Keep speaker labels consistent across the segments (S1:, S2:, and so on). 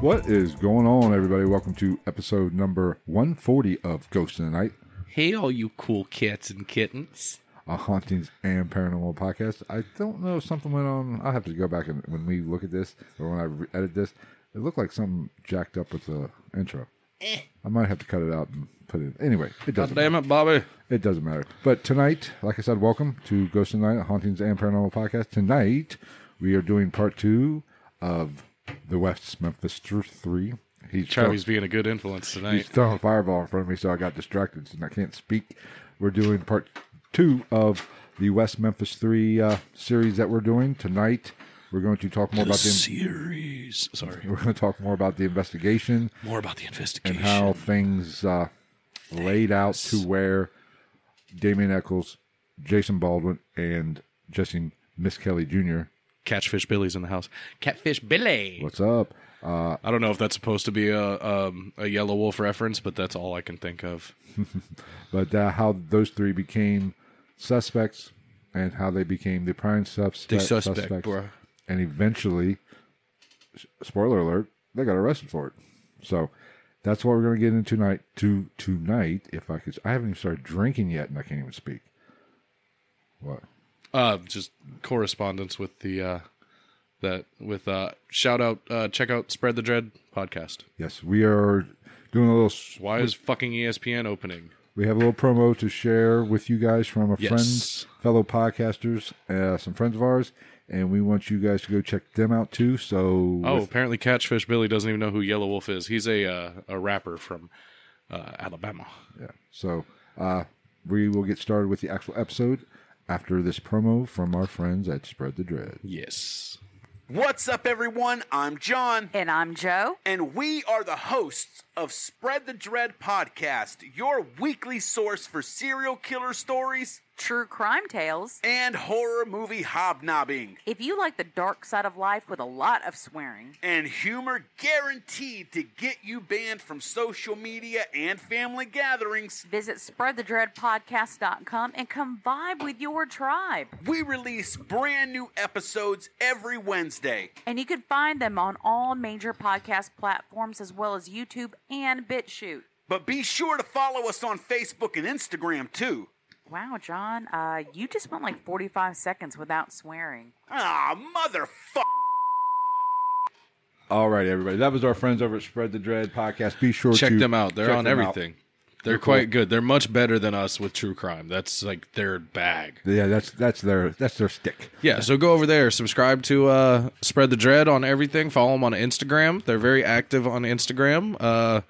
S1: What is going on, everybody? Welcome to episode number 140 of Ghost in the Night,
S2: Hey, all you cool cats and kittens.
S1: a hauntings and paranormal podcast. I don't know if something went on. I'll have to go back and when we look at this or when I re- edit this, it looked like something jacked up with the intro. I might have to cut it out and put it. Anyway, it doesn't.
S2: Damn it, Bobby.
S1: It doesn't matter. But tonight, like I said, welcome to Ghost in the Night, a Hauntings and Paranormal Podcast. Tonight, we are doing part two of the West Memphis Truth 3. He's
S2: Charlie's being a good influence tonight.
S1: He's throwing a fireball in front of me, so I got distracted and I can't speak. We're doing part two of the West Memphis 3 uh, series that we're doing. Tonight, we're going to talk more about the.
S2: Series. Sorry.
S1: We're going to talk more about the investigation
S2: More about the investigation.
S1: and how things uh, laid out to where Damian Eccles, Jason Baldwin, and Jesse Miss Kelly Jr.
S2: Catchfish Billy's in the house. Catfish Billy.
S1: What's up?
S2: I don't know if that's supposed to be a um, a Yellow Wolf reference, but that's all I can think of.
S1: But uh, how those three became suspects and how they became the prime subs-
S2: The suspect,
S1: suspects.
S2: bruh.
S1: And eventually, s- spoiler alert, they got arrested for it. So that's what we're going to get into tonight. To tonight, if I could, I haven't even started drinking yet, and I can't even speak. What?
S2: Uh, just correspondence with the uh, that with uh, shout out uh, check out Spread the Dread podcast.
S1: Yes, we are doing a little. s-
S2: Why is fucking E ESPN opening?
S1: We have a little promo to share with you guys from a
S2: Yes.
S1: friend, fellow podcasters, uh, some friends of ours, and we want you guys to go check them out too. So,
S2: Oh, apparently Catchfish Billy doesn't even know who Yellow Wolf is. He's a uh, a rapper from uh, Alabama.
S1: yeah. So, uh, we will get started with the actual episode after this promo from our friends at Spread the Dread.
S2: Yes.
S3: What's up, everyone? I'm John,
S4: And I'm Joe.
S3: and we are the hosts of Spread the Dread podcast, your weekly source for serial killer stories
S4: True crime tales.
S3: and horror movie hobnobbing,
S4: If you like the dark side of life with a lot of swearing,
S3: and humor guaranteed to get you banned from social media and family gatherings.
S4: visit spreadthedreadpodcast.com and come vibe with your tribe.
S3: We release brand new episodes every Wednesday.
S4: And you can find them on all major podcast platforms as well as YouTube and BitChute.
S3: But be sure to follow us on Facebook and Instagram too.
S4: Wow, John, uh, you just went like 45 seconds without swearing.
S3: Ah, motherfucker.
S1: All right, everybody. That was our friends over at Spread the Dread podcast. Be sure
S2: Check
S1: to
S2: them out. They're
S1: check
S2: on
S1: them out.
S2: everything. They're quite good. They're much better than us with true crime. That's like their bag.
S1: Yeah, that's that's their that's their stick.
S2: Yeah, so go over there, subscribe to uh, Spread the Dread on everything. Follow them on Instagram. They're very active on Instagram. Uh,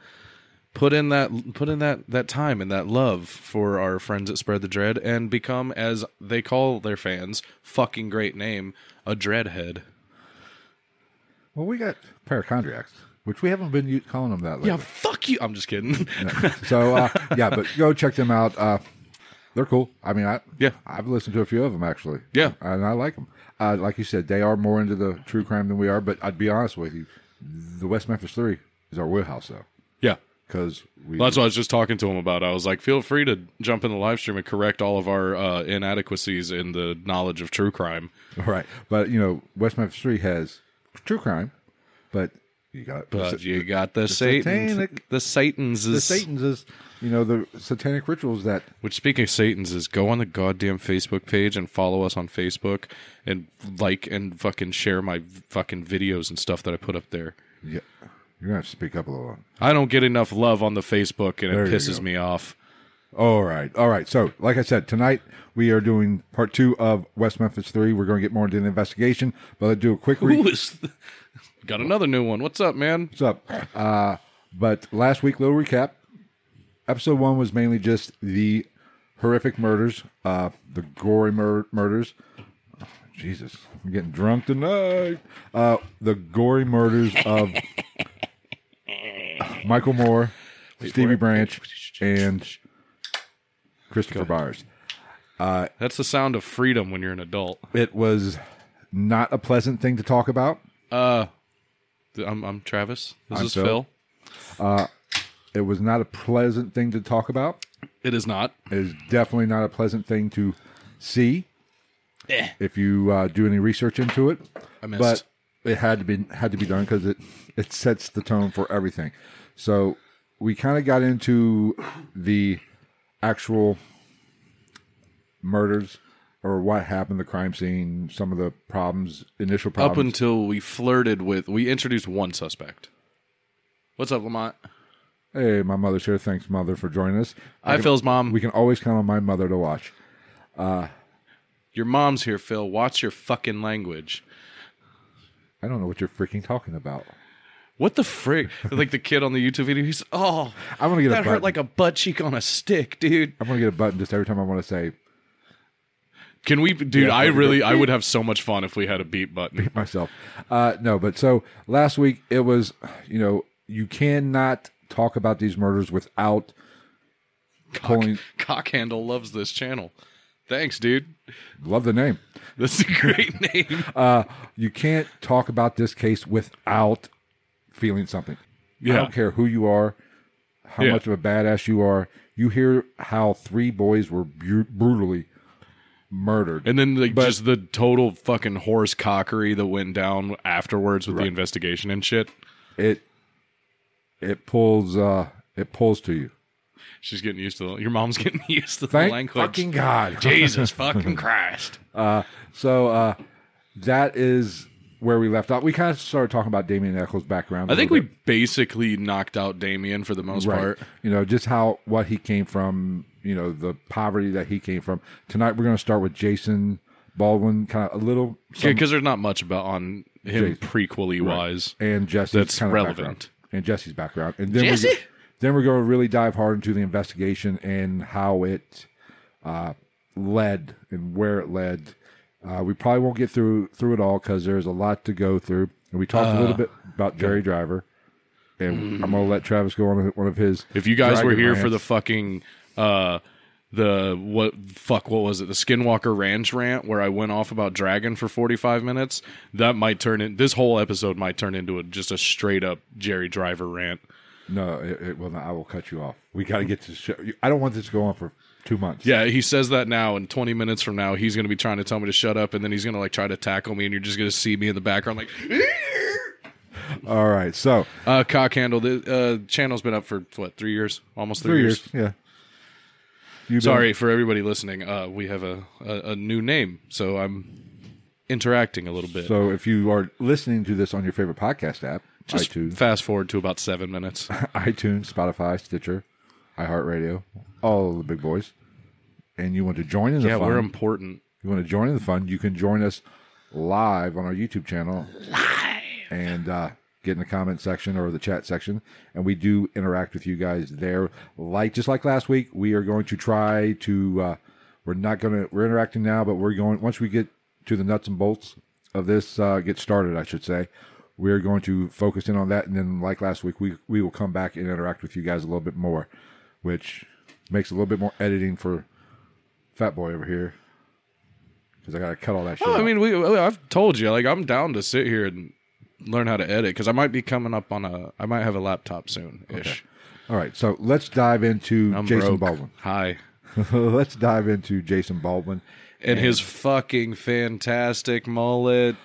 S2: put in that put in that that time and that love for our friends at Spread the Dread and become as they call their fans fucking great name a dreadhead.
S1: Well, we got parachondriacs, which we haven't been u- calling them that lately.
S2: Yeah, fuck you. I'm just kidding.
S1: So uh, yeah, but go check them out. Uh, they're cool. I mean, I
S2: Yeah.
S1: I've listened to a few of them actually.
S2: Yeah.
S1: and I like them. Uh, like you said, they are more into the true crime than we are. But I'd be honest with you, the West Memphis Three is our wheelhouse though,
S2: yeah.
S1: because we
S2: Well, that's what I was just talking to him about. I was like, feel free to jump in the live stream and correct all of our uh, inadequacies in the knowledge of true crime.
S1: right. But you know, West Memphis Three has true crime, but you got
S2: But you got the, Satan,
S1: satanic-
S2: the Satan's,
S1: the Satan's is you know the satanic rituals that
S2: which speaking of Satan's is go on the goddamn Facebook page and follow us on Facebook and like and fucking share my fucking videos and stuff that I put up there.
S1: yeah, you're gonna have to speak up a little.
S2: I don't get enough love on the Facebook and
S1: There
S2: it
S1: you
S2: pisses
S1: go.
S2: me off.
S1: All right. All right. So, like I said, tonight we are doing part two of West Memphis 3. We're going to get more into the investigation, but let's do a quick
S2: Who
S1: recap.
S2: is th- Got another new one. What's up, man?
S1: up. Uh, but last week, little recap. Episode one was mainly just the horrific murders, uh, the gory mur- murders. Jesus, I'm getting drunk tonight. Uh, the gory murders of Michael Moore, Stevie Branch, and Christopher Byers.
S2: That's the sound of freedom when you're an adult.
S1: It was not a pleasant thing to talk about.
S2: I'm, I'm Travis. This
S1: I'm
S2: is
S1: Phil.
S2: Phil.
S1: It was not a pleasant thing to talk about.
S2: It is not.
S1: It is definitely not a pleasant thing to see if you uh, do any research into it.
S2: Eh. I missed.
S1: But it had to be had to be done because it it sets the tone for everything. So we kind of got into the actual murders or what happened, the crime scene, some of the problems, initial
S2: Up
S1: problems.
S2: until we flirted with, we introduced one suspect. What's up, Lamont?
S1: hey, my mother's here. Thanks, mother, for joining us.
S2: I Phil's mom.
S1: We can always count on my mother to watch.
S2: your mom's here, Phil. Watch your fucking language.
S1: I don't know what you're freaking talking about.
S2: What the frick? like the kid on the YouTube video, he's oh,
S1: I'm gonna get a
S2: that hurt
S1: button.
S2: like a butt cheek on a stick, dude.
S1: I'm gonna get a button just every time I want to say
S2: Can we, dude? I
S1: we're
S2: really, I would have so much fun if we had a beat button.
S1: myself. Uh, no, but so last week it was, you know, you cannot talk about these murders without pulling.
S2: Cock handle loves this channel. Thanks, dude.
S1: Love the name.
S2: That's a great name.
S1: Uh, you can't talk about this case without feeling something. I
S2: Yeah.
S1: don't care who you are, how
S2: Yeah.
S1: much of a badass you are. You hear how three boys were bu- brutally murdered.
S2: And then like just the total fucking horse cockery that went down afterwards with the investigation and shit.
S1: it it pulls uh it pulls to you.
S2: She's getting used to the, your mom's getting used to the
S1: Thank
S2: language.
S1: fucking God.
S2: Jesus fucking Christ.
S1: So uh, that is where we left off. We kind of started talking about Damien Eccles' background. a
S2: I think we
S1: little
S2: basically knocked out Damien for the most
S1: bit. right,
S2: part.
S1: you know, just how what he came from, you know, the poverty that he came from. Tonight we're going to start with Jason Baldwin, kind of a little, some-
S2: Because there's not much about on him prequely wise.
S1: and Jesse's
S2: That's
S1: kind of
S2: relevant.
S1: background. and Jesse's background, and then
S2: Jesse?
S1: We're, go- then we're going to really dive hard into the investigation and how it uh, led and where it led. Uh, we probably won't get through through it all because there's a lot to go through, and we talked a
S2: Uh,
S1: little bit about Jerry Driver. And I'm gonna let Travis go on one of his.
S2: If you guys were
S1: dragon
S2: here for
S1: rants.
S2: the fucking uh the what fuck what was it? The Skinwalker Ranch rant where I went off about Dragon for 45 minutes, that might turn in this whole episode might turn into a, just a straight up Jerry Driver rant.
S1: no, it, it will not. I will cut you off. We got to get to the show. I don't want this to go on for two months.
S2: Yeah, he says that now and 20 minutes from now he's going to be trying to tell me to shut up and then he's going to like try to tackle me and you're just going to see me in the background like
S1: All right. So
S2: uh cock handle the uh channel's been up for what 3 years? Almost 3,
S1: three
S2: years.
S1: years. Yeah. You
S2: Sorry for everybody listening. Uh, we have a, a, a new name, so I'm interacting a little bit.
S1: So if you are listening to this on your favorite podcast app,
S2: Just
S1: iTunes,
S2: fast forward to about seven minutes.
S1: iTunes, Spotify, Stitcher, iHeartRadio, all the big boys, and you want to join in the
S2: yeah,
S1: fun,
S2: we're important.
S1: you want to join in the fun, you can join us live on our YouTube channel. Live. And uh, get in the comment section or the chat section, and we do interact with you guys there. Like just like last week, we are going to try to. Uh, we're not going to. We're interacting now, but we're going once we get to the nuts and bolts of this uh, get started, I should say. We're going to focus in on that, and then like last week, we we will come back and interact with you guys a little bit more, which makes a little bit more editing for Fat Boy over here because I got to cut all that shit.
S2: Oh, I
S1: out.
S2: mean, we, we- I've told you, like, I'm down to sit here and learn how to edit because I might be coming up on a, I might have a laptop soon ish.
S1: all right, so let's dive into
S2: I'm
S1: Jason
S2: broke.
S1: Baldwin.
S2: Hi.
S1: let's dive into Jason Baldwin.
S2: And his fucking fantastic mullet.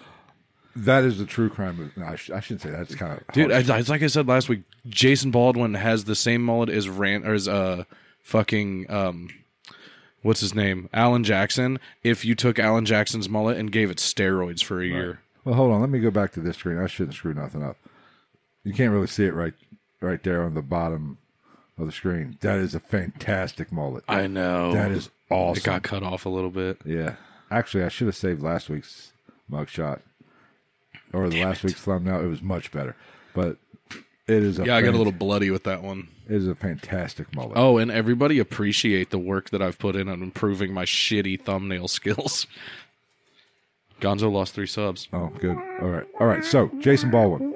S1: That is the true crime. Of, no, I, sh- I shouldn't say that. It's kind of
S2: Dude, I, I, like I said last week, Jason Baldwin has the same mullet as Rand or as uh fucking um what's his name? Alan Jackson. If you took Alan Jackson's mullet and gave it steroids for a year.
S1: Well, hold on. Let me go back to this screen. I shouldn't screw nothing up. You can't really see it right, right there on the bottom of the screen. That is a fantastic mullet.
S2: I know.
S1: that is awesome.
S2: it got cut off a little bit.
S1: yeah. Actually, I should have saved last week's mugshot or the last week's thumbnail. It was much better, but it is a
S2: Yeah, I got
S1: fan-
S2: a little bloody with that one.
S1: It is a fantastic mullet.
S2: Oh, and everybody appreciate the work that I've put in on improving my shitty thumbnail skills. Gonzo lost three subs.
S1: Oh, good. All right, all right. So Jason Baldwin,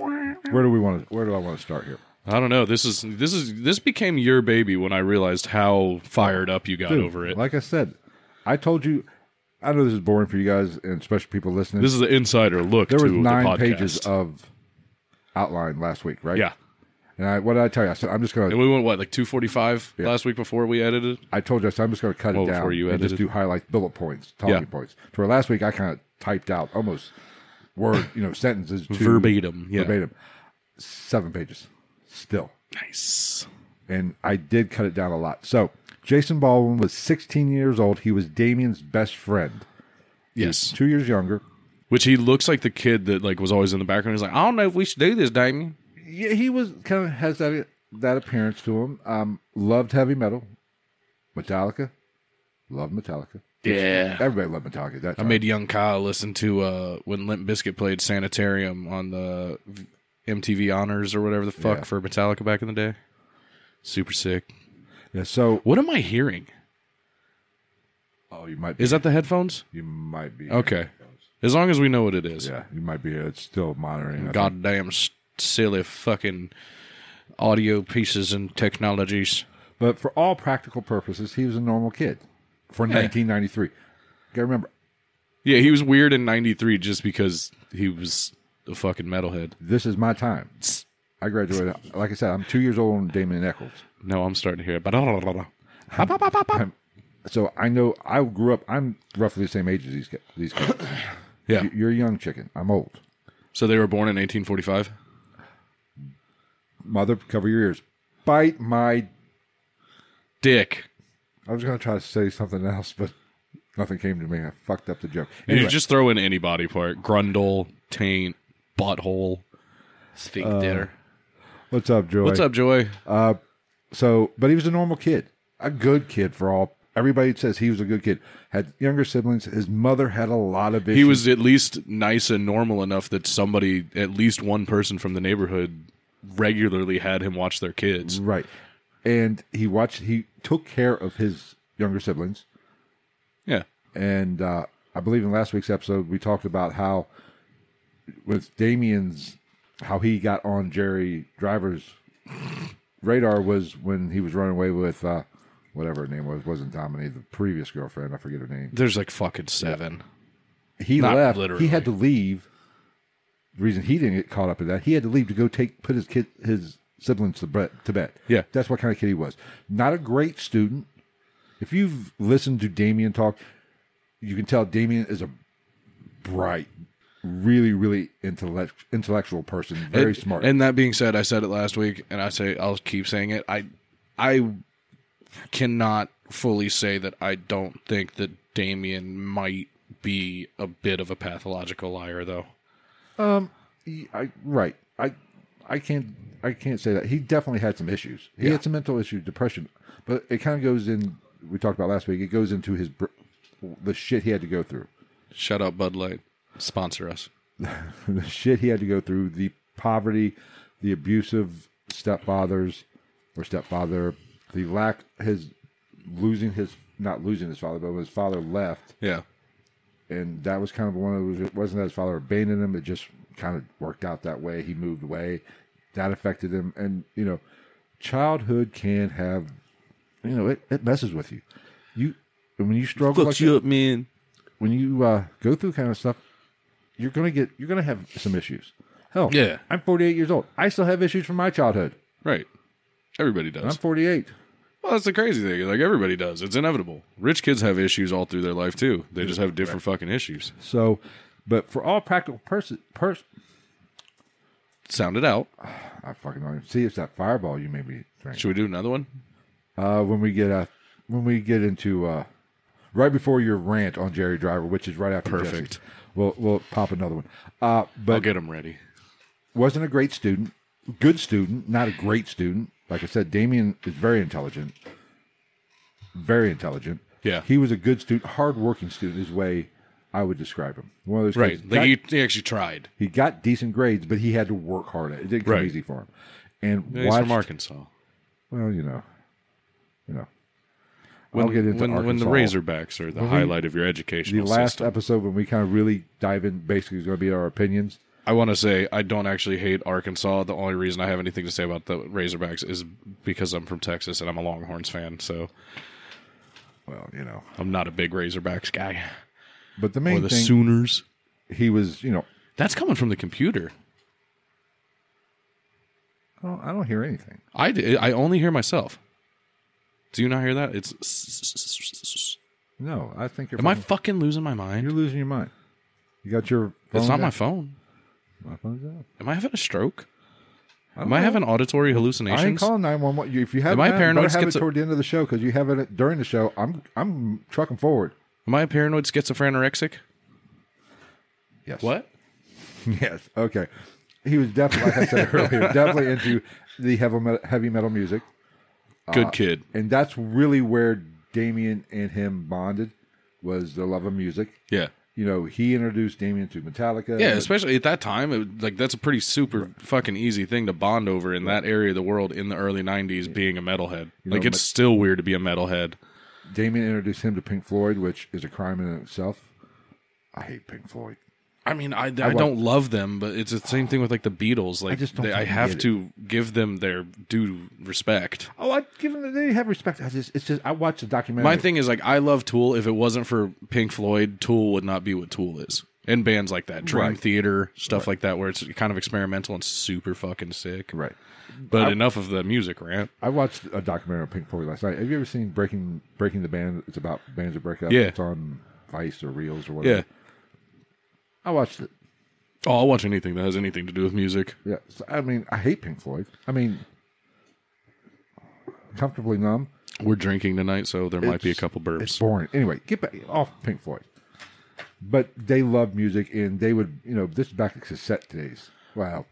S1: where do we want to? Where do I want to start here?
S2: I don't know. This is this is this became your baby when I realized how fired up you got over it.
S1: Like I said, I told you. I know this is boring for you guys and especially people listening.
S2: This is the insider look
S1: there
S2: to
S1: was
S2: the
S1: nine
S2: podcast.
S1: pages of outline last week, right?
S2: yeah.
S1: And I, what did I tell you? I said I'm just gonna.
S2: And we went what, like two forty five last week before we edited?
S1: I told you I said I'm just gonna cut
S2: Well,
S1: it down
S2: before you
S1: and just
S2: edited.
S1: do highlights, bullet points, talking
S2: Yeah.
S1: points. For last week, I kind of typed out almost word, you know, sentences to
S2: Verbatim, yeah.
S1: Verbatim. Seven pages still.
S2: Nice.
S1: And I did cut it down a lot. So Jason Baldwin was 16 years old. He was Damien's best friend,
S2: Yes.
S1: two years younger.
S2: Which he looks like the kid that like was always in the background. He's like, I don't know if we should do this, Damien.
S1: Yeah, he was kind of has that that appearance to him. Um, loved heavy metal, Metallica. Loved Metallica.
S2: Yeah.
S1: Everybody loved Metallica. at That
S2: I
S1: time.
S2: made young Kyle listen to uh, when Limp Bizkit played Sanitarium on the v- MTV Honors or whatever the fuck
S1: Yeah.
S2: for Metallica back in the day. Super sick.
S1: yeah. So
S2: What am I hearing?
S1: oh, you might be,
S2: Is that the headphones?
S1: you might be
S2: Okay. As long as we know what it is.
S1: Yeah, you might be. It's still monitoring. I think.
S2: Goddamn s- silly fucking audio pieces and technologies.
S1: But for all practical purposes, he was a normal kid for 1993. You gotta remember,
S2: Yeah, he was weird in '93 just because he was a fucking metalhead.
S1: this is my time. I graduated. Like I said, I'm two years older than Damien Eccles.
S2: No, I'm starting to hear it. Ba-da-da-da-da.
S1: So I know I grew up. I'm roughly the same age as these ki- these kids.
S2: Yeah.
S1: You- You're a young chicken. I'm old.
S2: So they were born in 1845.
S1: Mother, cover your ears. Bite my.
S2: Dick.
S1: I was gonna try to say something else, but nothing came to me. I fucked up the joke.
S2: You
S1: Anyway,
S2: just throw in any body part. Grundle, taint, butthole. Sphincter.
S1: what's up, Joy?
S2: What's up, Joy?
S1: So, but he was a normal kid, a good kid for all. Everybody says he was a good kid. Had younger siblings. His mother had a lot of issues.
S2: he was at least nice and normal enough that somebody, at least one person from the neighborhood, regularly had him watch their kids.
S1: right, and he watched. He took care of his younger siblings,
S2: Yeah.
S1: and uh, I believe in last week's episode we talked about how with Damien's how he got on Jerry Driver's radar was when he was running away with uh, whatever her name was wasn't Dominique the previous girlfriend I forget her name.
S2: There's like fucking seven.
S1: he
S2: Not
S1: left.
S2: literally.
S1: He had to leave. The reason he didn't get caught up in that, he had to leave to go take put his kid his siblings to Bre- Tibet.
S2: Yeah.
S1: that's what kind of kid he was. Not a great student. If you've listened to Damien talk, you can tell Damien is a bright, really, really intellect, intellectual person, very
S2: And-
S1: smart.
S2: And that being said, I said it last week, and I say I'll keep saying it. I I cannot fully say that I don't think that Damien might be a bit of a pathological liar, though.
S1: He- I, right, I, I can't, I can't say that. He definitely had some issues. He had some mental issues, depression, but it kind of goes in. We talked about last week. It goes into his br- the shit he had to go through,
S2: Shut up, Bud Light. Sponsor us.
S1: the shit he had to go through, the poverty, the abusive stepfathers or stepfather, the lack his losing his not losing his father, but when his father left,
S2: Yeah.
S1: and that was kind of one of those. It wasn't that his father abandoned him; it just kind of worked out that way. He moved away, that affected him, and you know, childhood can have, you know, it, it messes with you. You and when you struggle, like that,
S2: up, man.
S1: when you uh, go through kind of stuff, you're gonna get you're gonna have some issues. Hell,
S2: Yeah.
S1: I'm 48 years old. I still have issues from my childhood.
S2: Right. Everybody
S1: I'm
S2: does.
S1: 48.
S2: Well, that's the crazy thing. Like everybody does. It's inevitable. Rich kids have issues all through their life too. They just have different fucking issues.
S1: So, but for all practical person, pers-
S2: Sound it out.
S1: I fucking don't even see it's that fireball you made me drink.
S2: Should we do another one?
S1: uh, when we get uh, when we get into uh, right before your rant on Jerry Driver, which is right after Jesse's.
S2: Perfect.
S1: We'll we'll pop another one. Uh,
S2: I'll
S1: but
S2: get them ready.
S1: wasn't a great student, good student, not a great student. Like I said, Damien is very intelligent, very intelligent.
S2: Yeah.
S1: he was a good student, hardworking student is the way I would describe him. One of those
S2: Right.
S1: kids-
S2: Like
S1: got-
S2: he, he actually tried.
S1: he got decent grades, but he had to work hard at it. It didn't come
S2: Right.
S1: easy for him. And
S2: He's
S1: watched,
S2: from Arkansas.
S1: well, you know, you know.
S2: When,
S1: I'll get into
S2: when, when the
S1: Arkansas.
S2: Razorbacks are the highlight of your
S1: the
S2: educational
S1: last
S2: system.
S1: episode when we kind of really dive in basically is going to be our opinions
S2: I want to say I don't actually hate Arkansas. The only reason I have anything to say about the Razorbacks is because I'm from Texas and I'm a Longhorns fan. So
S1: well you know
S2: I'm not a big Razorbacks guy
S1: but the
S2: or
S1: main
S2: the
S1: thing
S2: Sooners.
S1: he was you know
S2: That's coming from the computer.
S1: I don't, "Oh, I don't hear anything
S2: I d- I only hear myself. Do you not hear that? It's. s- s- s- s- s- s-
S1: no i think you're
S2: Am I
S1: fucking-
S2: fucking losing my
S1: you're
S2: mind?
S1: losing your mind You got your. Phone
S2: it's not
S1: down?
S2: my phone.
S1: My phone's out.
S2: Am I having a stroke?
S1: I
S2: Am
S1: don't
S2: I
S1: know.
S2: having
S1: I
S2: auditory
S1: ain't
S2: hallucinations?
S1: calling nine one one. If you have,
S2: Am I
S1: that, you
S2: paranoid
S1: better have it
S2: schizo-
S1: toward the end of the show because you have it during the show. I'm I'm trucking forward.
S2: Am I a paranoid schizophrenorexic?
S1: Yes.
S2: What?
S1: Yes. Okay. He was definitely, like I said earlier, definitely into the heavy metal, heavy metal music, Uh,
S2: Good kid.
S1: and that's really where Damien and him bonded was the love of music.
S2: Yeah.
S1: You know, he introduced Damien to Metallica.
S2: Yeah, especially at that time, it, was- like that's a pretty super fucking easy thing to bond over in that area of the world in the early '90s. Being a metalhead,
S1: You
S2: like
S1: know,
S2: it's
S1: but-
S2: still weird to be a metalhead.
S1: Damien introduced him to Pink Floyd, which is a crime in itself. I hate Pink Floyd.
S2: I mean, I, I, don't love them, but it's the same thing with like the Beatles. Like, I,
S1: just don't
S2: they, I
S1: fucking
S2: have
S1: get
S2: to give them their due respect.
S1: Oh, I give him. They have respect. I just, it's just, I watched the documentary.
S2: My thing is like, I love Tool. If it wasn't for Pink Floyd, Tool would not be what Tool is. And bands like that, Dream
S1: Right.
S2: Theater, stuff like that, where it's kind of experimental and super fucking sick.
S1: right?
S2: But enough of the music rant.
S1: I watched a documentary on Pink Floyd last night. Have you ever seen Breaking Breaking the Band? It's about bands that break up.
S2: Yeah.
S1: It's on Vice or Reels or whatever.
S2: Yeah.
S1: I watched it.
S2: Oh, I'll watch anything that has anything to do with music.
S1: Yeah, so, I mean, I hate Pink Floyd. I mean, comfortably numb.
S2: We're drinking tonight, so there might be a
S1: It's-
S2: couple
S1: It's
S2: burps.
S1: boring. Anyway, get back off Pink Floyd. But they love music, and they would, you know, this is back in cassette days. Wow,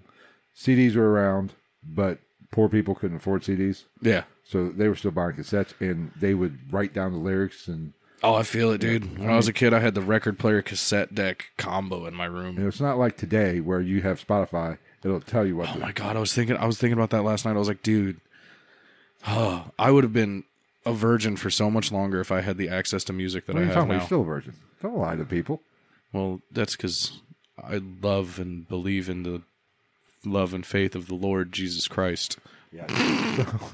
S1: CDs were around, but poor people couldn't afford CDs,
S2: Yeah.
S1: so they were still buying cassettes, and they would write down the lyrics and.
S2: Oh, I feel it, dude. When I was a kid, I had the record player cassette deck combo in my room.
S1: And it's not like today where you have Spotify; it'll tell you what.
S2: Oh
S1: the,
S2: my god, I was thinking I was thinking about that last night. I was like, dude, oh, I would have been a virgin for so much longer if I had the access to music that
S1: what
S2: I
S1: are you
S2: have
S1: talking about?
S2: now.
S1: You're still a virgin. Don't lie to people.
S2: well, that's because I love and believe in the love and faith of the Lord Jesus Christ.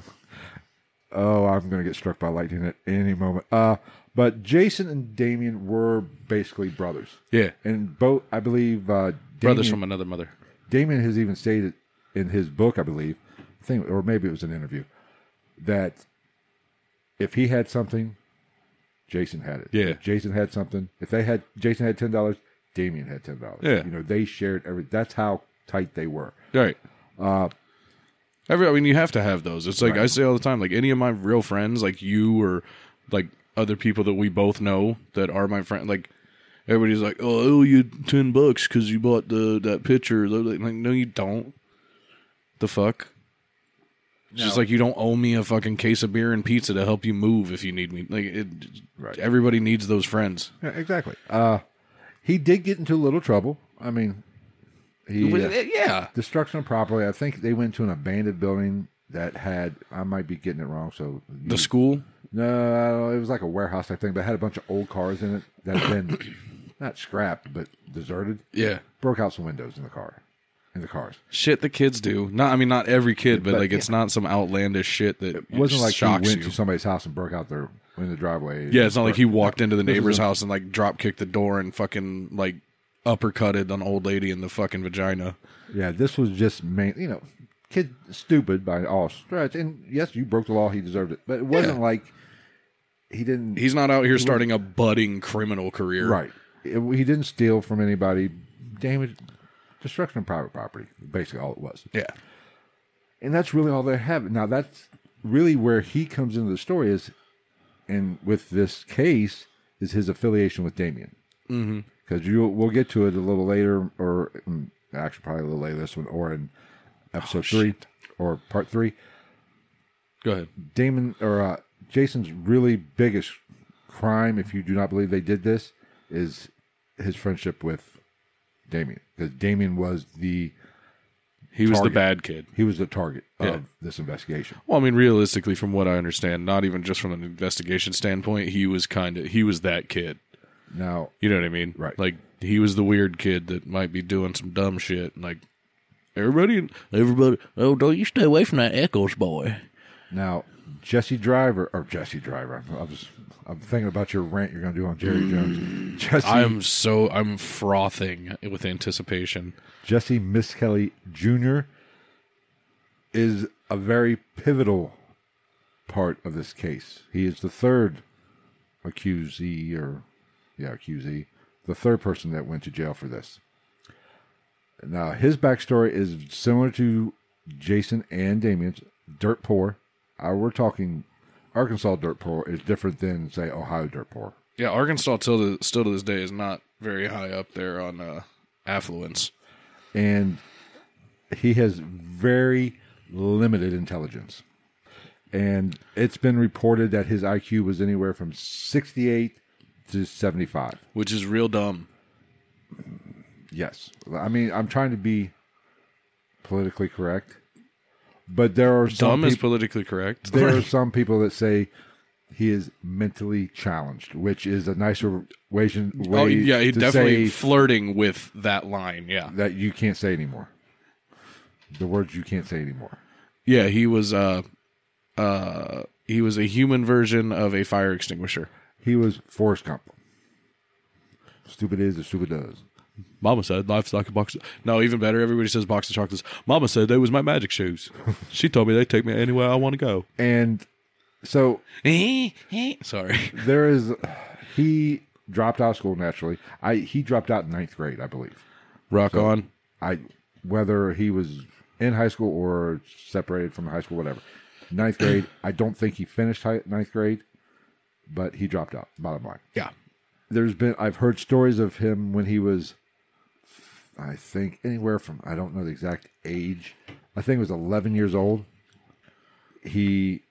S1: Oh, I'm going to get struck by lightning at any moment. Uh, but Jason and Damien were basically brothers,
S2: Yeah,
S1: and both, I believe, uh, Damien,
S2: brothers from another mother.
S1: Damien has even stated in his book, I believe, I think, or maybe it was an interview, that if he had something, Jason had it.
S2: Yeah.
S1: If Jason had something. If they had, Jason had ten dollars. Damien had ten dollars.
S2: Yeah.
S1: you know, they shared every. That's how tight they were.
S2: Right. Uh, Every, I mean, you have to have those. It's like I say all the time. Like any of my real friends, like you or like other people that we both know that are my friend. Like everybody's like, "Oh, I owe you ten bucks because you bought the that picture." They're Like, like, no, you don't. The fuck. It's just like you don't owe me a fucking case of beer and pizza to help you move if you need me. Like it,
S1: Right.
S2: everybody needs those friends.
S1: Yeah, exactly. Uh, he did get into a little trouble. I mean, he uh,
S2: yeah.
S1: destruction of property. I think they went to an abandoned building that had. I might be getting it wrong. So
S2: The school.
S1: no, it was like a warehouse type thing, but it had a bunch of old cars in it that had been not scrapped but deserted.
S2: Yeah.
S1: Broke out some windows in the car, in the cars.
S2: shit the kids do. Not, I mean, not every kid, but,
S1: But,
S2: like it's not some outlandish shit that
S1: It wasn't like he
S2: shocks
S1: went
S2: you.
S1: to somebody's house and broke out their in the driveway.
S2: yeah, it's not like he walked into the
S1: This is
S2: neighbor's
S1: a-
S2: house and like drop kicked the door and fucking like uppercutted an old lady in the fucking vagina.
S1: Yeah, this was just main. You know, kid stupid by all stretch. And yes, you broke the law. He deserved it, but it wasn't
S2: Yeah.
S1: like he didn't.
S2: He's not out here starting a budding criminal career.
S1: right. It- he didn't steal from anybody. Damage, destruction of private property. Basically, all it was.
S2: Yeah.
S1: and that's really all they have. Now that's really where he comes into the story is, and with this case is his affiliation with Damien. Because mm-hmm. you, we'll get to it a little later, or mm, actually probably a little later this one, or in episode three or part three.
S2: Go ahead.
S1: Damon or uh, Jason's really biggest crime, if you do not believe they did this, is his friendship with Damien. Because Damien was the
S2: He was the
S1: Target.
S2: bad kid.
S1: he was the target of
S2: Yeah.
S1: this investigation.
S2: Well, I mean, realistically, from what I understand, not even just from an investigation standpoint, he was kind of he was that kid.
S1: Now
S2: You know what I mean?
S1: Right.
S2: Like he was the weird kid that might be doing some dumb shit. and, Like everybody, everybody. Oh, don't you stay away from that Eccles boy.
S1: Now, Jesse Driver or Jesse Driver. I'm, I'm, just, I'm thinking about your rant you're going to do on Jerry Jones. Jesse
S2: I'm so I'm frothing with anticipation.
S1: Jesse Miss Kelly Jr. is a very pivotal part of this case. He is the third accusee or yeah, accusee the third person that went to jail for this. Now, his backstory is similar to Jason and Damien's dirt poor. Uh, we're talking Arkansas dirt poor is different than, say, Ohio dirt poor.
S2: Yeah, Arkansas till to, still to this day is not very high up there on uh, affluence.
S1: and he has very limited intelligence. And it's been reported that his IQ was anywhere from 68 to 75.
S2: which is real dumb.
S1: Yes. I mean, I'm trying to be politically correct, but there are some
S2: dumb is
S1: peop-
S2: politically correct.
S1: there are some people that say he is mentally challenged, which is a nicer way, way
S2: oh yeah, he's
S1: to
S2: definitely
S1: say
S2: flirting with that line. Yeah,
S1: that you can't say anymore. The words you can't say anymore.
S2: yeah, he was uh, uh, he was a human version of a fire extinguisher.
S1: He was Forrest Gump. Stupid is as stupid does.
S2: Mama said livestock and box. No, even better. Everybody says box of chocolates. Mama said they was my magic shoes. she told me they take me anywhere I want to go.
S1: And so
S2: Eh, Sorry.
S1: there is, he dropped out of school naturally. I he dropped out in ninth grade, I believe.
S2: Rock on.
S1: I whether he was in high school or separated from high school, whatever. Ninth grade. I don't think he finished high, ninth grade, but he dropped out. Bottom line.
S2: Yeah.
S1: there's been I've heard stories of him when he was I think anywhere from I don't know the exact age. I think it was 11 years old. He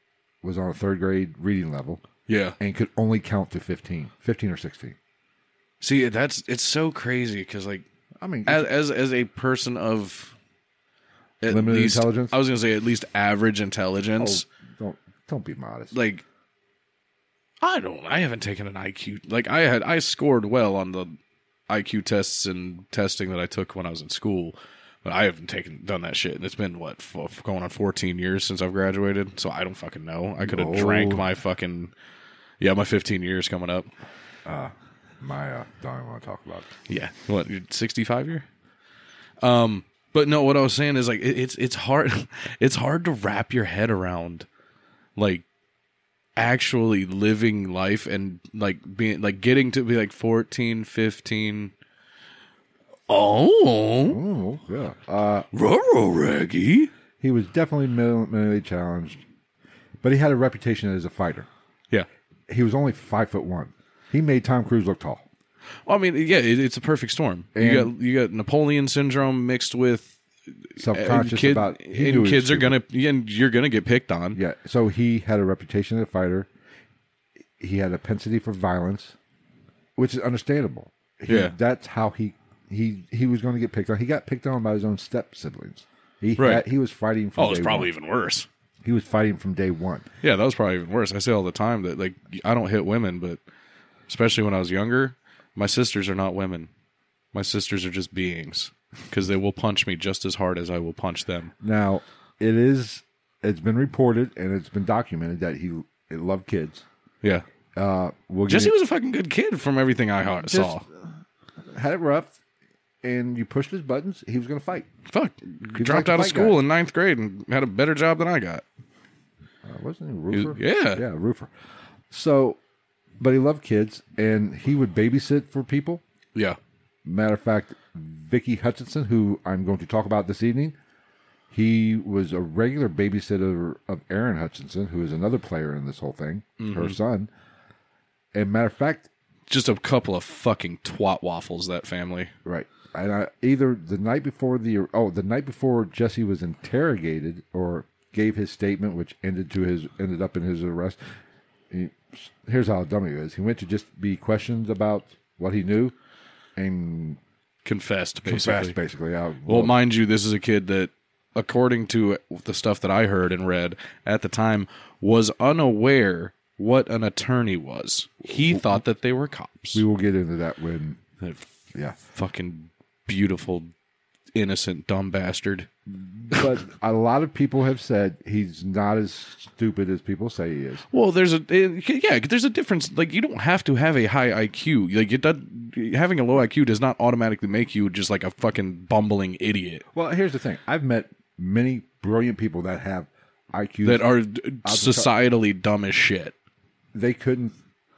S1: was on a third grade reading level
S2: Yeah.
S1: and could only count to 15, 15 or 16.
S2: See, that's it's so crazy because like
S1: I mean,
S2: as as, as a person of at
S1: Limited
S2: least-
S1: intelligence?
S2: I was gonna say at least average intelligence.
S1: it's- oh, don't don't be modest.
S2: Like I don't. I haven't taken an IQ. Like I had. I scored well on the IQ tests and testing that I took when I was in school. But I haven't taken done that shit, and it's been what f- going on fourteen years since I've graduated. So I don't fucking know. I could have
S1: No.
S2: drank my fucking yeah, my fifteen years coming up.
S1: my uh, don't even want to talk about it.
S2: Yeah. What, you're 65 year? Um, but no, what I was saying is like it, it's it's hard it's hard to wrap your head around like actually living life and like being like getting to be like 14, 15 Oh,
S1: Oh, yeah. Uh,
S2: ruh Reggie.
S1: he was definitely men- mentally challenged, but he had a reputation as a fighter.
S2: Yeah.
S1: He was only five foot one. He made Tom Cruise look tall.
S2: Well, I mean, yeah, it, it's a perfect storm. you
S1: And-
S2: got you got Napoleon syndrome mixed with uh,
S1: Subconscious
S2: kid-
S1: about he knew he
S2: and
S1: was
S2: kids are
S1: stupid.
S2: gonna and you're gonna get picked on.
S1: Yeah. So he had a reputation as a fighter. He had a propensity for violence, which is understandable. He-
S2: Yeah.
S1: That's how he he he was going to get picked on. He got picked on by his own step siblings. He
S2: Right.
S1: had, he was fighting. From
S2: Oh, it's
S1: day
S2: probably
S1: one.
S2: even worse.
S1: he was fighting from day one.
S2: Yeah, that was probably even worse. I say all the time that like I don't hit women, but especially when I was younger, my sisters are not women. My sisters are just beings because they will punch me just as hard as I will punch them.
S1: Now it is it's been reported and it's been documented that he, he loved kids.
S2: Yeah,
S1: Uh, we'll get
S2: Jesse was a fucking good kid from everything I ha- saw.
S1: had it rough, and you pushed his buttons. He was going to fight.
S2: Fuck, dropped
S1: like a
S2: out of
S1: fight
S2: school
S1: guy.
S2: in ninth grade and had a better job than I got.
S1: Uh, wasn't he a roofer?
S2: yeah.
S1: yeah, roofer. So, but he loved kids, and he would babysit for people.
S2: Yeah,
S1: Matter of fact, Vicky Hutchinson, who I'm going to talk about this evening, he was a regular babysitter of Aaron Hutchinson, who is another player in this whole thing, her son. And matter of fact,
S2: just a couple of fucking twat waffles that family.
S1: right, and I, either the night before the oh the night before Jesse was interrogated or gave his statement, which ended to his ended up in his arrest. He, here's how dumb he is. He went to just be questioned about what he knew, and
S2: Confessed basically.
S1: confessed basically. how-
S2: Well, mind you, this is a kid that, according to the stuff that I heard and read at the time, was unaware what an attorney was. He thought that they were cops.
S1: we will get into that when
S2: That
S1: yeah.
S2: fucking beautiful, innocent, dumb bastard.
S1: but a lot of people have said he's not as stupid as people say he is.
S2: Well, there's a eh, yeah, there's a difference. Like you don't have to have a high IQ. Like it does, having a low IQ does not automatically make you just like a fucking bumbling idiot
S1: Well, here's the thing: I've met many brilliant people that have IQs
S2: that are societally dumb as shit.
S1: they couldn't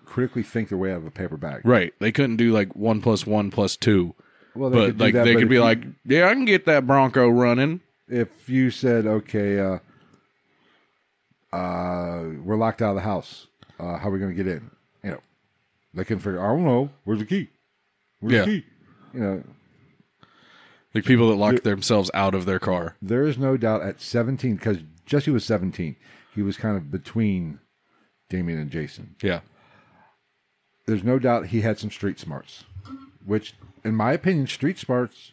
S1: critically think their way out of a paper bag.
S2: Right. They couldn't do like one plus one plus two.
S1: Well, they
S2: But
S1: could do
S2: like
S1: that,
S2: they
S1: but
S2: could
S1: if
S2: be
S1: you-
S2: like, yeah, I can get that Bronco running.
S1: if you said, okay, uh, uh, we're locked out of the house. Uh, how are we going to get in? You know, they can figure. I don't know. Where's the key? Where's
S2: Yeah.
S1: the key? You know,
S2: Like people that locked themselves out of their car.
S1: there is no doubt at seventeen because Jesse was seventeen. He was kind of between Damien and Jason.
S2: Yeah.
S1: There's no doubt he had some street smarts, which, in my opinion, street smarts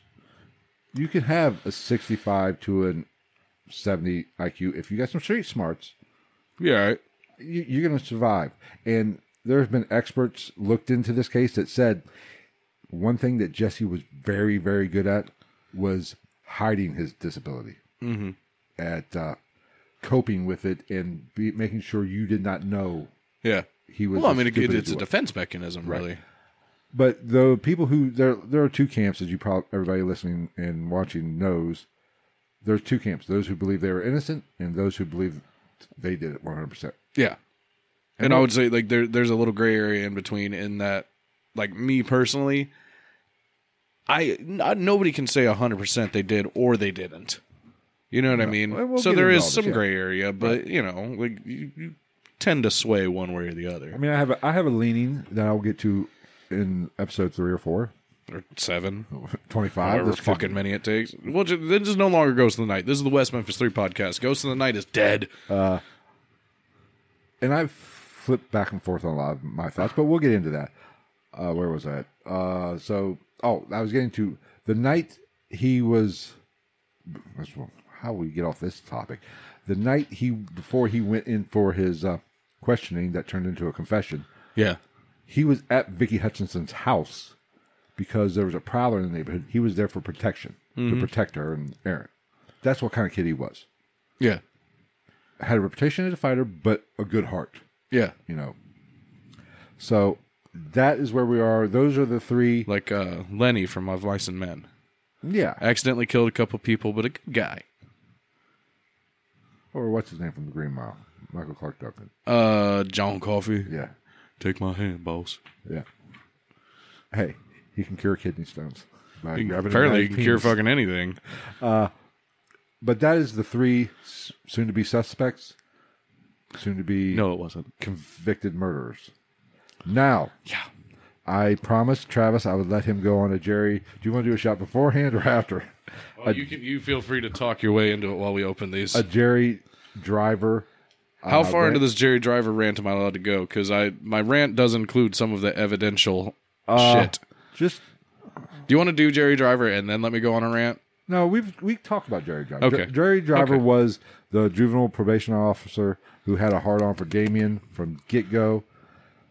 S1: you can have a 65 to an 70 IQ if you got some street smarts.
S2: Yeah. Right.
S1: you, you're going to survive. And there have been experts looked into this case that said one thing that Jesse was very, very good at was hiding his disability, mm-hmm. at uh, coping with it and be, making sure you did not know
S2: Yeah.
S1: he was.
S2: Well, I
S1: as
S2: mean, it,
S1: stupid as
S2: it's
S1: you
S2: a
S1: were.
S2: defense mechanism, really.
S1: But the people who there there are two camps, as you probably everybody listening and watching knows. There's two camps: those who believe they were innocent, and those who believe they did it 100. percent
S2: Yeah. And, I would say like there there's a little gray area in between in that like me personally I not, nobody can say 100% they did or they didn't. You know what I mean?
S1: Well, we'll
S2: so
S1: get
S2: there
S1: into
S2: is
S1: all this,
S2: some
S1: yeah.
S2: gray area, but you know, like you, you tend to sway one way or the
S1: I
S2: other.
S1: mean, I have a, I have a leaning that I'll get to in episode three or four.
S2: Or 7,
S1: 25.
S2: however
S1: This could-
S2: fucking many it takes. Well, ju- this is no longer Ghost of the Night. This is the West Memphis 3 podcast. Ghost of the Night is dead.
S1: and I've flipped back and forth on a lot of my thoughts, but we'll get into that. Uh, where was I? at? Uh, so, oh, I was getting to the night he was. that's wrong. How we get off this topic? The night he before he went in for his uh, questioning that turned into a confession.
S2: Yeah.
S1: He was at Vicky Hutchinson's house because there was a prowler in the neighborhood. He was there for protection
S2: Mm-hmm.
S1: to protect her and Aaron. That's what kind of kid he was.
S2: Yeah.
S1: had a reputation as a fighter, but a good heart,
S2: Yeah.
S1: you know. So that is where we are. Those are the three.
S2: Like uh, Lenny from Of Mice and Men.
S1: Yeah.
S2: accidentally killed a couple people, but a good guy.
S1: Or what's his name from the Green Mile? Michael Clark Duncan.
S2: Uh, John Coffee,
S1: Yeah.
S2: take my hand, boss.
S1: Yeah. Hey, he can cure kidney stones. by grabbing a
S2: Apparently, you
S1: man's
S2: can cure
S1: penis.
S2: fucking anything.
S1: But that is the three soon to be suspects, soon to be
S2: No, it wasn't.
S1: convicted murderers. Now,
S2: Yeah,
S1: I promised Travis I would let him go on a Jerry. Do you want to do a shot beforehand or after?
S2: well, you can, you feel free to talk your way into it while we open these.
S1: A Jerry driver
S2: How far
S1: rant-
S2: into this Jerry Driver rant am I allowed to go? Because I my rant does include some of the evidential shit.
S1: Just
S2: Do you want to do Jerry Driver and then let me go on a rant?
S1: no, we've we talked about Jerry Driver.
S2: Okay.
S1: Jer- Jerry Driver
S2: Okay.
S1: was the juvenile probation officer who had a hard on for Damien from get go,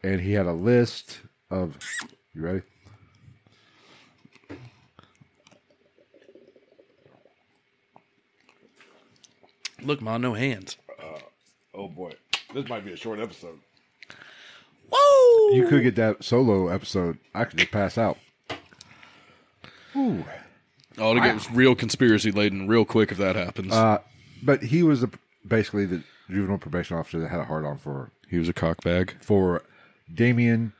S1: and he had a list of you ready?
S2: Look, ma, no hands.
S1: Oh boy. This might be a short episode.
S2: Whoa!
S1: You could get that solo episode. I could just pass out.
S2: Oh, to get real conspiracy laden real quick if that happens.
S1: But he was the, basically the juvenile probation officer that had a hard on for
S2: he was a cockbag.
S1: for Damien,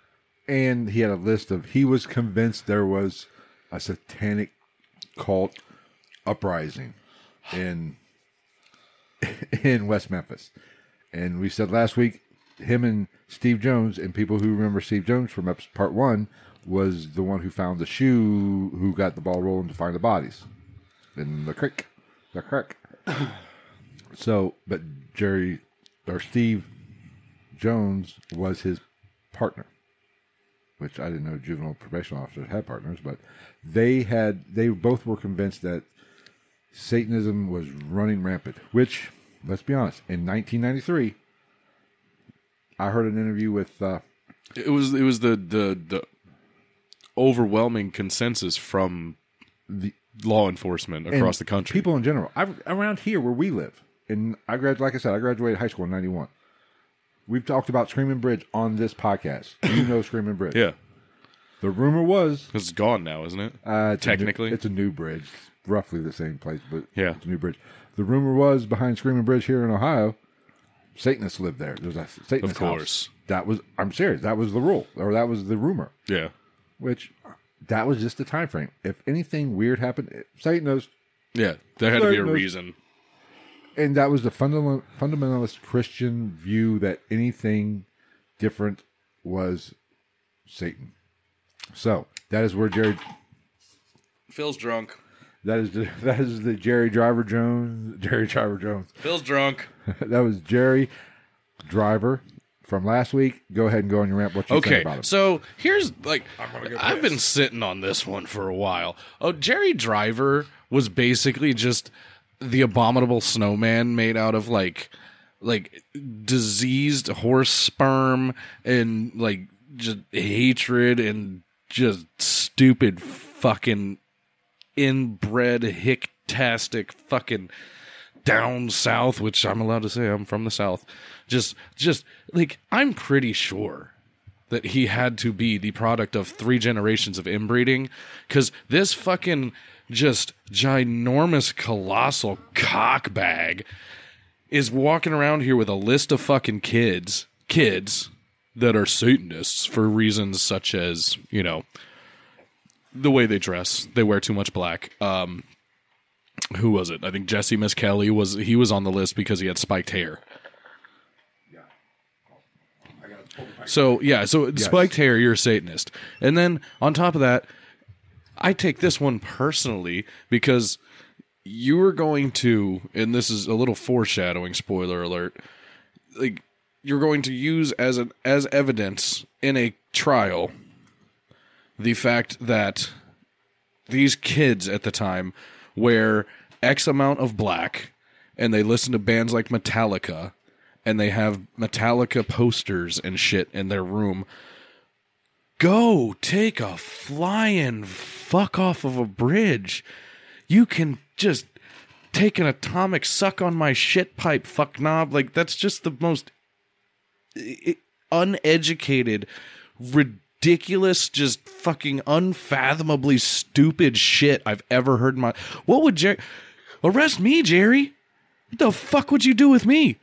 S1: and he had a list of he was convinced there was a satanic cult uprising in in West Memphis. And we said last week, him and Steve Jones, and people who remember Steve Jones from eps- part one, was the one who found the shoe, who got the ball rolling to find the bodies in the creek, the creek. so, but Jerry or Steve Jones was his partner, which I didn't know juvenile probation officers had partners, but they had they both were convinced that Satanism was running rampant. Which, let's be honest, in 1993, I heard an interview with uh,
S2: It was it was the the the overwhelming consensus from the law enforcement
S1: and
S2: across the country.
S1: people in general I, around here where we live. And I graduated, like I said, I graduated high school in '91. We've talked about Screaming Bridge on this podcast. You know Screaming Bridge.
S2: yeah,
S1: The rumor was
S2: 'Cause it's gone now, isn't it?
S1: Uh, it's a new-
S2: Technically.
S1: it's a new bridge, roughly the same place, but
S2: Yeah.
S1: it's a new bridge. The rumor was behind Screaming Bridge here in Ohio Satanists lived there. There's a Satanist
S2: Of course.
S1: house. That was I'm serious. That was the rule, or that was the rumor.
S2: Yeah.
S1: Which that was just the time frame. If anything weird happened, eh, Satanists,
S2: Yeah. There had to be a
S1: Diagnosed.
S2: reason.
S1: and that was the fundamental fundamentalist Christian view that anything different was Satan. So that is where Jerry.
S2: Phil's drunk.
S1: That is the, that is the Jerry Driver Jones. Jerry Driver Jones.
S2: Phil's drunk.
S1: that was Jerry Driver from last week. Go ahead and go on your rant. What you think
S2: Okay,
S1: about it?
S2: so here's like I've been sitting on this one for a while. Oh, Jerry Driver was basically just the abominable snowman made out of like like diseased horse sperm and like just hatred and just stupid fucking inbred hicktastic fucking down south, which I'm allowed to say I'm from the south. Just just like I'm pretty sure that he had to be the product of three generations of inbreeding cuz this fucking just ginormous colossal cockbag is walking around here with a list of fucking kids, kids that are satanists for reasons such as, you know, the way they dress, they wear too much black. Um who was it? I think Jesse Miss Kelly was he was on the list because he had spiked hair. So yeah, so spiked hair, you're a Satanist. And then on top of that, I take this one personally because you are going to, and this is a little foreshadowing, spoiler alert, like you're going to use as an as evidence in a trial the fact that these kids at the time wear X amount of black and they listen to bands like Metallica and they have Metallica posters and shit in their room. Go take a flying fuck off of a bridge. You can just take an atomic suck on my shit pipe, fuck knob. Like, that's just the most i- uneducated, ridiculous, just fucking unfathomably stupid shit I've ever heard in my. What would Jerry arrest me, Jerry? What the fuck would you do with me?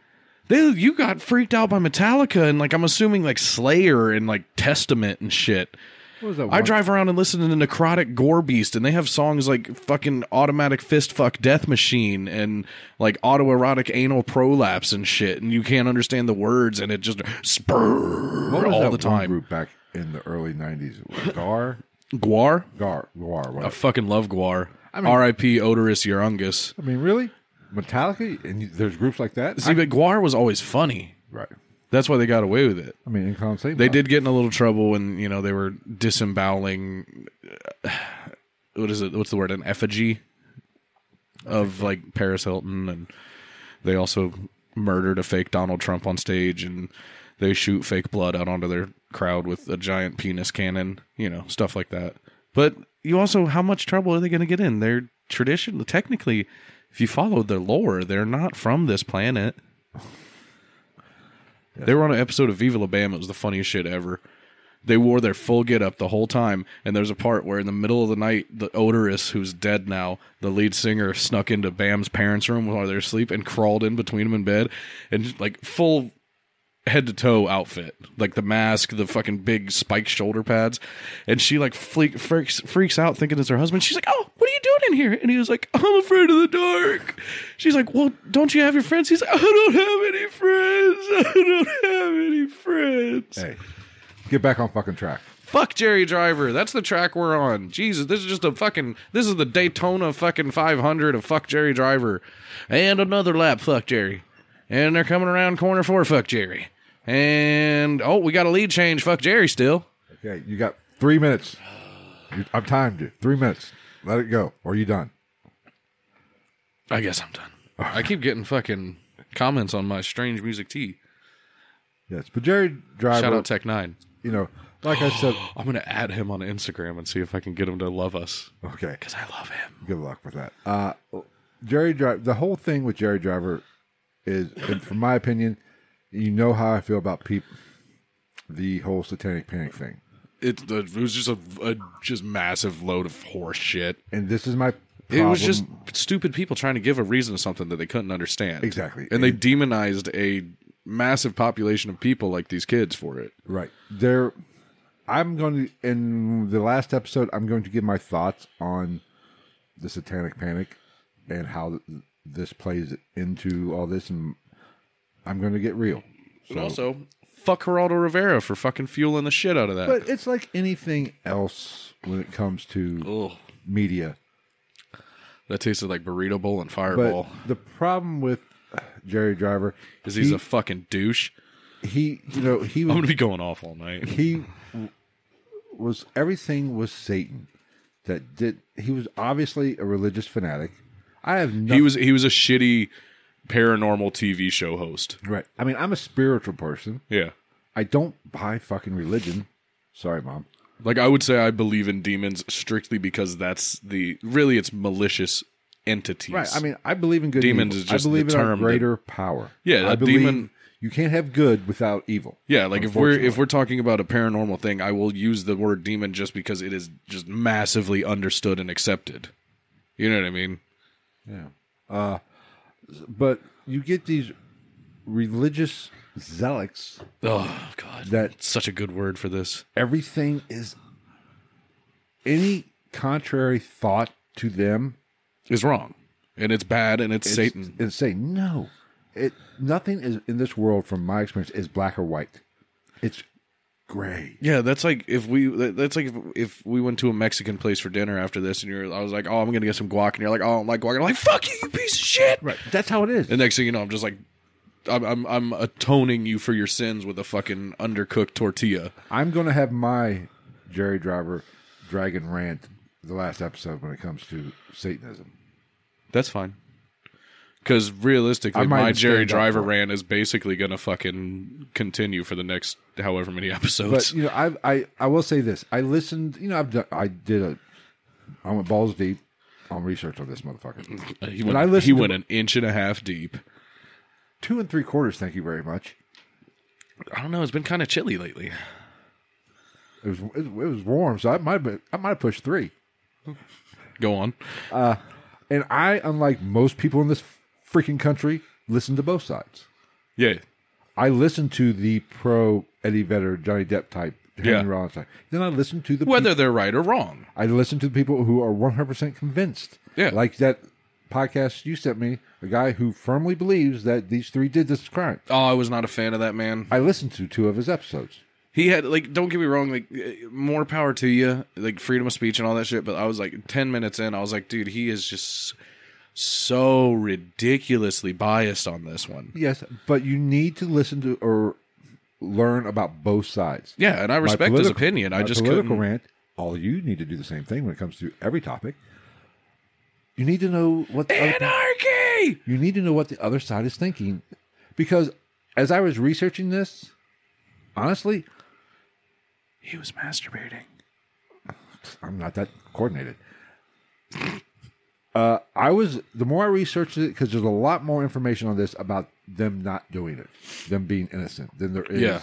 S2: They, you got freaked out by Metallica and like I'm assuming like Slayer and like Testament and shit.
S1: What was that
S2: I
S1: one-
S2: drive around and listen to Necrotic Gore Beast, and they have songs like fucking Automatic Fist Fuck Death Machine and like Autoerotic Anal Prolapse and shit, and you can't understand the words, and it just spur
S1: what was
S2: all
S1: that
S2: the
S1: one
S2: time.
S1: group back in the early '90s. Gar,
S2: Guar?
S1: Gar, Gar.
S2: I
S1: Whatever.
S2: fucking love Guar.
S1: mean-
S2: R.I.P. Odorous Urungus.
S1: I mean, really, Metallica, and you, there's groups like that.
S2: See, but Guar was always funny.
S1: right.
S2: That's why they got away with it.
S1: I mean, in Satan.
S2: They did get in a little trouble when you know they were disemboweling. uh, What is it? What's the word? An effigy of like Paris Hilton, and they also murdered a fake Donald Trump on stage, and they shoot fake blood out onto their crowd with a giant penis cannon. You know, stuff like that. But you also, how much trouble are they going to get in? They're tradition. Technically, if you follow their lore, they're not from this planet. They were on an episode of Viva La Bam. It was the funniest shit ever. They wore their full get up the whole time, and there's a part where in the middle of the night, the odorous, who's dead now, the lead singer snuck into Bam's parents' room while they're asleep and crawled in between them in bed, and just, like full head to toe outfit, like the mask, the fucking big spiked shoulder pads, and she like fle- freaks freaks out thinking it's her husband. She's like, "Oh, what are you doing in here?" And he was like, "I'm afraid of the dark." She's like, "Well, don't you have your friends?" He's like, "I don't have any friends. I don't have any friends."
S1: Hey, get back on fucking track.
S2: Fuck Jerry Driver. That's the track we're on. Jesus, this is just a fucking. This is the Daytona fucking 500 of fuck Jerry Driver, and another lap fuck Jerry, and they're coming around corner four fuck Jerry, and oh we got a lead change fuck Jerry still.
S1: Okay, you got three minutes. You, I've timed you. Three minutes. Let it go. Or you done?
S2: I guess I'm done. I keep getting fucking comments on my strange music tea.
S1: Yes, but Jerry Driver.
S2: Shout out Tech Nine.
S1: you know, like I said.
S2: I'm gonna add him on Instagram and see if I can get him to love us
S1: Okay.
S2: because I love him.
S1: good luck with that. Uh, Jerry Driver, the whole thing with Jerry Driver is, and from my opinion, you know how I feel about people, the whole satanic panic thing.
S2: It, it was just a, a just massive load of horse shit.
S1: And this is my
S2: It was
S1: problem.
S2: just stupid people trying to give a reason to something that they couldn't understand.
S1: Exactly.
S2: And they demonized a massive population of people like these kids for it.
S1: Right. There I'm going to in the last episode I'm going to give my thoughts on the satanic panic and how th- this plays into all this and I'm going to get real.
S2: But also, fuck Geraldo Rivera for fucking fueling the shit out of that.
S1: But it's like anything else when it comes to
S2: Ugh.
S1: media.
S2: That tasted like burrito bowl and
S1: But
S2: fireball.
S1: the problem with Jerry Driver
S2: Because he's
S1: he-
S2: a Oh, fucking douche.
S1: he you know he
S2: I'm
S1: was
S2: gonna be going off all night.
S1: he w- was everything was Satan that did he was obviously a religious fanatic. I have no
S2: He was he was a shitty paranormal TV show host.
S1: right. I mean, I'm a spiritual person.
S2: Yeah.
S1: I don't buy fucking religion. Sorry, mom.
S2: Like I would say I believe in demons strictly because that's the really it's malicious entities.
S1: Right. I mean, I believe in good and
S2: Demons
S1: evil.
S2: is just
S1: I believe
S2: the
S1: in a
S2: term that-
S1: greater power.
S2: Yeah,
S1: I
S2: a
S1: believe
S2: demon-
S1: you can't have good without evil.
S2: Yeah, like if we're if
S1: Unfortunately.
S2: we're talking about a paranormal thing, I will use the word demon just because it is just massively understood and accepted. You know what I mean?
S1: But you get these religious zealots.
S2: Oh god.
S1: That-
S2: That's such a good word for this.
S1: Everything is any contrary thought to them
S2: Is wrong. And it's bad and it's, Satan.
S1: and say no. It nothing is in this world, from my experience, is black or white. It's gray.
S2: Yeah, that's like if we that- that's like if, if we went to a Mexican place for dinner after this, and you're I was like, oh, I'm gonna get some guac, and you're like, oh, I don't like guac. I'm like, fuck you, you piece of shit.
S1: Right. That's how it is.
S2: And next thing you know, I'm just like, I'm I'm, I'm atoning you for your sins with a fucking undercooked tortilla.
S1: I'm going to have my Jerry Driver dragon rant the last episode when it comes to Satanism.
S2: That's fine. Because realistically,
S1: I might
S2: my
S1: have
S2: Jerry
S1: stand up
S2: Driver
S1: for it.
S2: rant is basically gonna fucking continue for the next however many episodes.
S1: But you know, I I I will say this. I listened. You know, I've done, I did a I went balls deep on research on this motherfucker.
S2: Uh, he
S1: when
S2: went,
S1: I listened
S2: he
S1: to-
S2: went an inch and a half deep.
S1: Two and three quarters. Thank you very much.
S2: I don't know. It's been kind of chilly lately.
S1: It was it, was warm, so I might have been- I might have pushed three.
S2: Go on.
S1: And I, unlike most people in this freaking country, listen to both sides.
S2: Yeah.
S1: I listened to the pro Eddie Vedder, Johnny Depp type, Henry
S2: Yeah.
S1: Rollins type. Then I listened to the
S2: Whether they're right or wrong.
S1: I listen to the people who are 100% convinced.
S2: Yeah.
S1: Like that podcast you sent me, a guy who firmly believes that these three did this crime.
S2: Oh, I was not a fan of that man.
S1: I listened to two of his episodes.
S2: He had like, don't get me wrong, like eh, more power to you, like freedom of speech and all that shit. But I was like, ten minutes in, I was like, dude, he is just so ridiculously biased on this one.
S1: Yes, but you need to listen to or learn about both sides.
S2: Yeah, and I respect his
S1: political-
S2: opinion. I
S1: my
S2: just
S1: political
S2: couldn't.
S1: rant. All you need to do the same thing when it comes to every topic. You need to know what the other-
S2: Anarchy.
S1: you need to know what the other side is thinking, because as I was researching this, honestly,
S2: He was masturbating.
S1: I'm not that coordinated. Uh, I was the more I researched it because there's a lot more information on this about them not doing it, them being innocent than there is.
S2: Yeah.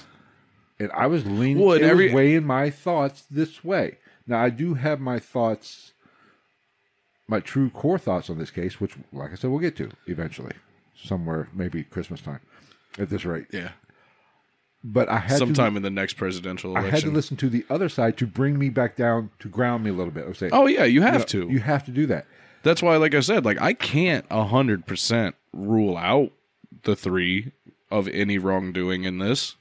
S1: And I was leaning,
S2: Well,
S1: it
S2: and every-
S1: was weighing my thoughts this way. Now I do have my thoughts, my true core thoughts on this case, which, like I said, we'll get to eventually, somewhere maybe Christmas time, at this rate.
S2: Yeah.
S1: But I had
S2: Sometime in the next presidential
S1: to, I
S2: election.
S1: had to listen to the other side to bring me back down to ground me a little bit. Or say,
S2: Oh yeah, you have
S1: you
S2: to.
S1: know, You have to do that.
S2: That's why, like I said, like I can't hundred percent rule out the three of any wrongdoing in this.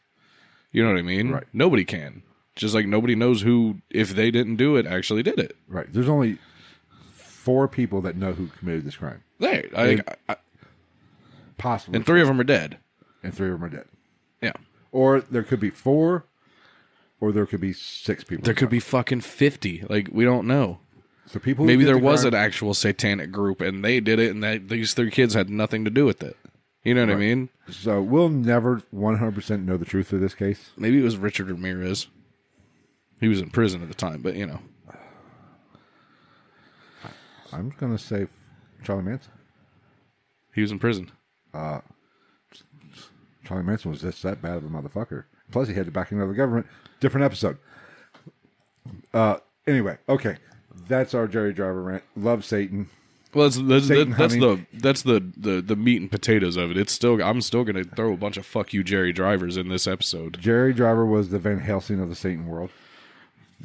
S2: You know what I mean?
S1: Right.
S2: Nobody can. Just like nobody knows who, if they didn't do it, actually did it.
S1: Right. There's only four people that know who committed this crime.
S2: There, I, I,
S1: Possibly.
S2: and three of them are dead.
S1: and three of them are dead.
S2: Yeah,
S1: Or there could be four, or there could be six people.
S2: there could be fucking fifty. Like we don't know.
S1: So people. who
S2: Maybe
S1: did
S2: there
S1: the
S2: was
S1: crime-
S2: an actual satanic group and they did it, and that these three kids had nothing to do with it. You know what I mean?
S1: So we'll never 100% know the truth of this case.
S2: Maybe it was Richard Ramirez. He was in prison at the time, but you know.
S1: I'm going to say Charlie Manson.
S2: He was in prison.
S1: Charlie Manson was just that bad of a motherfucker. Plus, he had to back into the government. Different episode. Uh, anyway, okay. That's our Jerry Driver rant. Love Satan.
S2: Well, that's that's,
S1: Satan
S2: that, that's the
S1: honey.
S2: that's the, the the meat and potatoes of it. It's still I'm still gonna throw a bunch of fuck you Jerry drivers in this episode.
S1: Jerry Driver was the Van Helsing of the Satan world.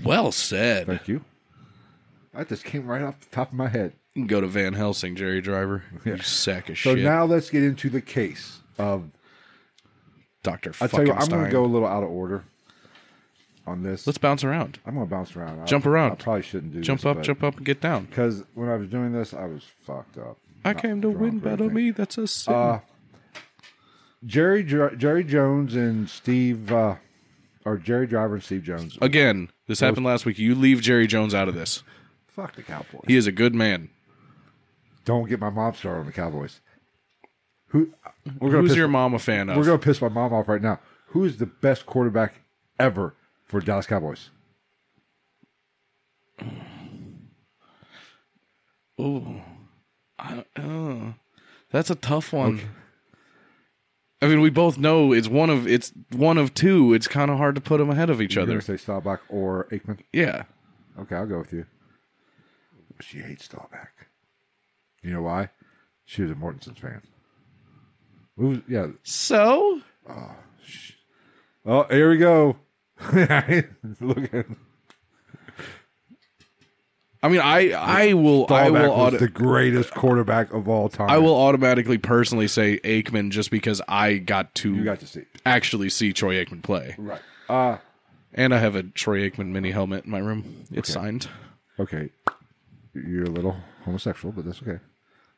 S2: Well said.
S1: Thank you. That just came right off the top of my head.
S2: You can go to Van Helsing, Jerry Driver. You sack of
S1: So
S2: shit,
S1: now let's get into the case of.
S2: Doctor
S1: I tell
S2: fucking
S1: you, what, I'm going
S2: Stein.
S1: to go a little out of order on this.
S2: Let's bounce around,
S1: I'm going to bounce around. I-
S2: Jump around.
S1: I probably shouldn't do
S2: jump
S1: this,
S2: up, jump up, and get down.
S1: Because when I was doing this, I was fucked up.
S2: I
S1: Not
S2: came to
S1: drunk
S2: win,
S1: or
S2: battle
S1: anything.
S2: me. That's a sin.
S1: Jerry Jer- Jerry Jones and Steve, uh, or Jerry Driver and Steve Jones.
S2: Again, this happened last week. You leave Jerry Jones out of this.
S1: Fuck the Cowboys.
S2: He is a good man.
S1: Don't get my mom started on the Cowboys. Who we're gonna
S2: Who's
S1: piss,
S2: your mom a fan of?
S1: we're gonna piss my mom off right now. Who is the best quarterback ever for Dallas Cowboys?
S2: Ooh. I, oh, that's a tough one. I mean, we both know it's one of it's one of two. It's kind of hard to put them ahead of each
S1: You're
S2: other.
S1: gonna say Staubach or Aikman?
S2: Yeah,
S1: Okay, I'll go with you. She hates Staubach. You know why? She was a Mortensen's fan. Who- yeah.
S2: so
S1: Oh, here we go. Look at
S2: I mean, I I will I
S1: Staubach
S2: will
S1: was
S2: auto-
S1: the greatest quarterback of all time.
S2: I will automatically personally say Aikman just because I got to,
S1: You got to see.
S2: actually see Troy Aikman play,
S1: Right. Uh
S2: and I have a Troy Aikman mini helmet in my room. It's signed.
S1: okay. You're a little homosexual, but that's okay.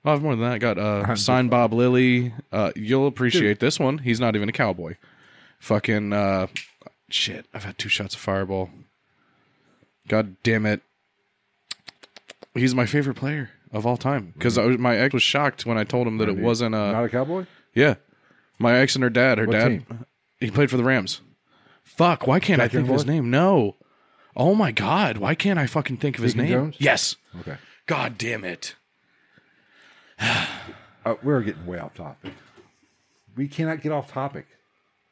S2: I have more than that. I got uh, signed Bob Lilly. Uh, you'll appreciate this one. He's not even a cowboy. Fucking uh, shit. I've had two shots of Fireball. God damn it. He's my favorite player of all time because my ex was shocked when I told him that it wasn't uh,
S1: Mm-hmm. Not a cowboy?
S2: Yeah. My ex and her dad. Her
S1: What
S2: dad.
S1: team?
S2: He played for the Rams. Fuck. Why can't I
S1: Jack
S2: think of his
S1: Youngboy?
S2: name? No. Oh my god. Why can't I fucking think of his
S1: Deacon
S2: name?
S1: Jones?
S2: Yes.
S1: Okay.
S2: God damn it.
S1: Uh, we're getting way off topic. We cannot get off topic.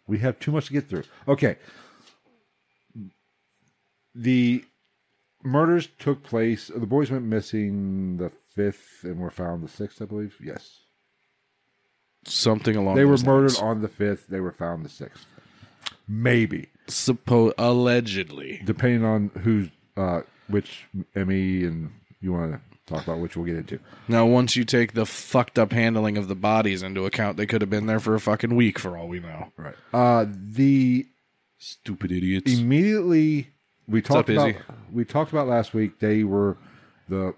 S1: We have too much to get through. Okay. The murders took place. The boys went missing the 5th and were found the 6th, I believe. Yes.
S2: Something along.
S1: They were
S2: those
S1: murdered
S2: lines.
S1: on the 5th. They were found the 6th. Maybe.
S2: Suppo- allegedly.
S1: depending on who's uh, which Emmy and you want to talk about, which we'll get into.
S2: Now, once you take the fucked up handling of the bodies into account, they could have been there for a fucking week for all we know.
S1: Right. Uh, the
S2: Stupid idiots.
S1: immediately we talked
S2: up,
S1: about
S2: Izzy?
S1: we talked about last week. They were the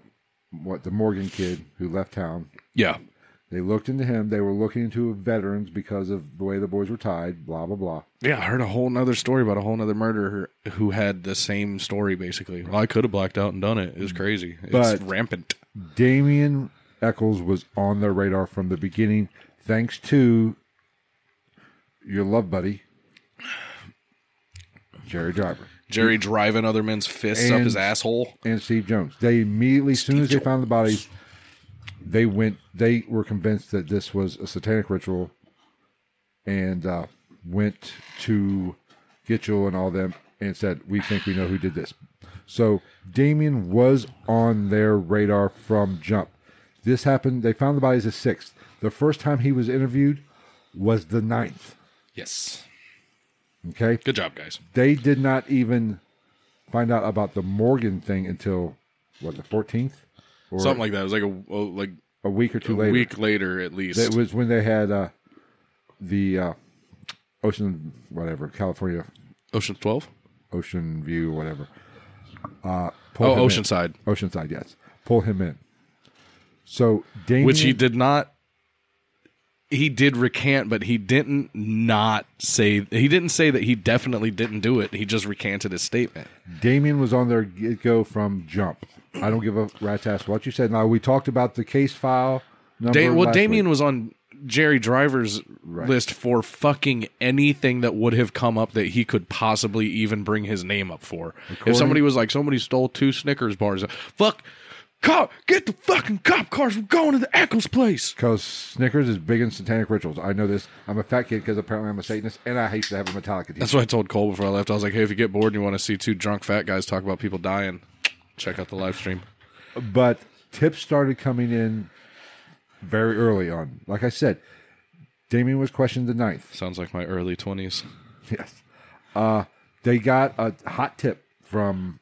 S1: what the Morgan kid who left town.
S2: yeah.
S1: They looked into him. They were looking into veterans because of the way the boys were tied. Blah blah blah.
S2: Yeah, I heard a whole nother story about a whole nother murderer who had the same story basically. Mm. Well, I could have blacked out and done it. It was crazy.
S1: But-
S2: it's rampant.
S1: Damien Eccles was on their radar from the beginning, thanks to your love buddy, Jerry Driver.
S2: Jerry driving other men's fists up
S1: And-
S2: his asshole.
S1: and Steve Jones. They immediately, as soon as they found the bodies, they went. They were convinced that this was a satanic ritual, and uh, went to Gitchell and all them and said, "We think we know who did this." So Damien was on their radar from jump. This happened. They found the bodies the sixth. The first time he was interviewed was the ninth.
S2: Yes.
S1: Okay,
S2: Good job, guys.
S1: they did not even find out about the Morgan thing until what the fourteenth, or
S2: Something like that. It was like a oh, like
S1: a week or two
S2: a
S1: later.
S2: week later at least.
S1: That was when they had uh, the uh, ocean, whatever, California
S2: Ocean 12?
S1: Ocean View, whatever. Uh, pull
S2: Oh,
S1: him in.
S2: Oceanside.
S1: Oceanside, yes. Pull him in. So Damien,
S2: Which he did not he did recant, but he didn't not say he didn't say that he definitely didn't do it. He just recanted his statement.
S1: Damien was on their get go from jump. I don't give a rat's ass what you said. Now we talked about the case file. Number
S2: Da- well,
S1: last
S2: Damien
S1: week.
S2: was on Jerry Driver's list for fucking anything that would have come up that he could possibly even bring his name up for. if somebody was like, somebody stole two Snickers bars, fuck, cop, get the fucking cop cars. We're going to the Eccles place.
S1: Because Snickers is big in satanic rituals. I know this. I'm a fat kid because apparently I'm a Satanist, and I hate to have a Metallica t
S2: That's what I told Cole before I left. I was like, hey, if you get bored and you want to see two drunk fat guys talk about people dying, check out the live stream.
S1: But tips started coming in very early on. Like I said, Damien was questioned the ninth.
S2: Sounds like my early 20s.
S1: Yes. Uh, they got a hot tip from,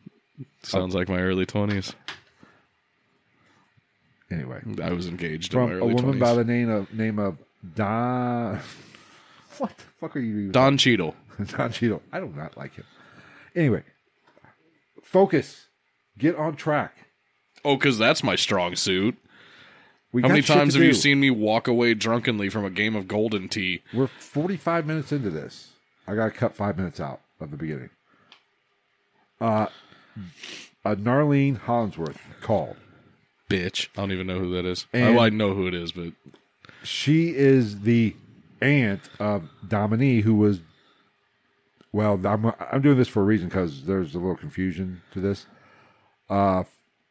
S2: Sounds like my early 20s.
S1: anyway,
S2: I was engaged in my
S1: from a
S2: early
S1: woman
S2: 20s.
S1: by the name of, name of Don. What the fuck are you?
S2: Don Cheadle.
S1: Don Cheadle. I do not like him. Anyway, focus. Get on track.
S2: Oh, because that's my strong suit.
S1: We
S2: How
S1: got
S2: many
S1: shit
S2: times
S1: to
S2: have you
S1: do.
S2: seen me walk away drunkenly from a game of Golden Tea?
S1: We're 45 minutes into this. I got to cut five minutes out of the beginning. Uh, uh Narlene Hollingsworth called.
S2: Bitch. I don't even know who that is.
S1: And-
S2: I, I know who it is, but
S1: She is the aunt of Dominique, who was. Well, I'm, I'm doing this for a reason because there's a little confusion to this. Uh,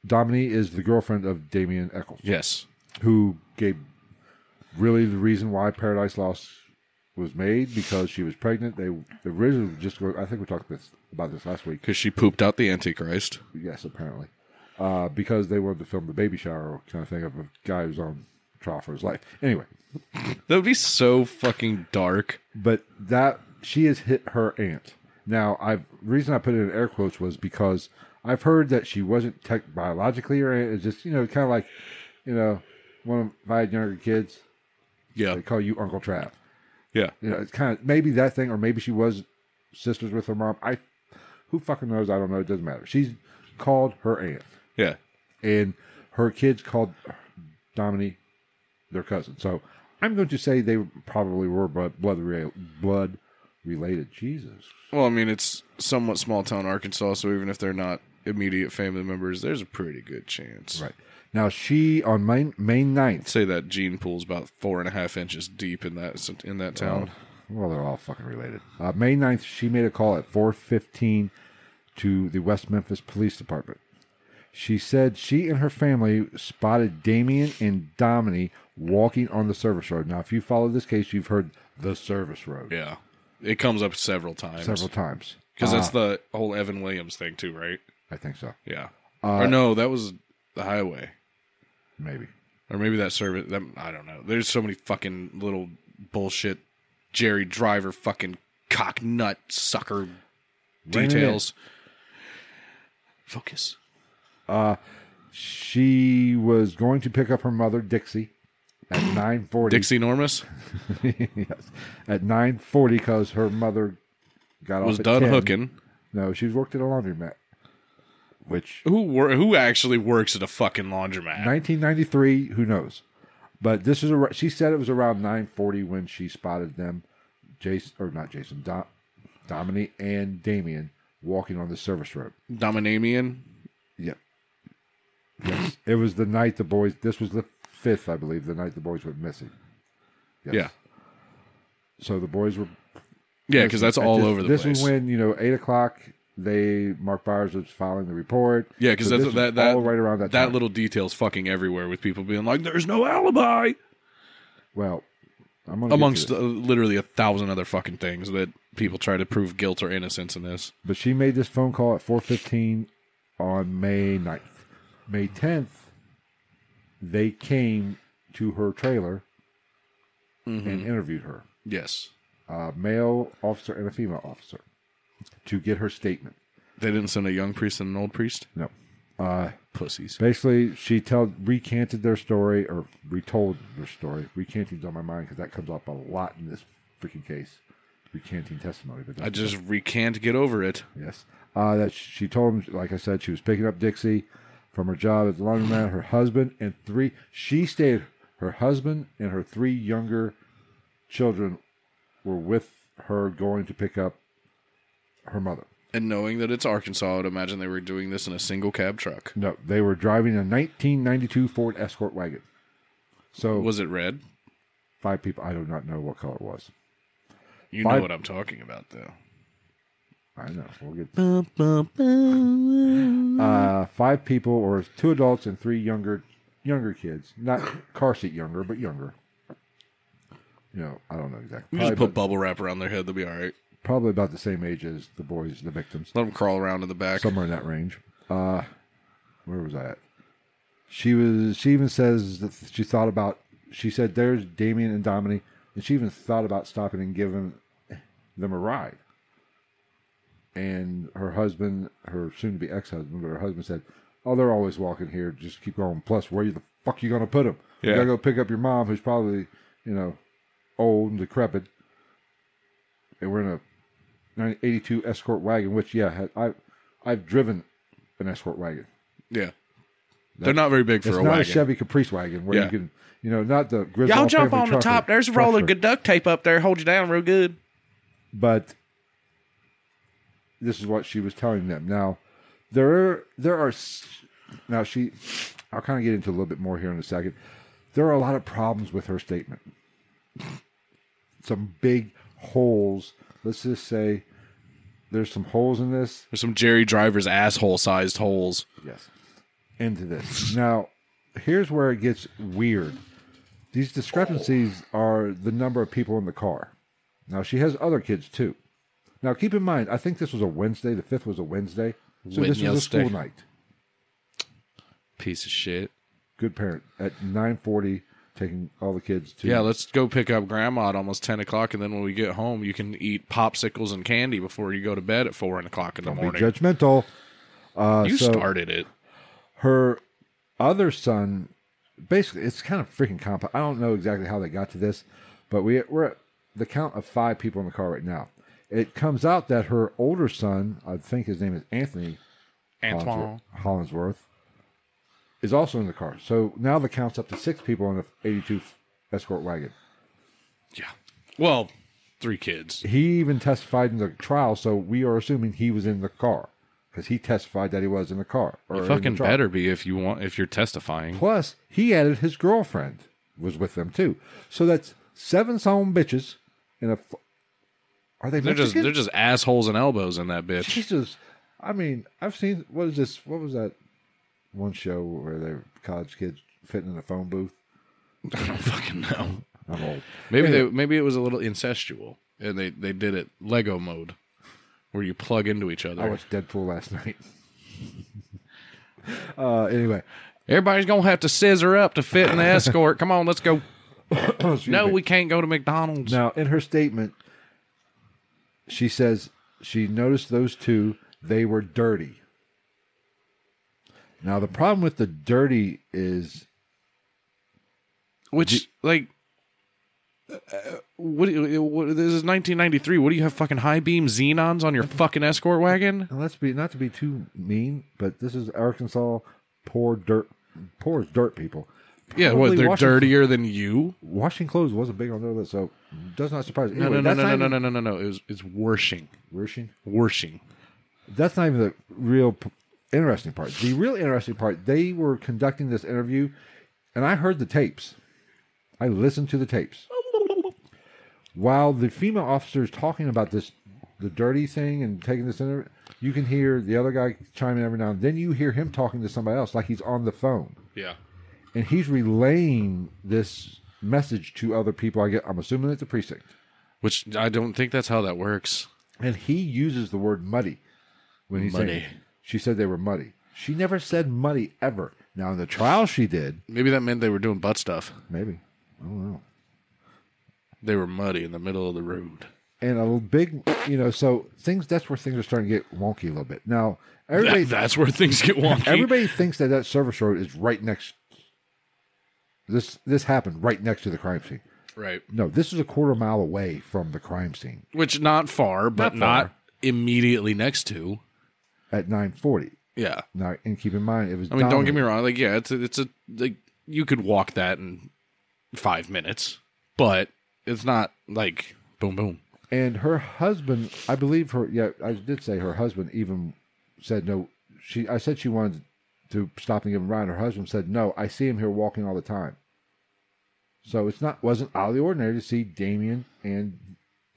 S1: Dominique is the girlfriend of Damien Eccles.
S2: yes.
S1: who gave really the reason why Paradise Lost was made because she was pregnant. They originally just go. I think we talked this about this last week.
S2: Because she pooped out the Antichrist.
S1: Yes, apparently, uh, because they wanted to film the baby shower kind of thing of a guy who's on trial for his life. Anyway,
S2: That would be so fucking dark.
S1: but that she has hit her aunt. Now, I have reason I put it in air quotes was because I've heard that she wasn't tech biologically her aunt. It's just you know kind of like you know one of if I had younger kids
S2: Yeah.
S1: they call you Uncle Trav.
S2: Yeah.
S1: you know, it's kind of maybe that thing, or maybe she was sisters with her mom. I, who fucking knows? I don't know. It doesn't matter. She's called her aunt,
S2: Yeah.
S1: and her kids called Dominique their cousin. So I'm going to say they probably were bu- blood re- blood related. Jesus,
S2: Well, I mean, it's somewhat small town Arkansas, so even if they're not immediate family members, there's a pretty good chance.
S1: right now she on May May
S2: I'd
S1: 9th.
S2: say that gene pool's about four and a half inches deep in that in that town.
S1: Well, they're all fucking related. Uh, May 9th, she made a call at 4:15 to the West Memphis Police Department. She said she and her family spotted Damien and Domini walking on the service road. Now, if you follow this case, you've heard the service road
S2: Yeah, it comes up several times
S1: several Ah. times.
S2: because that's the whole Evan Williams thing too, right?
S1: I think so.
S2: Yeah.
S1: Uh,
S2: or no, that was the highway,
S1: Maybe.
S2: or maybe that service. That, I don't know. There's so many fucking little bullshit Jerry Driver fucking cock nut sucker
S1: it in.
S2: details. Focus.
S1: She was going to pick up her mother, Dixie, at 9:40.
S2: Dixie Normus
S1: yes, at 9:40 because her mother got
S2: was
S1: off at
S2: done
S1: 10.
S2: hooking.
S1: No, she's worked at a laundromat, which
S2: Who wor- who actually works at a fucking laundromat?
S1: 1993, who knows? But this is a, she said it was around 9:40 when she spotted them, Jason or not Jason, Dom, Dominique and Damien walking on the service road.
S2: Dominamian.
S1: Yep. Yes, it was the night the boys. This was the fifth, I believe, the night the boys went missing. Yes.
S2: Yeah.
S1: So the boys were
S2: Yeah, because that's
S1: at
S2: all
S1: this-
S2: over the
S1: this
S2: place.
S1: is when you know eight o'clock. They Mark Byers was filing the report.
S2: yeah, because
S1: So
S2: that's
S1: this was
S2: that that
S1: all right around that
S2: that
S1: time.
S2: little detail's fucking everywhere with people being like, "There's no alibi,"
S1: well, I'm gonna
S2: amongst
S1: the,
S2: uh, literally a thousand other fucking things that people try to prove guilt or innocence in this.
S1: but she made this phone call at 4:15 on May 9th. May 10th, they came to her trailer and interviewed her.
S2: Yes,
S1: A male officer and a female officer to get her statement.
S2: they didn't send a young priest and an old priest.
S1: No. Uh,
S2: Pussies.
S1: basically, she tell recanted their story or retold their story. Recanting's on my mind because that comes up a lot in this freaking case. Recanting testimony, but
S2: I
S1: that's-
S2: just recant get over it.
S1: Yes. Uh, that she told him, like I said, she was picking up Dixie from her job at the laundromat. Her husband and three, she stayed. Her husband and her three younger children were with her going to pick up her mother.
S2: And knowing that it's Arkansas, I'd imagine they were doing this in a single cab truck.
S1: No, they were driving a 1992 Ford Escort wagon. So
S2: Was it red?
S1: five people. I do not know what color it was.
S2: You
S1: Five-
S2: know what I'm talking about, though.
S1: I know. We'll get. Uh, five people, or two adults and three younger, younger kids. Not car seat younger, but younger. You know, I don't know exactly.
S2: You just
S1: Probably,
S2: put bubble wrap around their head; they'll be all right.
S1: about, probably about the same age as the boys, the victims,
S2: Let them crawl around in the back.
S1: somewhere in that range. Uh, where was I at? She was. She even says that she thought about. She said, "There's Damien and Dominique," and she even thought about stopping and giving them a ride. And her husband, her soon-to-be ex-husband, but her husband said, "Oh, they're always walking here. Just keep going. Plus, where the fuck you gonna put them? You
S2: Yeah.
S1: gotta go pick up your mom, who's probably, you know, old and decrepit. And we're in a 1982 escort wagon, which yeah, had, I, I've driven an escort wagon.
S2: Yeah. They're not very big for
S1: It's
S2: a
S1: not
S2: wagon.
S1: a Chevy Caprice wagon where
S2: Yeah.
S1: you can, you know, not the Griswold
S2: Y'all jump
S1: family
S2: on the
S1: trucker-
S2: top. There's a roll of
S1: trucker,
S2: good duct tape up there. Hold you down real good.
S1: But this is what she was telling them. Now, there are, there are s- now she, I'll kind of get into a little bit more here in a second. There are a lot of problems with her statement. Some big holes. Let's just say there's some holes in this.
S2: There's some Jerry Driver's asshole sized holes.
S1: Yes. Into this. Now, here's where it gets weird. These discrepancies are the number of people in the car. Now, she has other kids too. Now, keep in mind, I think this was a Wednesday. The 5th was a Wednesday. So this was a
S2: Wednesday.
S1: school night.
S2: Piece of shit.
S1: Good parent. At 9.40, taking all the kids to...
S2: Yeah, let's go pick up grandma at almost ten o'clock, and then when we get home, you can eat popsicles and candy before you go to bed at four o'clock in the
S1: be
S2: morning.
S1: judgmental.
S2: you
S1: so-
S2: started it.
S1: her other son basically it's kind of freaking complex i don't know exactly how they got to this but we, we're at the count of five people in the car right now it comes out that her older son i think his name is anthony
S2: Antoine.
S1: Hollinsworth, Hollinsworth is also in the car so now the count's up to six people in the 82 escort wagon
S2: Yeah. Well, three kids.
S1: he even testified in the trial so we are assuming he was in the car because he testified that he was in the car or in the
S2: Fucking
S1: trial.
S2: better be if you want if you're testifying.
S1: Plus, he added his girlfriend was with them too. So that's seven sound bitches in a. f- Are they
S2: They're just
S1: Mexican?
S2: they're just assholes and elbows in that bitch.
S1: Jesus. I mean, I've seen what is this? What was that one show where they were college kids fitting in a phone booth?
S2: I don't fucking know.
S1: I'm old.
S2: Maybe they maybe it was a little incestual, and they they did it Lego mode, where you plug into each
S1: I
S2: other.
S1: watched Deadpool last night. uh, anyway,
S2: Everybody's gonna have to scissor up to fit in the escort. Come on, let's go.
S1: Excuse
S2: No,
S1: me.
S2: we can't go to McDonald's.
S1: Now, in her statement, she says she noticed those two, they were dirty. Now, the problem with the dirty is
S2: Which like, uh, what, do you- what? This is 1993. What do you have fucking high beam xenons on your fucking escort wagon?
S1: and let's be not to be too mean, but this is Arkansas poor dirt poor as dirt people.
S2: Yeah, what?
S1: Probably
S2: They're
S1: washing-
S2: dirtier than you.
S1: Washing clothes wasn't big on their list, so does not surprise.
S2: No,
S1: Anyway,
S2: no,
S1: that's
S2: no,
S1: not
S2: no, no,
S1: even-
S2: no, no, no, no. It was it's washing,
S1: Washing?
S2: washing.
S1: that's not even the real p- interesting part. The real interesting part, they were conducting this interview, and I heard the tapes. I listened to the tapes. While the female officer is talking about this, the dirty thing and taking this interview, you can hear the other guy chime in every now and then. You hear him talking to somebody else, like he's on the phone,
S2: Yeah.
S1: and he's relaying this message to other people. I get, I'm assuming at the precinct,
S2: Which I don't think that's how that works.
S1: and he uses the word muddy when he's
S2: Muddy.
S1: saying she said they were muddy. She never said muddy ever. Now in the trial, she did.
S2: Maybe that meant they were doing butt stuff.
S1: Maybe I don't know.
S2: They were muddy in the middle of the road.
S1: And a little big, you know, so things. That's where things are starting to get wonky a little bit. Now everybody,
S2: that's where things get wonky.
S1: everybody thinks that that service road is right next. This this happened right next to the crime scene.
S2: right.
S1: No, this is a quarter mile away from the crime scene
S2: Which not far, but
S1: Not far.
S2: not immediately next to.
S1: at nine forty.
S2: Yeah.
S1: Now, and keep in mind, it was.
S2: I mean, don't get me wrong. Like, yeah, it's a, it's a like you could walk that in five minutes, but it's not like boom boom.
S1: And her husband, I believe her. Yeah, I did say her husband even said no. She, I said she wanted to stop and give him a ride. Her husband said no. I see him here walking all the time. So it's not wasn't out of the ordinary to see Damien and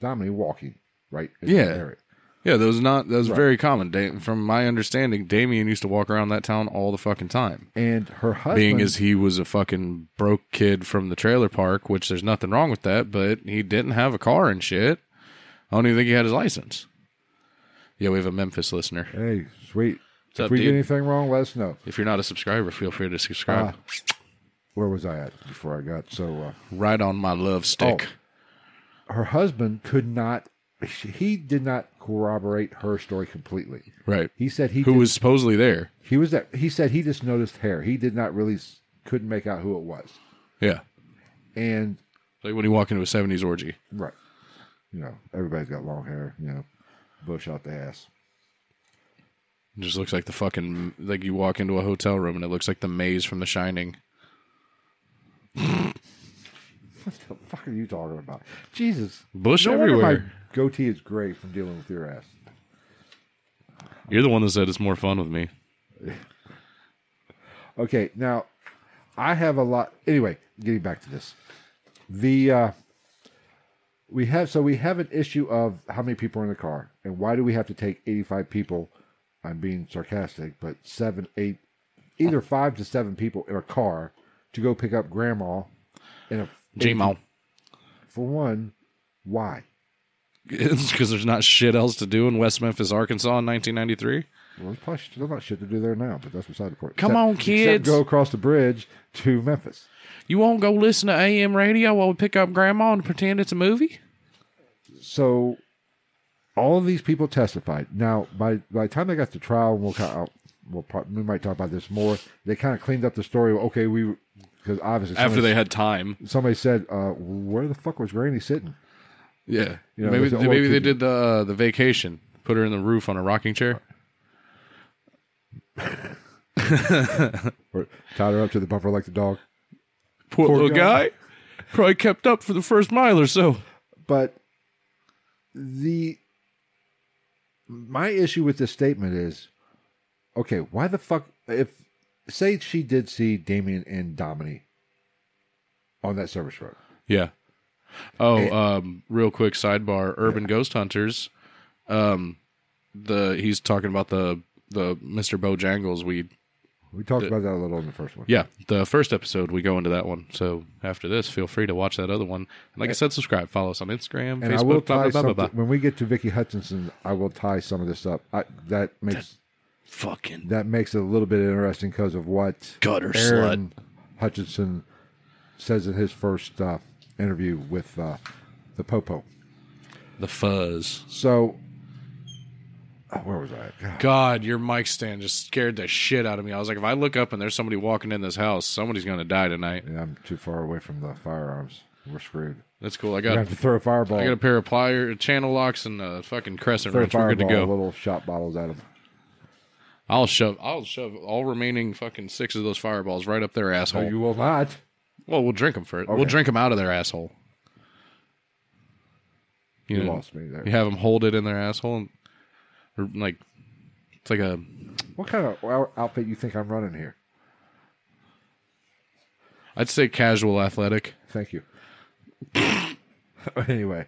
S1: Dominique walking right. In
S2: Yeah.
S1: that area.
S2: Yeah, that was not that was very common. Da- from my understanding, Damien used to walk around that town all the fucking time.
S1: And her husband,
S2: Being as he was a fucking broke kid from the trailer park, which there's nothing wrong with that, but he didn't have a car and shit. I don't even think he had his license. Yeah, we have a Memphis listener.
S1: hey, sweet,
S2: What's up,
S1: If we get
S2: dude?
S1: anything wrong, let us know.
S2: If you're not a subscriber, feel free to subscribe.
S1: Where was I at before I got so? Uh,
S2: right on my love stick.
S1: her husband could not he did not corroborate her story completely
S2: Right.
S1: he said he
S2: Who
S1: did-
S2: was supposedly there?
S1: he was that he said he just noticed hair he did not really s- couldn't make out who it was
S2: Yeah.
S1: and
S2: Like when you walk into a 70s orgy.
S1: right you know everybody's got long hair you know bush out the ass
S2: It just looks like the fucking like you walk into a hotel room and it looks like the maze from The Shining.
S1: what the fuck are you talking about jesus
S2: Bush
S1: no wonder
S2: everywhere.
S1: my goatee is gray from dealing with your ass
S2: You're the one that said it's more fun with me.
S1: Okay, now I have a lot. Anyway, getting back to this, the uh, we have so we have an issue of how many people are in the car, and why do we have to take eighty-five people? I'm being sarcastic, but seven, eight, either five to seven people in a car to go pick up grandma. In a
S2: J-Mo.
S1: for one, why?
S2: It's because there's not shit else to do in West Memphis, Arkansas in 1993.
S1: Well, there's probably still not shit to do there now, but that's beside the point.
S2: Come on, kids.
S1: go across the bridge to Memphis.
S2: You won't go listen to AM radio while we pick up grandma and pretend it's a movie?
S1: so all of these people testified. Now, by by the time they got to trial, and we'll kind of, we'll probably, we might talk about this more. They kind of cleaned up the story. Okay, we because obviously
S2: After
S1: somebody,
S2: they had time.
S1: somebody said, uh, "Where the fuck was Granny sitting?"
S2: Yeah.
S1: You know,
S2: maybe
S1: there's an
S2: they,
S1: old
S2: maybe they
S1: kitchen.
S2: did the uh, the vacation. Put her in the roof on a rocking chair.
S1: Or tied her up to the bumper like the dog.
S2: Poor,
S1: Poor
S2: little
S1: guy.
S2: guy. Probably kept up for the first mile or so.
S1: But the my issue with this statement is, okay, why the fuck if say she did see Damien and Domini on that service road?
S2: Yeah. Oh, um, real quick sidebar: Urban Ghost Hunters. Um, the he's talking about the the Mister Bojangles. We
S1: We talked about that a little in the first one.
S2: yeah, the first episode we go into that one. So after this, feel free to watch that other one. And like I said, subscribe, follow us on Instagram,
S1: And
S2: Facebook.
S1: I will tie
S2: blah, blah, blah, blah,
S1: something-
S2: blah.
S1: when we get to Vicky Hutchinson. I will tie some of this up. I, that makes
S2: Fucking
S1: that makes it a little bit interesting because of what
S2: Gutter
S1: Aaron Hutchinson says in his first uh, interview with uh, the Popo.
S2: the fuzz.
S1: So oh, where was I? at? God.
S2: God, your mic stand just scared the shit out of me. I was like, if I look up and there's somebody walking in this house, somebody's gonna die tonight.
S1: Yeah, I'm too far away from the firearms. We're screwed.
S2: That's cool. I
S1: I
S2: got
S1: have to throw a fireball.
S2: I got a pair of plier channel locks and a fucking crescent
S1: throw a
S2: wrench. We're good to
S1: fireball,
S2: go.
S1: little shot bottles at him.
S2: I'll shove I'll shove all remaining fucking six of those fireballs right up their
S1: No,
S2: asshole.
S1: you will not.
S2: well, we'll drink them for it. We'll drink them out of their asshole. You,
S1: You
S2: know,
S1: lost me there.
S2: You have them hold it in their asshole, and, or like it's like a.
S1: What kind of ou- outfit you think I'm running here?
S2: I'd say casual athletic.
S1: Thank you. anyway,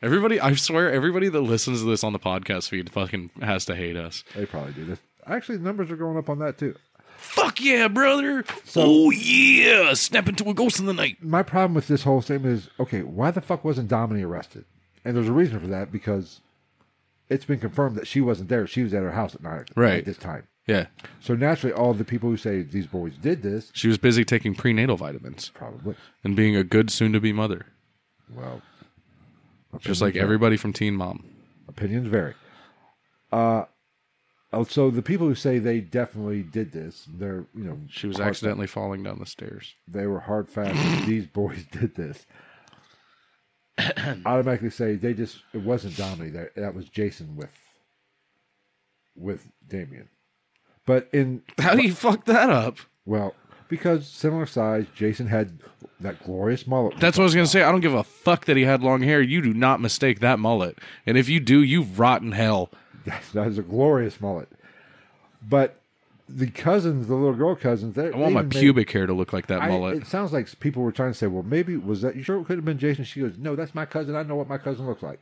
S2: Everybody, I swear, everybody that listens to this on the podcast feed fucking has to hate us.
S1: they probably do this. Actually, the numbers are going up on that too.
S2: Fuck yeah, brother! oh yeah, snap into a ghost in the night.
S1: My problem with this whole statement is okay, why the fuck wasn't Domini arrested? And there's a reason for that because it's been confirmed that she wasn't there. She was at her house at night
S2: Right.
S1: at this time.
S2: Yeah,
S1: So naturally, all the people who say these boys did this
S2: she was busy taking prenatal vitamins
S1: probably.
S2: and being a good soon-to-be mother.
S1: Well,
S2: Just like everybody from Teen Mom.
S1: opinions vary. Uh, so the people who say they definitely did this, they're you know
S2: She was
S1: hard-
S2: accidentally falling down the stairs.
S1: they were hard fast. these boys did this. Automatically say they just it wasn't Dominic that that was Jason with with Damien. But in
S2: How do you fuck that up?
S1: well, because similar size, Jason had that glorious mullet.
S2: That's what I was going to say. I don't give a fuck that he had long hair. You do not mistake that mullet. And if you do, you rotten hell.
S1: That's, that is a glorious mullet. But the cousins, the little girl cousins, they
S2: I want my
S1: pubic.
S2: pubic hair to look like that
S1: I-
S2: mullet.
S1: it sounds like people were trying to say, well, maybe was that you sure it could have been Jason? She goes, no, that's my cousin. I know what my cousin looks like.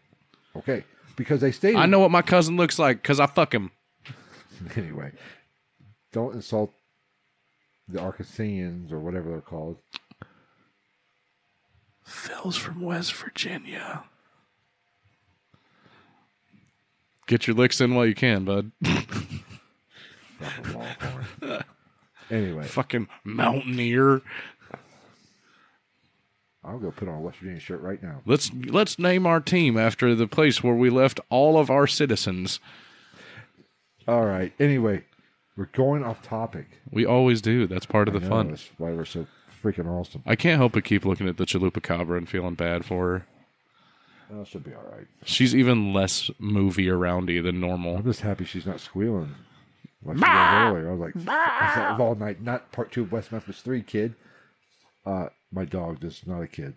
S1: Okay, because they stated
S2: I know what my cousin looks like because I fuck him.
S1: anyway. Don't insult the Arkansans or whatever they're called.
S2: Phil's from West Virginia. Get your licks in while you can, bud.
S1: Fucking Longhorn. anyway,
S2: Fucking mountaineer.
S1: I'll go put on a West Virginia shirt right now.
S2: Let's let's name our team after the place where we left all of our citizens.
S1: All right. Anyway, we're going off topic.
S2: We always do. That's part of the
S1: I know,
S2: fun.
S1: That's why we're so freaking awesome.
S2: I can't help but keep looking at the Chalupa Cabra and feeling bad for her.
S1: That should be all right.
S2: She's even less movie aroundy than
S1: I'm
S2: normal.
S1: just happy she's not squealing. Like she was earlier. I was like, "Fuck, that was all night. Not part two of West Memphis 3, kid. Uh, my dog is not a kid.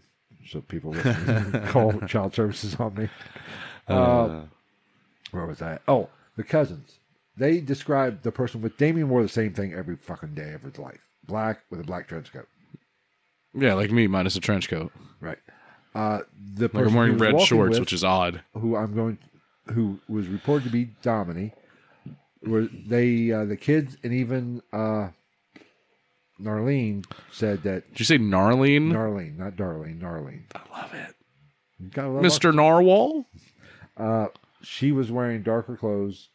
S1: So people listening, call child services on me. Uh, where was I? Oh, the cousins. They described the person with Damien wore the same thing every fucking day of his life. Black with a black trench coat.
S2: Yeah, like me, minus a trench coat.
S1: Right. Uh, the
S2: Like
S1: person
S2: I'm wearing
S1: he was
S2: red
S1: walking
S2: shorts,
S1: with-
S2: which is odd.
S1: who I'm going, who was reported to be Domini, were they uh, the kids and even uh, Narlene said that
S2: Did you say Narlene?
S1: Narlene, not Darlene, Narlene.
S2: I love it.
S1: You gotta love
S2: Mr. Narwhal?
S1: her. She was wearing darker clothes,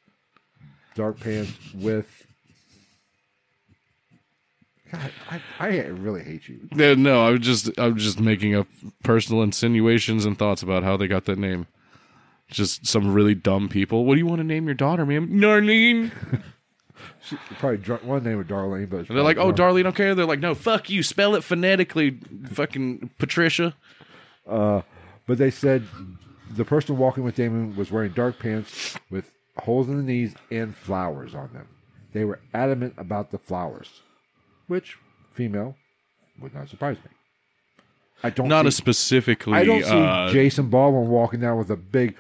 S1: dark pants with. God, I, I really hate you.
S2: Yeah, no, I'm just I'm just making up personal insinuations and thoughts about how they got that name. Just some really dumb people. What do you want to name your daughter, ma'am? Narlene.
S1: She probably drunk one name of Darlene, but it was
S2: And they're like,
S1: probably
S2: oh, Darlene, okay. They're like, no, fuck you. Spell it phonetically, fucking Patricia.
S1: But they said the person walking with Damon was wearing dark pants with holes in the knees and flowers on them. They were adamant about the flowers, which female would not surprise me. I don't
S2: Not
S1: see,
S2: a specifically.
S1: I don't see
S2: uh,
S1: Jason Baldwin walking down with a big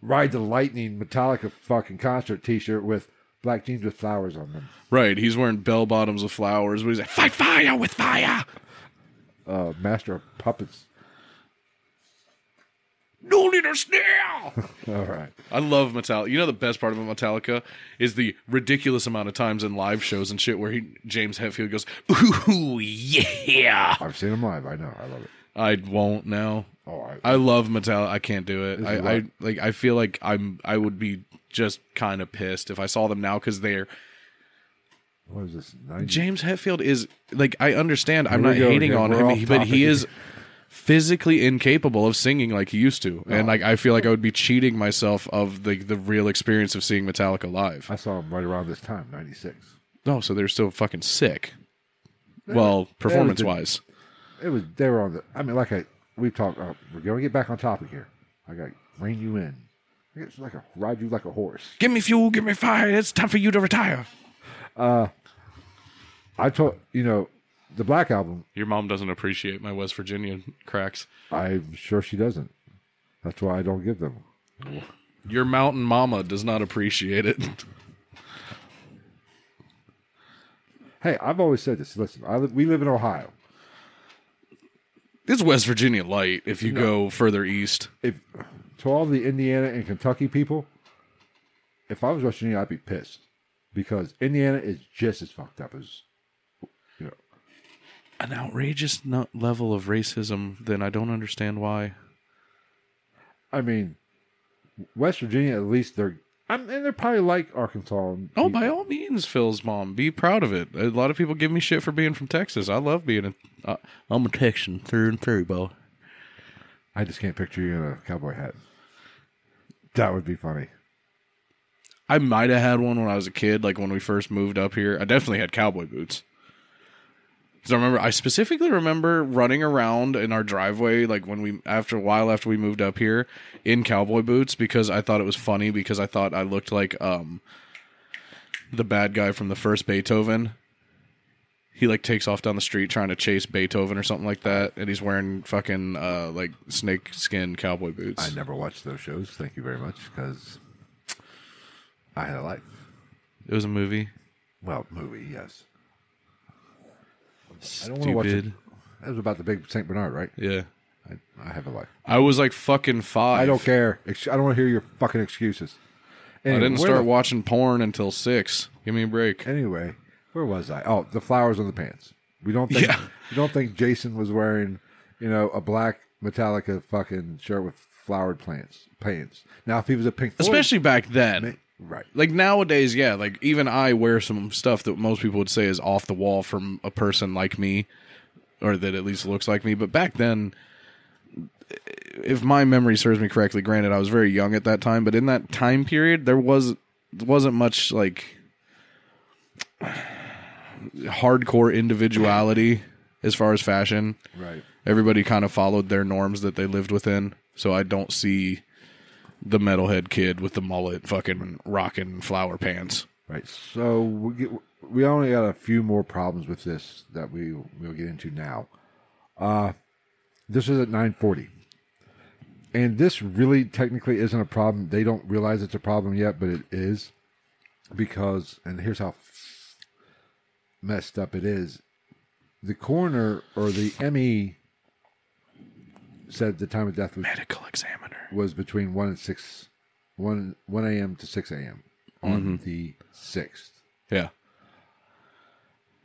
S1: Ride the Lightning Metallica fucking concert T-shirt with black jeans with flowers on them.
S2: Right, he's wearing bell bottoms with flowers, but he's like, fight fire with fire.
S1: Uh, Master of Puppets.
S2: No need a snail.
S1: All right.
S2: I love Metallica. You know the best part about Metallica is the ridiculous amount of times in live shows and shit where he James Hetfield goes, "Ooh yeah."
S1: I've seen him live. I know. I love it.
S2: I won't now.
S1: Oh, I,
S2: I love Metallica. I can't do it.
S1: is
S2: I, I
S1: what-
S2: like. I feel like I'm. I would be just kind of pissed if I saw them now because they're
S1: what is this? 90?
S2: James Hetfield is like I understand. I'm
S1: Here
S2: not
S1: we go
S2: hating
S1: again.
S2: on
S1: We're
S2: him,
S1: off
S2: he- but
S1: topic
S2: he
S1: here.
S2: is physically incapable of singing like he used to,
S1: Oh.
S2: and like I feel like I would be cheating myself of the the real experience of seeing Metallica live.
S1: I saw him right around this time, 96.
S2: No, Oh, so they're still fucking sick. Well, performance wise,
S1: it was they were on the. I mean, like I we've talked. Uh, we're going to get back on topic here. I got to rein you in. I guess like a ride you like a horse.
S2: give me fuel, give me fire. It's time for you to retire.
S1: I told you know the Black Album.
S2: Your mom doesn't appreciate my West Virginia cracks.
S1: I'm sure she doesn't. That's why I don't give them.
S2: Your mountain mama does not appreciate it.
S1: Hey, I've always said this. Listen, I live, we live in Ohio.
S2: It's West Virginia light if you go further east.
S1: If to all the Indiana and Kentucky people, if I was West Virginia, I'd be pissed because Indiana is just as fucked up as you know.
S2: an outrageous nu- level of racism, then I don't understand why.
S1: I mean, West Virginia at least they're. I'm, and they're probably like Arkansas. And
S2: Oh, by all means, Phil's mom, be proud of it. A lot of people give me shit for being from Texas. I love being a. Uh, I'm a Texan through and through, Bo.
S1: I just can't picture you in a cowboy hat. That would be funny.
S2: I might have had one when I was a kid, like when we first moved up here. I definitely had cowboy boots. Because I remember, I specifically remember running around in our driveway, like when we, after a while after we moved up here, in cowboy boots because I thought it was funny because I thought I looked like um the bad guy from the first Beethoven. He like takes off down the street trying to chase Beethoven or something like that, and he's wearing fucking uh like snake skin cowboy boots.
S1: I never watched those shows. Thank you very much, because I had a life.
S2: It was a movie.
S1: Well, movie, yes. I don't
S2: Stupid.
S1: want to watch it. That was about the big St. Bernard, right?
S2: Yeah.
S1: I, I have a life.
S2: I was like fucking five.
S1: I don't care. Ex- I don't want to hear your fucking excuses.
S2: I
S1: Anyway,
S2: didn't
S1: where
S2: start
S1: the-
S2: watching porn until six. Give me a break.
S1: Anyway, where was I? Oh, the flowers on the pants. We don't think
S2: Yeah.
S1: we don't think Jason was wearing, you know, a black Metallica fucking shirt with flowered plants. Plants. Now, if he was a pink, Floyd-
S2: Especially back then.
S1: Right.
S2: Like nowadays, yeah, like even I wear some stuff that most people would say is off the wall from a person like me or that at least looks like me, but back then if my memory serves me correctly, granted I was very young at that time, but in that time period there was wasn't much like hardcore individuality as far as fashion
S1: Right.
S2: everybody kind of followed their norms that they lived within. So I don't see the metalhead kid with the mullet fucking rocking flower pants.
S1: Right. So we get, we only got a few more problems with this that we we'll get into now. Uh this is at 9:40. And this really technically isn't a problem. They don't realize it's a problem yet, but it is because and here's how f- messed up it is. The coroner or the ME said the time of death was
S2: Medical examiner.
S1: was between one and six, one one a.m. to six a.m. on the sixth.
S2: Yeah.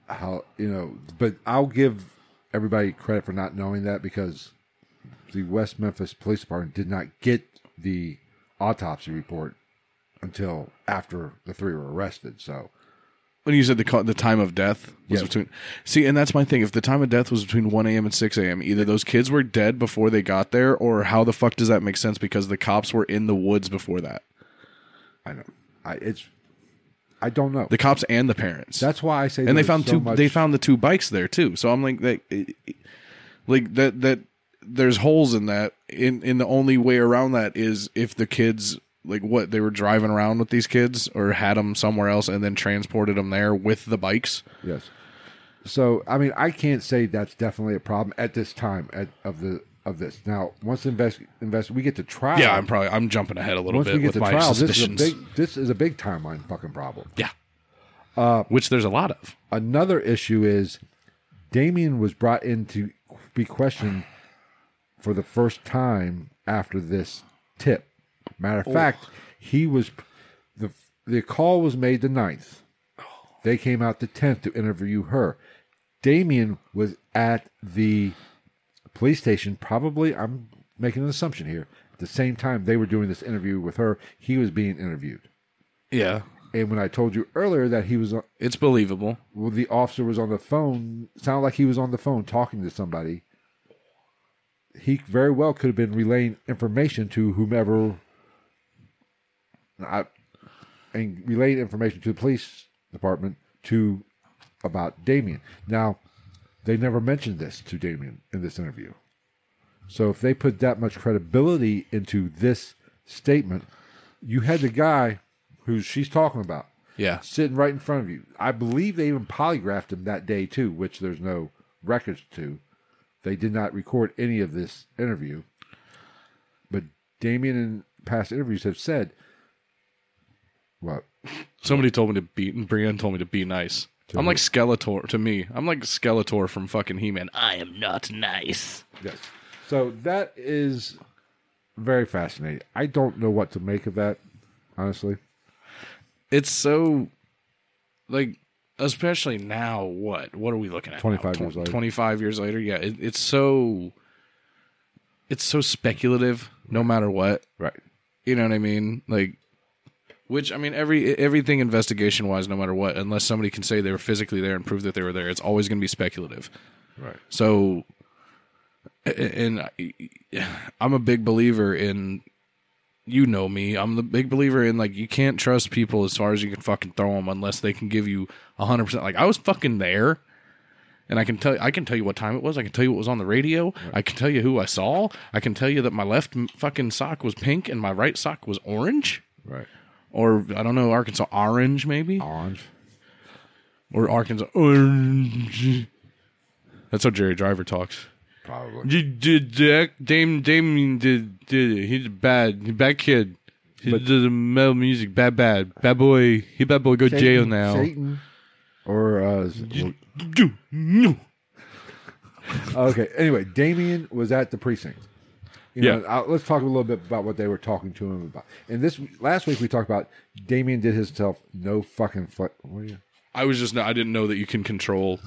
S1: How you know? But I'll give everybody credit for not knowing that because the West Memphis Police Department did not get the autopsy report until after the three were arrested. So
S2: When you said the co- the time of death was
S1: Yeah.
S2: between, see, and that's my thing. If the time of death was between one a.m. and six a.m., either those kids were dead before they got there, or how the fuck does that make sense? Because the cops were in the woods before that.
S1: I know I it's I don't know.
S2: The cops and the parents.
S1: That's why I say
S2: and they
S1: there's
S2: found
S1: so
S2: two
S1: much-
S2: they found the two bikes there too so i'm like that like that that there's holes in that in in the only way around that is if the kids like what they were driving around with these kids or had them somewhere else and then transported them there with the bikes
S1: Yes. So I mean, I can't say that's definitely a problem at this time at, of the of this. Now, once invest invest, we get to trial.
S2: yeah i'm probably i'm jumping ahead a little
S1: once
S2: bit
S1: we get
S2: with
S1: to
S2: my
S1: trial, this is a
S2: suspicions
S1: big this is a big timeline fucking problem.
S2: yeah
S1: Uh,
S2: which there's a lot of
S1: Another issue is Damien was brought in to be questioned for the first time after this tip. Matter of fact, he was the the call was made the 9th. They came out the tenth to interview her. Damien was at the police station, probably I'm making an assumption here. At the same time they were doing this interview with her, he was being interviewed.
S2: yeah
S1: And when I told you earlier that he was on-
S2: it's believable
S1: well, the officer was on the phone, sounded like he was on the phone talking to somebody. He very well could have been relaying information to whomever, I, and relaying information to the police department to about Damien. Now, they never mentioned this to Damien in this interview. So if they put that much credibility into this statement, you had the guy who she's talking about
S2: yeah
S1: sitting right in front of you. I believe they even polygraphed him that day too, which there's no records to. They did not record any of this interview. But Damien in past interviews have said what?
S2: Somebody told me to be. Brienne told me to be nice. I'm like Skeletor to me. I'm like Skeletor from fucking He-Man. I am not nice.
S1: Yes. So that is very fascinating. I don't know what to make of that, honestly.
S2: It's so like, especially now. What? What are we looking at? now?
S1: 25 years
S2: Twen-
S1: later.
S2: 25 years later. Yeah. It, it's so. It's so speculative. No matter what.
S1: Right.
S2: You know what I mean? Like, which I mean, every everything investigation wise, no matter what, unless somebody can say they were physically there and prove that they were there, it's always going to be speculative.
S1: Right.
S2: So, and I- I'm a big believer in, you know me, I'm the big believer in like you can't trust people as far as you can fucking throw them unless they can give you 100. percent Like I was fucking there, and I can tell I can tell you what time it was. I can tell you what was on the radio. I can tell you who I saw. I can tell you that my left m- fucking sock was pink and my right sock was orange,
S1: Right.
S2: or I don't know Arkansas orange maybe
S1: Orange.
S2: or Arkansas orange. That's how Jerry Driver talks.
S1: Probably.
S2: Did did Jack Dame Damien did did it. he's a bad he's a bad kid. He does metal music bad bad bad boy. He bad boy go jail now.
S1: Satan. Or uh, is-
S2: Do- no.
S1: Okay. Anyway, Damien was at the precinct. You
S2: Yeah.
S1: know, I- let's talk a little bit about what they were talking to him about. And this last week we talked about Damien did himself no fucking fl- what are you?
S2: I was just not, I didn't know that you can control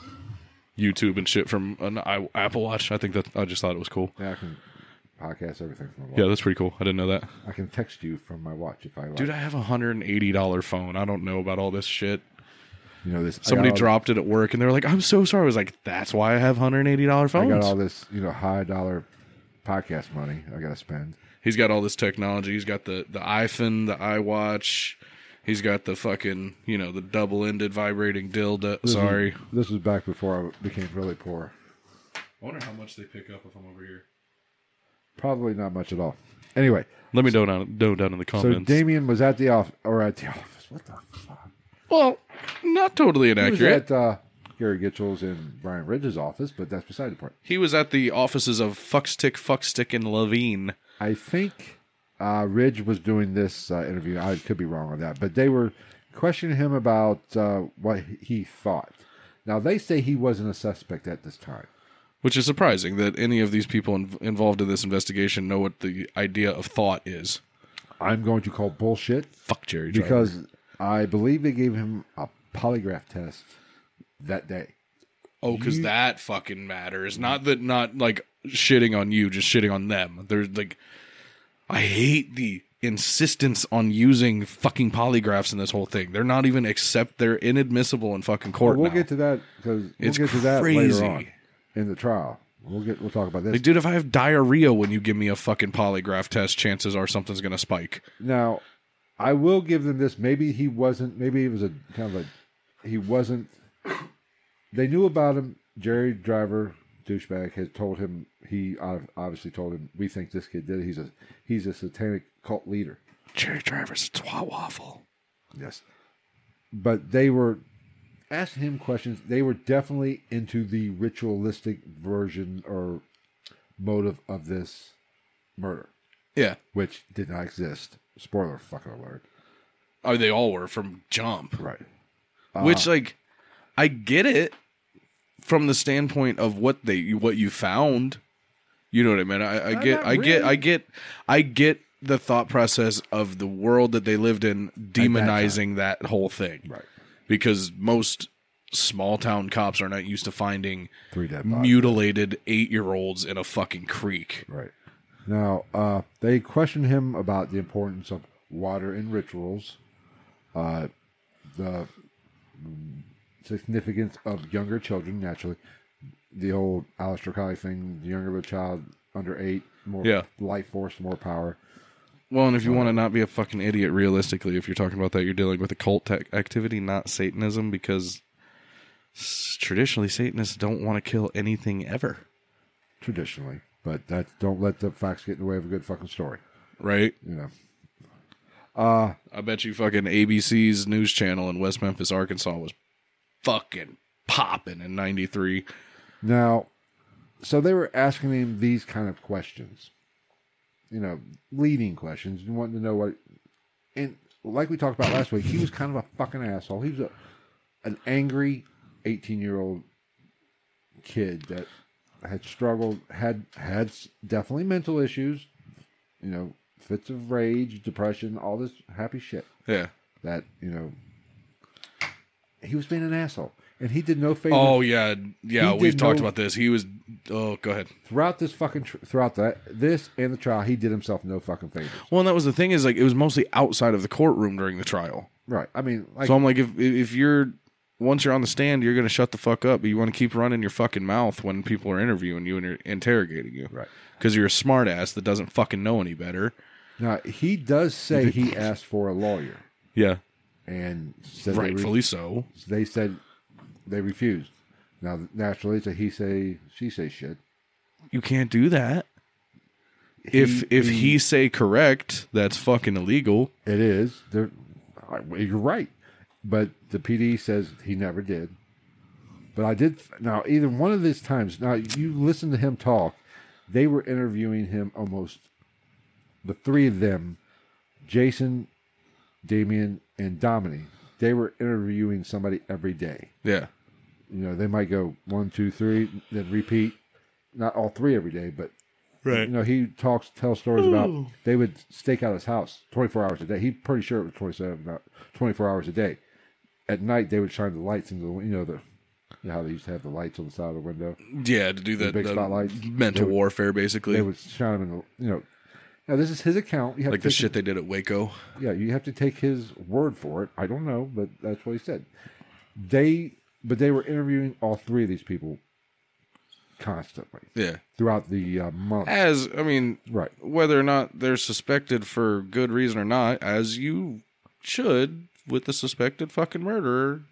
S2: YouTube and shit from an I, Apple Watch. I think that I just thought it was cool.
S1: Yeah, I can- podcasts, everything from the watch.
S2: Yeah, that's pretty cool. I didn't know that.
S1: I can text you from my watch if I like.
S2: Dude, I have a hundred and eighty dollar phone. I don't know about all this shit.
S1: you know this. I
S2: Somebody
S1: got all-
S2: dropped it at work, and they were like, "I'm so sorry." I was like, "That's why I have hundred and eighty dollar
S1: I
S2: phones."
S1: got all this, you know, high dollar podcast money I got to spend.
S2: He's got all this technology. He's got the the iPhone, the iWatch. He's got the fucking you know the double ended vibrating dildo. Sorry.
S1: This was back before I became really poor.
S2: I wonder how much they pick up if I'm over here.
S1: Probably not much at all. Anyway,
S2: Let me know down know down in the
S1: so
S2: comments.
S1: Damien was at the office, or at the office. What the fuck?
S2: well, not totally
S1: He was
S2: inaccurate.
S1: at uh, Gary Gitchell's and Brian Ridge's office, but that's beside the point.
S2: He was at the offices of Fuckstick, Fuckstick, and Levine.
S1: I think uh, Ridge was doing this uh, interview. I could be wrong on that, but they were questioning him about uh, what he thought. Now they say he wasn't a suspect at this time.
S2: Which is surprising that any of these people in- involved in this investigation know what the idea of thought is.
S1: I'm going to call bullshit
S2: Fuck Jerry Driver.
S1: because I believe they gave him a polygraph test that day.
S2: oh, because that fucking matters. Not that not like shitting on you, just shitting on them. There's like, I hate the insistence on using fucking polygraphs in this whole thing. They're not even accept. They're inadmissible in fucking court.
S1: But we'll
S2: now.
S1: get to that because we'll
S2: It's
S1: get to that
S2: crazy.
S1: later on in the trial. We'll get we'll talk about this.
S2: like, dude, if I have diarrhea when you give me a fucking polygraph test, chances are something's gonna spike.
S1: Now, I will give them this. Maybe he wasn't. Maybe he was a kind of a. He wasn't. They knew about him. Jerry Driver, douchebag, had told him. He ob- obviously told him. We think this kid did. it. He's a he's a satanic cult leader.
S2: Jerry Driver's a twat waffle.
S1: Yes. But they were asking him questions. They were definitely into the ritualistic version or motive of this murder,
S2: Yeah.
S1: which did not exist. Spoiler fucking alert.
S2: Oh, they all were from Jump.
S1: Right. Ah.
S2: Which like I get it from the standpoint of what they what you found. You know what I mean? I, I
S1: Not-
S2: get
S1: Uh, not
S2: I get I
S1: really.
S2: get I get the thought process of the world that they lived in demonizing that, whole thing.
S1: Right.
S2: Because most small town cops are not used to finding
S1: Three dead bodies.
S2: mutilated eight year olds in a fucking creek.
S1: Right. Now, uh, they questioned him about the importance of water in rituals, uh, the mm, significance of younger children, naturally. The old Aleister Crowley thing, the younger the child, under eight, more
S2: Yeah.
S1: life force, more power.
S2: Well, and if you want to not be a fucking idiot, realistically, if you're talking about that, you're dealing with occult ac- activity, not Satanism, because s- traditionally Satanists don't want to kill anything ever,
S1: Traditionally, but that don't let the facts get in the way of a good fucking story.
S2: right?
S1: You know,
S2: I bet you fucking ABC's news channel in West Memphis, Arkansas, was fucking popping in '93.
S1: Now, so they were asking him these kind of questions, you know, leading questions, and wanting to know what. And like we talked about last week, he was kind of a fucking asshole. He was a, an angry eighteen-year-old kid that had struggled, had had s- definitely mental issues, you know, fits of rage, depression, all this happy shit
S2: Yeah.
S1: that you know. He was being an asshole, and he did no favor.
S2: Oh yeah, yeah.
S1: He
S2: We've
S1: did
S2: talked
S1: no-
S2: about this. He was. Oh, go ahead.
S1: throughout this fucking tr- throughout that this and the trial, he did himself no fucking favors.
S2: Well, and that was the thing is like it was mostly outside of the courtroom during the trial.
S1: Right. I mean, like
S2: So I'm like, if if you're once you're on the stand, you're gonna shut the fuck up. But you want to keep running your fucking mouth when people are interviewing you and you're interrogating you,
S1: Right.
S2: Because you're a smart ass that doesn't fucking know any better.
S1: now he does say he asked for a lawyer
S2: Yeah,
S1: and said they re-
S2: rightfully so.
S1: they said they refused. Now naturally, it's a he say she say shit.
S2: You can't do that. if if he say correct, that's fucking illegal.
S1: It is. They're, I- you're right, but the PD says he never did. But I did now. Either one of these times. Now you listen to him talk. They were interviewing him almost. The three of them, Jason, Damien, and Dominic. They were interviewing somebody every day.
S2: Yeah,
S1: You know, they might go one, two, three, then repeat. Not all three every day, but
S2: right.
S1: you know, he talks, tells stories about they would stake out his house 24 hours a day. He's pretty sure it was 27, about 24 hours a day. At night, they would shine the lights into the, you know, the You know how they used to have the lights on the side of the window.
S2: Yeah, to do the,
S1: big
S2: the
S1: spotlights. They
S2: mental
S1: would-
S2: warfare, basically,
S1: They would shine them in the, you know. Now this is his account. You have
S2: like
S1: to
S2: the
S1: take
S2: shit they did at Waco.
S1: yeah, you have to take his word for it. I don't know, but that's what he said. They, but they were interviewing all three of these people constantly
S2: Yeah,
S1: throughout the uh, month.
S2: as I mean,
S1: Right.
S2: whether or not they're suspected for good reason or not, as you should with the suspected fucking murderer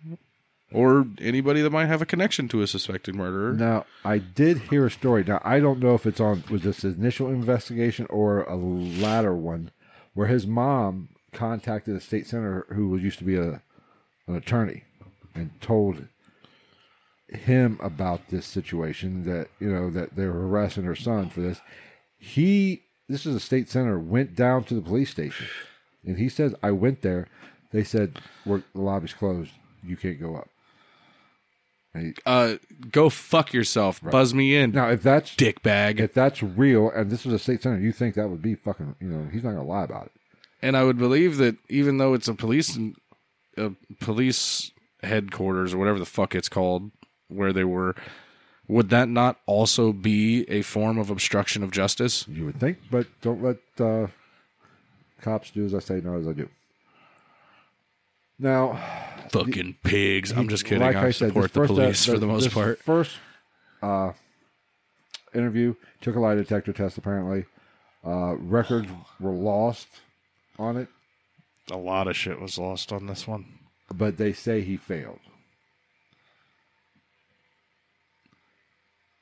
S2: or anybody that might have a connection to a suspected murderer.
S1: Now, I did hear a story. Now, I don't know if it's on was this initial investigation or a latter one, where his mom contacted a state senator who was used to be a an attorney and told him about this situation that you know that they were harassing her son for this. He, this is a state senator, went down to the police station, and he says, "I went there. They said we're, the lobby's closed. You can't go up." And he-
S2: Uh, go fuck yourself. Buzz me in,
S1: now, if that's
S2: dick bag.
S1: if that's real and this was a state senator, you think that would be fucking, you know, he's not going to lie about it.
S2: and I would believe that even though it's a police a police headquarters or whatever the fuck it's called where they were would that not also be a form of obstruction of justice?
S1: You would think, but don't let uh, cops do as I say, not as I do. Now,
S2: Fucking pigs. I'm just kidding.
S1: like
S2: I,
S1: I said,
S2: support
S1: this
S2: the
S1: first, uh,
S2: police for
S1: this-
S2: the most
S1: this
S2: part.
S1: First uh, interview took a lie detector test, apparently. Uh, records were lost on it,
S2: A lot of shit was lost on this one.
S1: but they say he failed.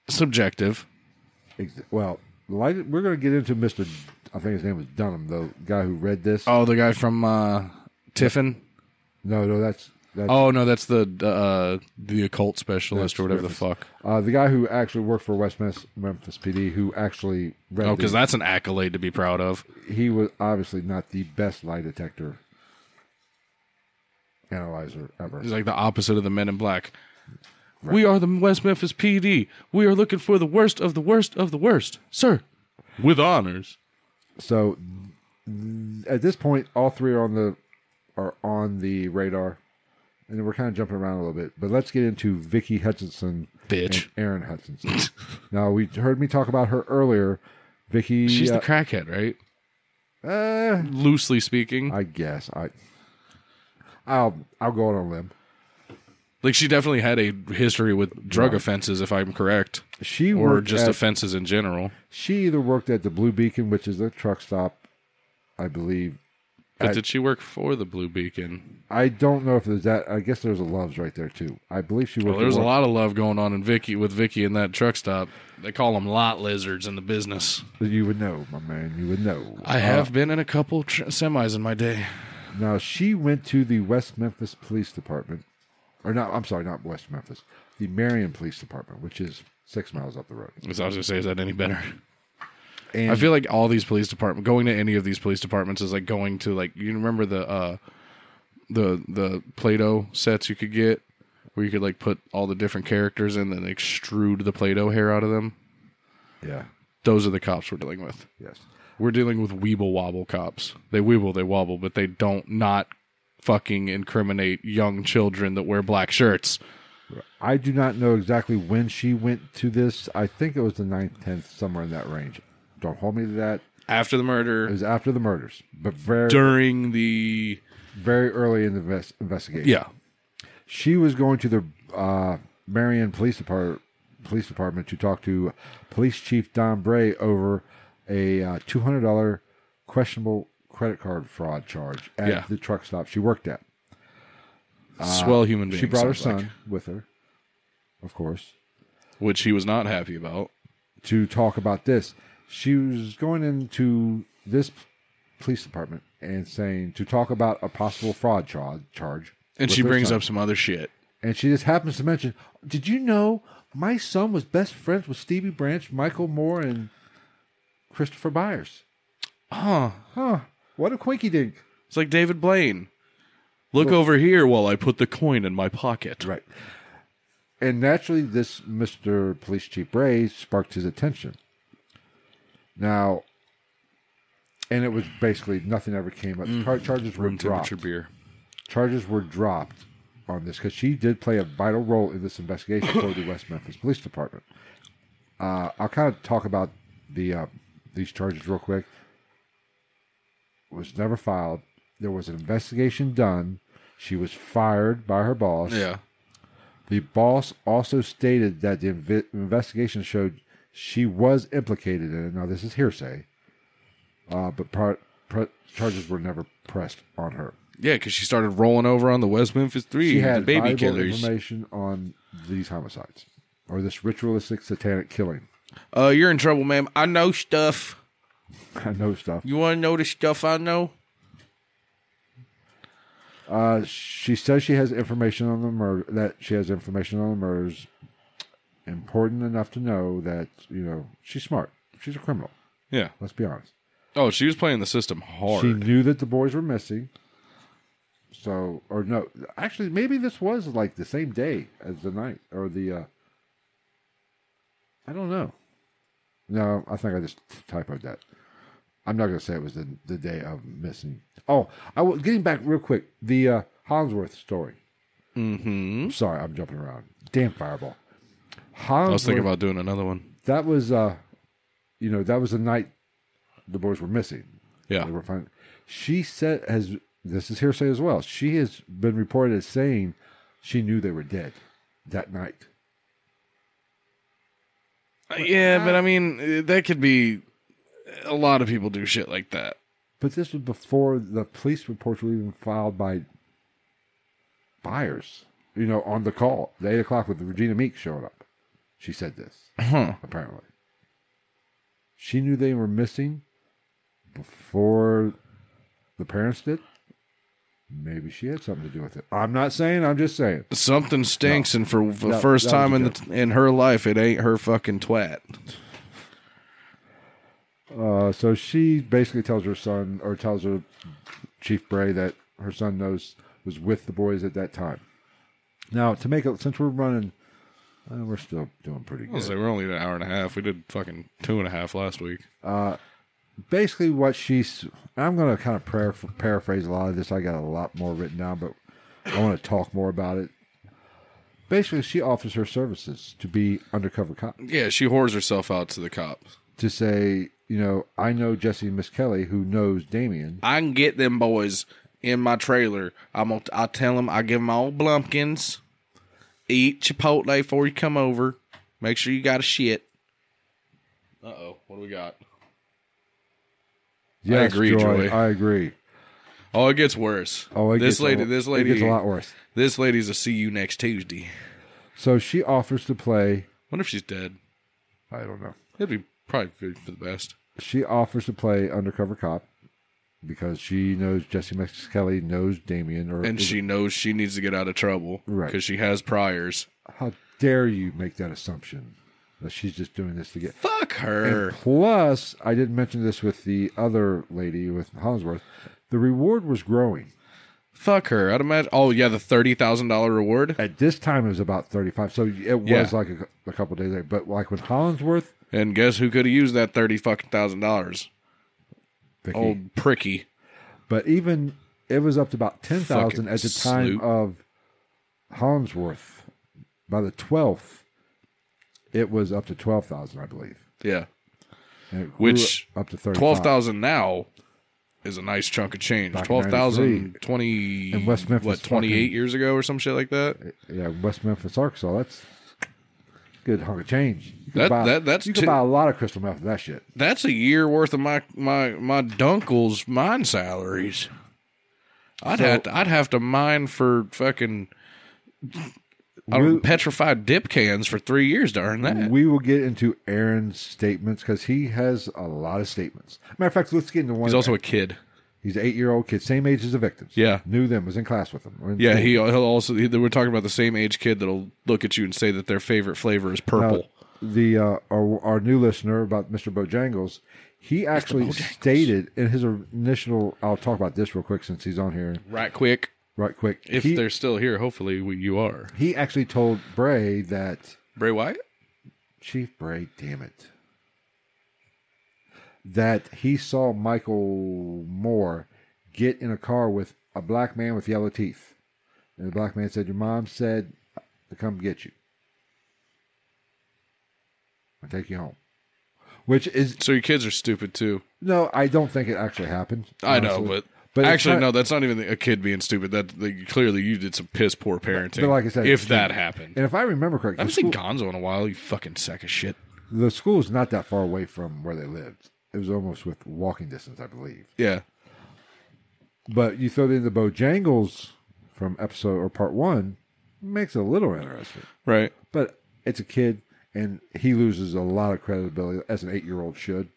S2: Subjective.
S1: Ex- Well, lie, we're going to get into Mr. I think his name was Dunham, the guy who read this.
S2: Oh, the guy from uh Tiffin.
S1: No, no, that's that's
S2: Oh no, that's the uh the occult specialist
S1: That's
S2: or whatever the
S1: Griffiths.
S2: fuck.
S1: Uh, the guy who actually worked for West Memphis, Memphis PD, who actually read
S2: Oh, because
S1: the-
S2: that's an accolade to be proud of.
S1: he was obviously not the best lie detector analyzer ever.
S2: It's like the opposite of the Men in Black. We are the West Memphis PD. We are looking for the worst of the worst of the worst, sir. With honors.
S1: So th- at this point, all three are on the are on the radar, and we're kind of jumping around a little bit. But let's get into Vicky Hutchinson,
S2: Bitch.
S1: and Aaron Hutchinson. now we heard me talk about her earlier. Vicky,
S2: She's
S1: uh,
S2: the crackhead, right?
S1: uh,
S2: Loosely speaking,
S1: I guess I. I'll I'll go out on a limb.
S2: like she definitely had a history with drug offenses, if I'm correct,
S1: She
S2: or
S1: worked
S2: just
S1: at-
S2: offenses in general.
S1: She either worked at the Blue Beacon, which is a truck stop, I believe.
S2: But
S1: I-
S2: did she work for the Blue Beacon?
S1: I don't know if there's that. I guess there's a Love's right there too. I believe she worked.
S2: Well, Oh, there's
S1: at
S2: a
S1: one-
S2: lot of love going on in Vicky with Vicky in that truck stop. They call them lot lizards in the business. Uh,
S1: You would know, my man. You would know.
S2: I have been in a couple tr- semis in my day.
S1: Now she went to the West Memphis Police Department, or not? I'm sorry, not West Memphis. The Marion Police Department, which is six miles up the road.
S2: I was gonna say, is that any better?
S1: And
S2: I feel like all these police department going to any of these police departments is like going to like you remember the uh the the Play-Doh sets you could get where you could like put all the different characters in and extrude the Play-Doh hair out of them.
S1: yeah,
S2: Those are the cops we're dealing with.
S1: yes.
S2: We're dealing with weeble wobble cops. They weeble, they wobble, but they don't not fucking incriminate young children that wear black shirts.
S1: I do not know exactly when she went to this. I think it was the 9th, 10th, somewhere in that range. Don't hold me to that.
S2: After the
S1: It
S2: murder,
S1: was after the murders, but very,
S2: during the
S1: very early in the invest- investigation.
S2: yeah,
S1: she was going to the uh, Marion Police Department Police Department to talk to Police Chief Don Bray over a uh, two hundred dollar questionable credit card fraud charge at
S2: Yeah.
S1: the truck stop she worked at.
S2: swell human
S1: Uh,
S2: being.
S1: She brought her
S2: sounds like,
S1: son with her, of course,
S2: which he was not happy about.
S1: to talk about this. She was going into this p- police department and saying to talk about a possible fraud cha- charge.
S2: and
S1: with
S2: she
S1: her
S2: brings
S1: son.
S2: up some other shit.
S1: and she just happens to mention, "Did you know my son was best friends with Stevie Branch, Michael Moore, and Christopher Byers?"
S2: Huh.
S1: Huh? What a quinky dink!
S2: It's like David Blaine. Look over here while I put the coin in my pocket.
S1: Right. And naturally, this Mister Police Chief Bray sparked his attention. Now, and it was basically nothing ever came up. Car- charges were
S2: Room Mm-hmm. temperature
S1: dropped.
S2: beer.
S1: Charges were dropped on this because she did play a vital role in this investigation for the West Memphis Police Department. Uh, I'll kind of talk about the uh, these charges real quick. Was never filed. There was an investigation done. She was fired by her boss.
S2: Yeah.
S1: The boss also stated that the inve- investigation showed she was implicated in it. Now, this is hearsay, uh, but par- pre- charges were never pressed on her.
S2: Yeah, because she started rolling over on the West Memphis Three,
S1: She
S2: the
S1: had
S2: baby
S1: valuable
S2: killers.
S1: information on these homicides or this ritualistic satanic killing.
S2: Uh, you're in trouble, ma'am. I know stuff.
S1: I know stuff.
S2: You want to know the stuff I know?
S1: Uh, she says she has information on the murder that she has information on the murders. Important enough to know that you know she's smart. She's a criminal.
S2: Yeah.
S1: Let's be honest.
S2: Oh, she was playing the system
S1: She
S2: hard.
S1: knew that the boys were missing. So, or no, actually, maybe this was like the same day as the night or the. uh I don't know. No, I think I just typoed that. I'm not going to say it was the the day of missing. Oh, I was getting back real quick. The uh Hansworth story.
S2: mm-hmm.
S1: I'm sorry, I'm jumping around. Damn fireball.
S2: I was thinking
S1: Hansworth
S2: about doing another one.
S1: that was uh you know that was the night the boys were missing
S2: Yeah.
S1: they were fine she said has this is hearsay as well she has been reported as saying she knew they were dead that night
S2: Uh, Yeah, but I mean, uh, that could be. A lot of people do shit like that.
S1: but this was before the police reports were even filed by buyers you know on the call the 8 o'clock with regina meek showed up she said this
S2: Huh.
S1: apparently she knew they were missing before the parents did. Maybe she had something to do with it. I'm not saying. I'm just saying.
S2: Something stinks, and for the
S1: No,
S2: first
S1: that was
S2: time
S1: a
S2: in the, in her life, it ain't her fucking twat.
S1: Uh, so she basically tells her son, or tells her Chief Bray, that her son knows was with the boys at that time. Now, to make it, since we're running, uh, we're still doing pretty
S2: I was
S1: good.
S2: like, we're only at an hour and a half. We did fucking two and a half last week.
S1: Basically, what she's. I'm going to kind of paraphr- paraphrase a lot of this. I got a lot more written down, but I want to talk more about it. Basically, she offers her services to be undercover cop.
S2: Yeah, she whores herself out to the cops.
S1: to say, you know, I know Jesse and Miss Kelly who knows Damien.
S2: I can get them boys in my trailer. I'm gonna, I tell them I give them all blumpkins. Eat Chipotle before you come over. Make sure you got a shit. Uh oh, what do we got? agree, Joy.
S1: I agree.
S2: Oh, it gets worse.
S1: Oh, it
S2: this
S1: gets a
S2: lady,
S1: lot-
S2: this
S1: it gets a
S2: lady,
S1: lot worse.
S2: this lady's a see you next Tuesday.
S1: So she offers to play.
S2: Wonder if she's dead.
S1: I don't know.
S2: That'd be probably good for the best.
S1: She offers to play undercover cop because she knows Jesse Miss Kelly knows Damien. Or
S2: And she knows she needs to get out of trouble
S1: Right.
S2: because she has priors.
S1: how dare you make that assumption that she's just doing this to get
S2: Fuck her.
S1: And plus, I didn't mention this with the other lady with Hollingsworth. The reward was growing.
S2: Fuck her. I'd imagine. Oh yeah, the thirty thousand dollar reward.
S1: At this time, it was about thirty-five. So it was
S2: Yeah.
S1: like a, cou- a couple days later. But like when Hollingsworth
S2: And guess who could have used that thirty fucking thousand dollars?
S1: Vicky.
S2: Old pricky.
S1: But even it was up to about ten thousand at the time
S2: Fucking
S1: of Holmesworth. By the twelfth, it was up to twelve thousand, I believe.
S2: Yeah.
S1: And it
S2: Which
S1: grew up to thirty
S2: twelve thousand now is a nice chunk of change.
S1: Back in
S2: Twelve thousand
S1: 93.
S2: twenty
S1: In West Memphis,
S2: what twenty eight
S1: fucking-
S2: years ago or some shit like that.
S1: Yeah, West Memphis, Arkansas. That's a good hunk of change. You could
S2: That-
S1: buy,
S2: that- that's
S1: you could
S2: two-
S1: buy a lot of crystal meth with that shit.
S2: That's a year worth of my my my dunkle's mine salaries. I'd have to, I'd have to mine for fucking I don't,
S1: We-
S2: petrified dip cans for three years to earn that.
S1: We will get into Aaron's statements because he has a lot of statements. Matter of fact, let's get into one.
S2: He's also a kid.
S1: he's an eight year old kid, same age as the victims.
S2: Yeah.
S1: knew them, was in class with them. or in
S2: Yeah,
S1: school.
S2: he, he'll also. He, we're talking about the same age kid that'll look at you and say that their favorite flavor is purple.
S1: the uh, our, our new listener about Mr. Bojangles, he actually stated in his initial. I'll talk about this real quick since he's on here
S2: right quick,
S1: right quick.
S2: if
S1: he,
S2: they're still here, hopefully we, you are.
S1: he actually told Bray that
S2: Bray Wyatt.
S1: Chief Bray, damn it, that he saw Michael Moore get in a car with a black man with yellow teeth. And the black man said, Your mom said to come get you. I'll take you home. Which is,
S2: So your kids are stupid too.
S1: no, I don't think it actually happened.
S2: I know,
S1: honestly.
S2: but,
S1: But it's
S2: actually,
S1: not-
S2: no, that's not even a kid being stupid. That like, clearly you did some piss poor parenting.
S1: But like I said,
S2: if
S1: it's-
S2: that happened,
S1: And if I remember correctly,
S2: I
S1: the
S2: haven't seen
S1: school,
S2: Gonzo in a while. You fucking sack of shit.
S1: the school's not that far away from where they lived. It was almost with walking distance, I believe.
S2: Yeah,
S1: But you throw in the Bojangles from episode or part one, makes it a little interesting.
S2: right.
S1: But it's a kid, and he loses a lot of credibility as an eight-year-old should.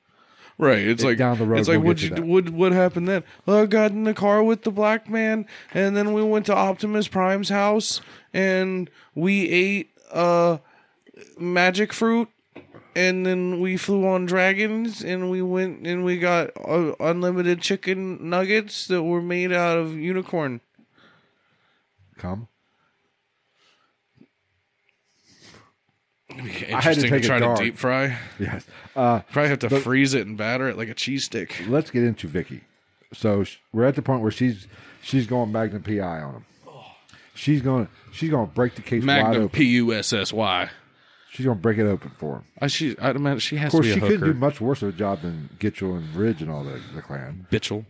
S2: Right, it's
S1: It-
S2: like
S1: down the road,
S2: It's like
S1: we'll
S2: what
S1: get to
S2: you
S1: that.
S2: what what happened then? Well, I got in the car with the black man, and then we went to Optimus Prime's house, and we ate uh magic fruit, and then we flew on dragons, and we went and we got uh, unlimited chicken nuggets that were made out of unicorn.
S1: Come,
S2: Interesting
S1: had to take it
S2: try to
S1: dark.
S2: deep fry.
S1: yes. Uh,
S2: Probably have to freeze it and batter it like a cheese stick.
S1: let's get into Vicky. So sh- we're at the point where she's she's going Magnum PI on him. She's going she's going to break the case wide
S2: Magnum
S1: open.
S2: P U S S Y.
S1: she's going to break it open for him.
S2: I she I imagine she has
S1: Of course,
S2: to
S1: she
S2: be a
S1: couldn't do
S2: hooker.
S1: much worse of a job than Gitchell and Ridge and all the, the clan.
S2: Bitchel.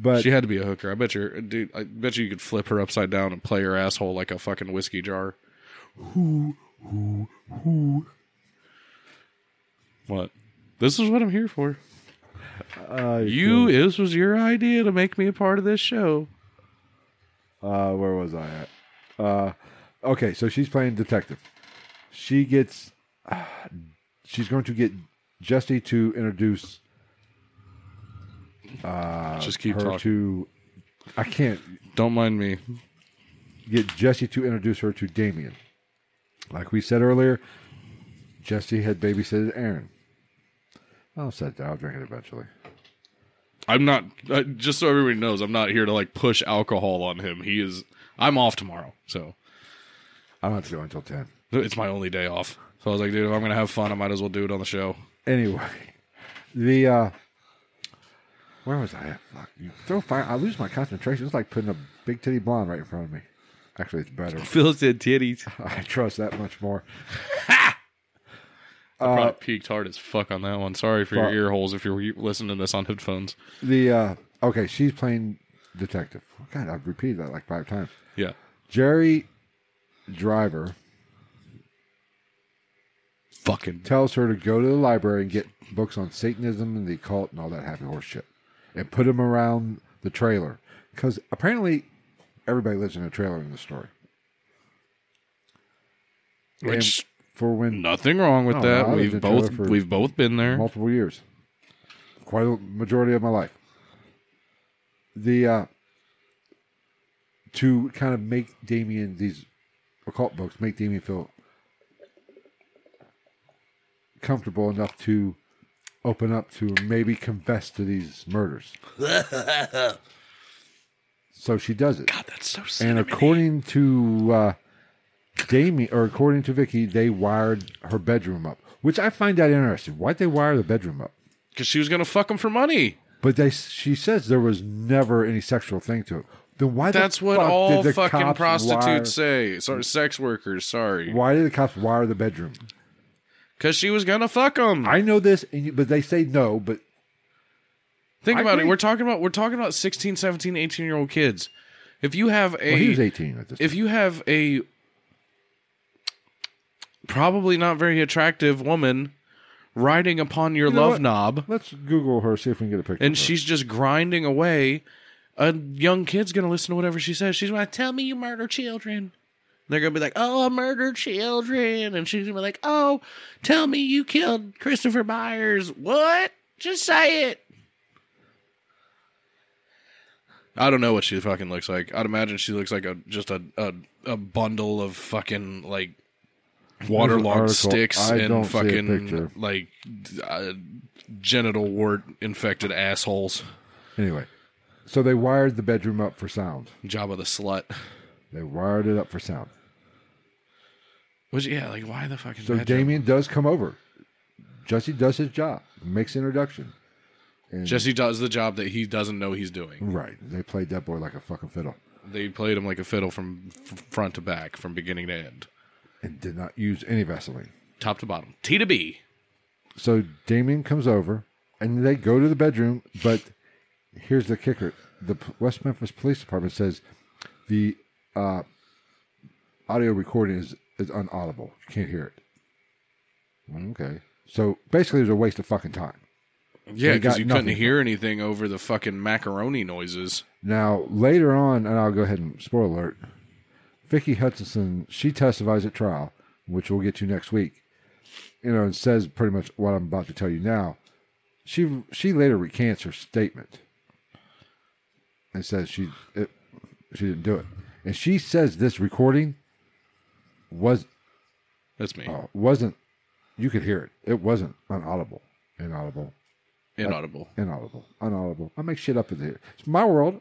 S1: But
S2: She had to be a hooker. I bet you, dude. I bet you, you could flip her upside down and play her asshole like a fucking whiskey jar. Who, who, who? What? This is what I'm here for. you. This was your idea to make me a part of this show.
S1: uh, where was I at? Uh, okay, so she's playing detective. She gets. she's going to get Justy to introduce
S2: Just keep
S1: her
S2: talking.
S1: to. I can't
S2: Don't mind me.
S1: get Jesse to introduce her to Damien. Like we said earlier, Jesse had babysitted Aaron. I'll set that. I'll drink it eventually.
S2: I'm not. Uh, just so everybody knows, I'm not here to like push alcohol on him. He is. I'm off tomorrow, so
S1: I don't have to go until ten.
S2: it's my only day off. So I was like, dude, if I'm gonna have fun, I might as well do it on the show.
S1: Anyway, the uh where was I at? Fuck, you throw fire. I lose my concentration. It's like putting a big titty blonde right in front of me. Actually, it's better.
S2: Phil said titties.
S1: I trust that much more.
S2: Probably peaked hard as fuck on that one. Sorry for
S1: Uh, fuck.
S2: your ear holes if you're re- listening to this on headphones.
S1: The uh okay, she's playing detective. God, I've repeated that like five times.
S2: Yeah.
S1: Jerry Driver
S2: Fucking.
S1: tells her to go to the library and get books on Satanism and the occult and all that happy horse shit, and put them around the trailer because apparently everybody lives in a trailer in the story. And
S2: Which
S1: for when
S2: nothing wrong with
S1: Oh, No, I
S2: that.
S1: lived
S2: We've
S1: in trailer
S2: both
S1: for
S2: we've both been there.
S1: multiple years, quite a majority of my life. The uh, to kind of make Damien these occult books make Damien feel comfortable enough to open up to maybe confess to these murders. so she does it.
S2: God, that's so sick.
S1: And according to uh, Damien, or according to Vicky, they wired her bedroom up, which I find that interesting. Why'd they wire the bedroom up?
S2: Because she was gonna fuck him for money.
S1: But they, she says there was never any sexual thing to it. Then why? the
S2: That's what
S1: fuck
S2: all
S1: did the
S2: fucking
S1: cops
S2: prostitutes
S1: wire-
S2: say. Sorry, sex workers. Sorry.
S1: Why did the cops wire the bedroom?
S2: Because she was gonna fuck him.
S1: I know this, and you, but they say no. But
S2: Think
S1: I
S2: about it.
S1: agree.
S2: We're talking about we're talking about 16, 17, 18 year old kids. If you have a
S1: well, he was eighteen at this.
S2: if you have a probably not very attractive woman riding upon your
S1: know
S2: love
S1: what? Uh-huh.
S2: knob
S1: Let's Google her, see if we can get a picture.
S2: and
S1: of her.
S2: she's just grinding away, a young kid's gonna listen to whatever she says. She's gonna tell me you murder children. And they're gonna be like, "Oh, I murdered children," and she's gonna be like, "Oh, tell me you killed Christopher Myers." What? Just say it. I don't know what she fucking looks like. I'd imagine she looks like a just a a, a bundle of fucking like waterlogged
S1: There's an article.
S2: sticks
S1: I don't
S2: and
S1: see a picture.
S2: fucking like uh, genital wart infected assholes.
S1: anyway. So they wired the bedroom up for sound.
S2: Job of the slut.
S1: They wired it up for sound.
S2: Which yeah, like why the fucking
S1: So Damien does come over. Jesse does his job, makes the introduction.
S2: Jesse does the job that he doesn't know he's doing.
S1: Right. They played that boy like a fucking fiddle.
S2: They played him like a fiddle from f- front to back, from beginning to end,
S1: and did not use any Vaseline.
S2: top to bottom, T to B.
S1: So Damien comes over and they go to the bedroom, but here's the kicker. The P- West Memphis Police Department says the uh, audio recording is, is unaudible. You can't hear it. Okay. So basically, it was a waste of fucking time.
S2: Yeah,
S1: They
S2: because
S1: got
S2: you
S1: nothing.
S2: couldn't hear anything over the fucking macaroni noises.
S1: Now, later on, and I'll go ahead and spoiler alert Vicki Hutchinson, she testifies at trial, which we'll get to next week, you know, and says pretty much what I'm about to tell you now. She she later recants her statement and says she it, she didn't do it. And she says this recording was
S2: That's me.
S1: uh, wasn't you could hear it. It wasn't unaudible. Inaudible.
S2: Inaudible.
S1: Inaudible. Unaudible. I make shit up in here. It's my world.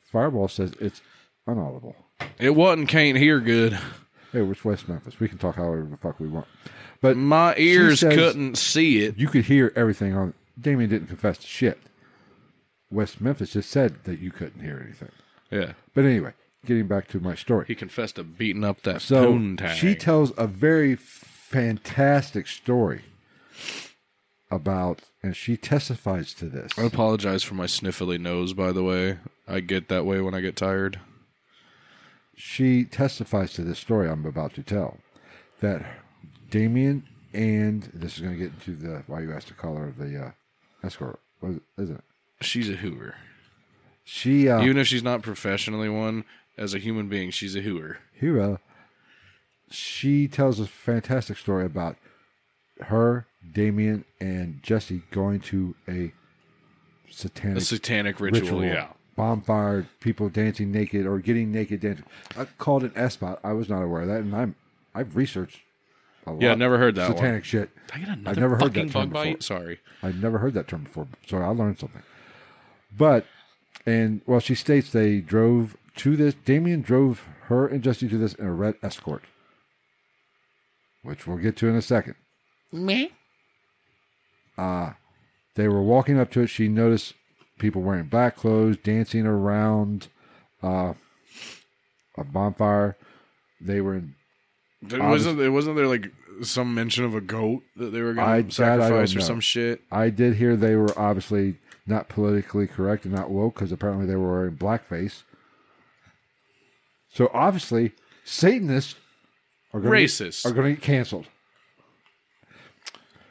S1: Fireball says it's unaudible.
S2: It wasn't can't hear good.
S1: Hey, we're West Memphis. We can talk however the fuck we want. But
S2: My ears
S1: says-
S2: couldn't see it.
S1: you could hear everything on. Damien didn't confess to shit. West Memphis just said that you couldn't hear anything.
S2: Yeah.
S1: But anyway, getting back to my story.
S2: He confessed to beating up that
S1: So
S2: poontang.
S1: she tells a very fantastic story about, and she testifies to this.
S2: I apologize for my sniffly nose, by the way. I get that way when I get tired.
S1: she testifies to this story I'm about to tell that Damien and this is going to get into the why you asked the color of the uh, escort, was it- isn't it?
S2: She's a hooer.
S1: She uh,
S2: Even if she's not professionally one, as a human being, she's a hooer.
S1: Hira, she tells a fantastic story about her, Damien, and Jesse going to a
S2: A
S1: satanic
S2: satanic ritual,
S1: ritual.
S2: yeah.
S1: Bonfire, people dancing naked or getting naked dancing. I called it espot. I was not aware of that, and I'm I've researched. A lot
S2: Yeah, never heard that one.
S1: satanic shit.
S2: I get another
S1: I've never heard
S2: fucking
S1: that term before.
S2: bug bite. Sorry.
S1: I've never heard that term before, so I learned something. But and well, she states they drove to this. Damien drove her and Justin to this in a red escort, which we'll get to in a second.
S2: Me?
S1: They were walking up to it. She noticed people wearing black clothes, dancing around uh, a bonfire. They were in
S2: wasn't it wasn't there like some mention of a goat that they were gonna
S1: I- that I
S2: sacrifice
S1: don't
S2: or
S1: know.
S2: some shit?
S1: I did hear they were obviously not politically correct and not woke because apparently they were wearing blackface. So obviously, Satanists are gonna
S2: Racist.
S1: are going to get canceled.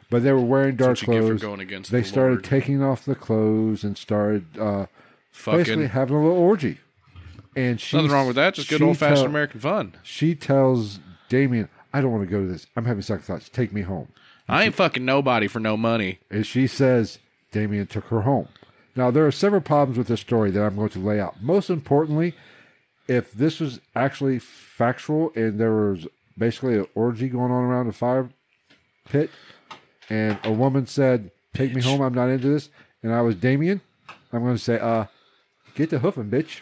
S1: But they were wearing dark
S2: what you get for
S1: clothes.
S2: going against
S1: they
S2: the
S1: started
S2: Lord.
S1: taking off the clothes and started uh, basically
S2: Fucking
S1: having a little orgy. And she,
S2: nothing wrong with that, just good
S1: she
S2: old fashioned
S1: tell-
S2: American fun.
S1: She tells Damien, "I don't want to go to this. I'm having second thoughts. Take me home."
S2: I ain't fucking nobody for no money.
S1: and she says Damien took her home. Now, there are several problems with this story that I'm going to lay out. Most importantly, if this was actually factual and there was basically an orgy going on around a fire pit, and a woman said, Take me home, I'm not into this, and I was Damien, I'm going to say, uh, Get the hoofing, bitch.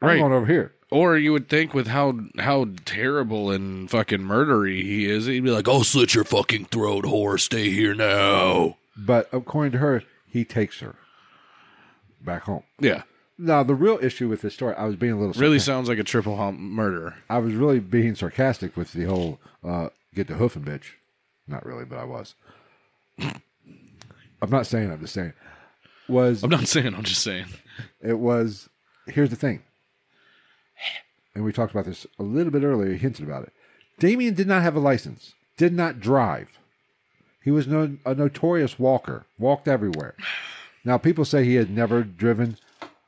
S1: I'm
S2: Right.
S1: going over here.
S2: Or you would think with how how terrible and fucking murdery he is, he'd be like, "Oh, slit your fucking throat, whore! Stay here now."
S1: But according to her, he takes her back home.
S2: Yeah,
S1: Now, the real issue with this story, I was being a little
S2: really sounds like a triple hump murder.
S1: I was really being sarcastic with the whole uh, get the hoofing bitch. Not really, but I was. I'm not saying. I'm just saying. Was
S2: I'm not saying. I'm just saying.
S1: it was? Here's the thing. And we talked about this a little bit earlier. Hinted about it. Damien did not have a license. Did not drive. He was no, a notorious walker. Walked everywhere. Now people say he had never driven.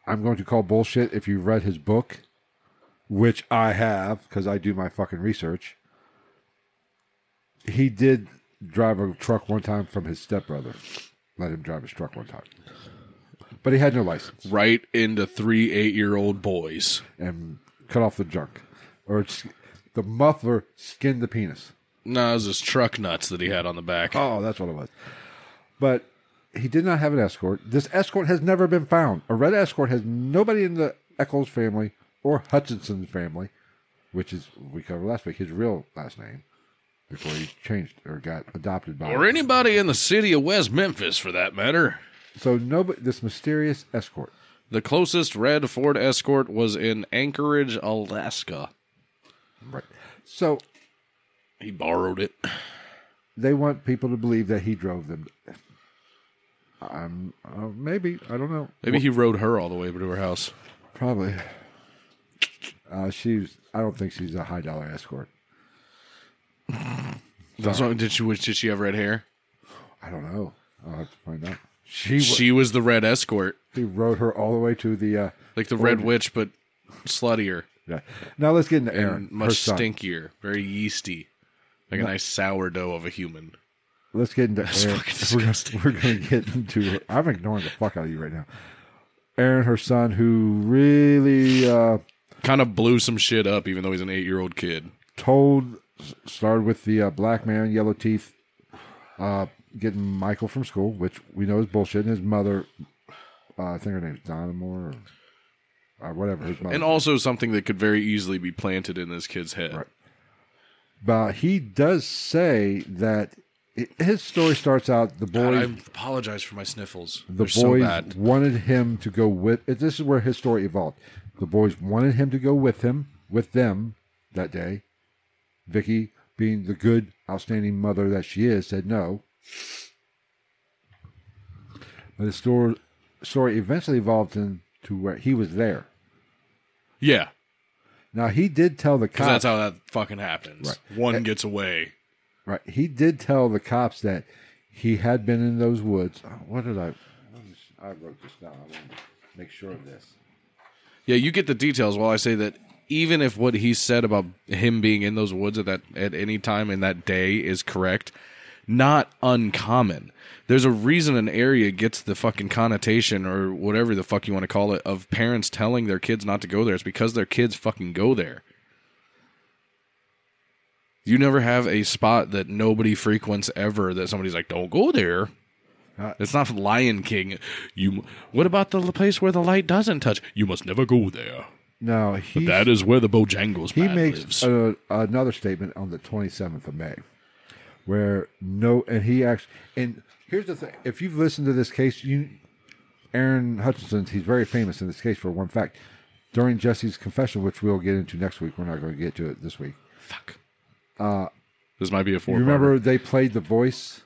S1: I'm going to call bullshit. If you've read his book, which I have because I do my fucking research. He did drive a truck one time from his stepbrother. Let him drive his truck one time. But he had no license
S2: Right into three eight year old boys.
S1: and cut off the junk. Or it's, the muffler skinned the penis.
S2: No, it was his truck nuts that he had on the back.
S1: Oh, that's what it was. But he did not have an escort. This escort has never been found. A red escort has nobody in the Eccles family or Hutchinson's family, which is we covered last week, his real last name before he changed or got adopted by.
S2: Or anybody in the city of West Memphis, for that matter.
S1: So nobody this mysterious escort.
S2: The closest red Ford Escort was in Anchorage, Alaska.
S1: Right. So
S2: He borrowed it.
S1: they want people to believe that he drove them. Um, uh, maybe I don't know.
S2: Maybe he rode her all the way to her house.
S1: Probably. Uh, she's. I don't think she's a high dollar escort.
S2: That's why- did she was- did she have red hair?
S1: I don't know. I'll have to find out. She
S2: She was the red escort,
S1: he rode her all the way to the. Uh,
S2: like the red witch, but sluttier
S1: yeah. Now let's get into Aaron.
S2: and
S1: her
S2: much
S1: son.
S2: stinkier, very yeasty, like a nice sourdough of a human.
S1: Let's get into Aaron.
S2: fucking
S1: We're gonna-
S2: disgusting.
S1: We're going to get into. Her. I'm ignoring the fuck out of you right now. Aaron, her son, who really uh,
S2: Kind of blew some shit up, even though he's an eight-year-old kid.
S1: told s- started with the uh, black man, yellow teeth, uh, getting Michael from school, which we know is bullshit. And his mother, uh, I think her name's Donna Moore, or, uh, whatever his mother.
S2: And also something that could very easily be planted in this kid's head.
S1: Right. but he does say that i his story starts out the
S2: God,
S1: boys.
S2: I apologize for my sniffles.
S1: the
S2: They're so
S1: boys
S2: bad.
S1: wanted him to go with it- this is where his story evolved the boys wanted him to go with him with them that day vicky being the good outstanding mother that she is said no but the story, story eventually evolved into where he was there
S2: Yeah,
S1: now he did tell the
S2: because
S1: cops
S2: that's how that fucking happens. One gets away.
S1: right he did tell the cops that he had been in those woods Oh, what did i what is- i wrote this down i want to make sure of this
S2: Yeah, you get the details while I say that even if what he said about him being in those woods at that at any time in that day is correct, not uncommon. There's a reason an area gets the fucking connotation or whatever the fuck you want to call it of parents telling their kids not to go there. It's because their kids fucking go there. You never have a spot that nobody frequents ever that somebody's like, "Don't go there." It's not Lion King. You. What about the place where the light doesn't touch? You must never go there.
S1: no he
S2: That is where the Bojangles
S1: He
S2: man
S1: makes
S2: lives.
S1: a, another statement on the 27th of May, where no, and he actually, and here's the thing: if you've listened to this case, you, Aaron Hutchinson, he's very famous in this case for one fact. During Jesse's confession, which we'll get into next week, we're not going to get to it this week.
S2: Fuck. this might be a four.
S1: uh, You remember they played The Voice,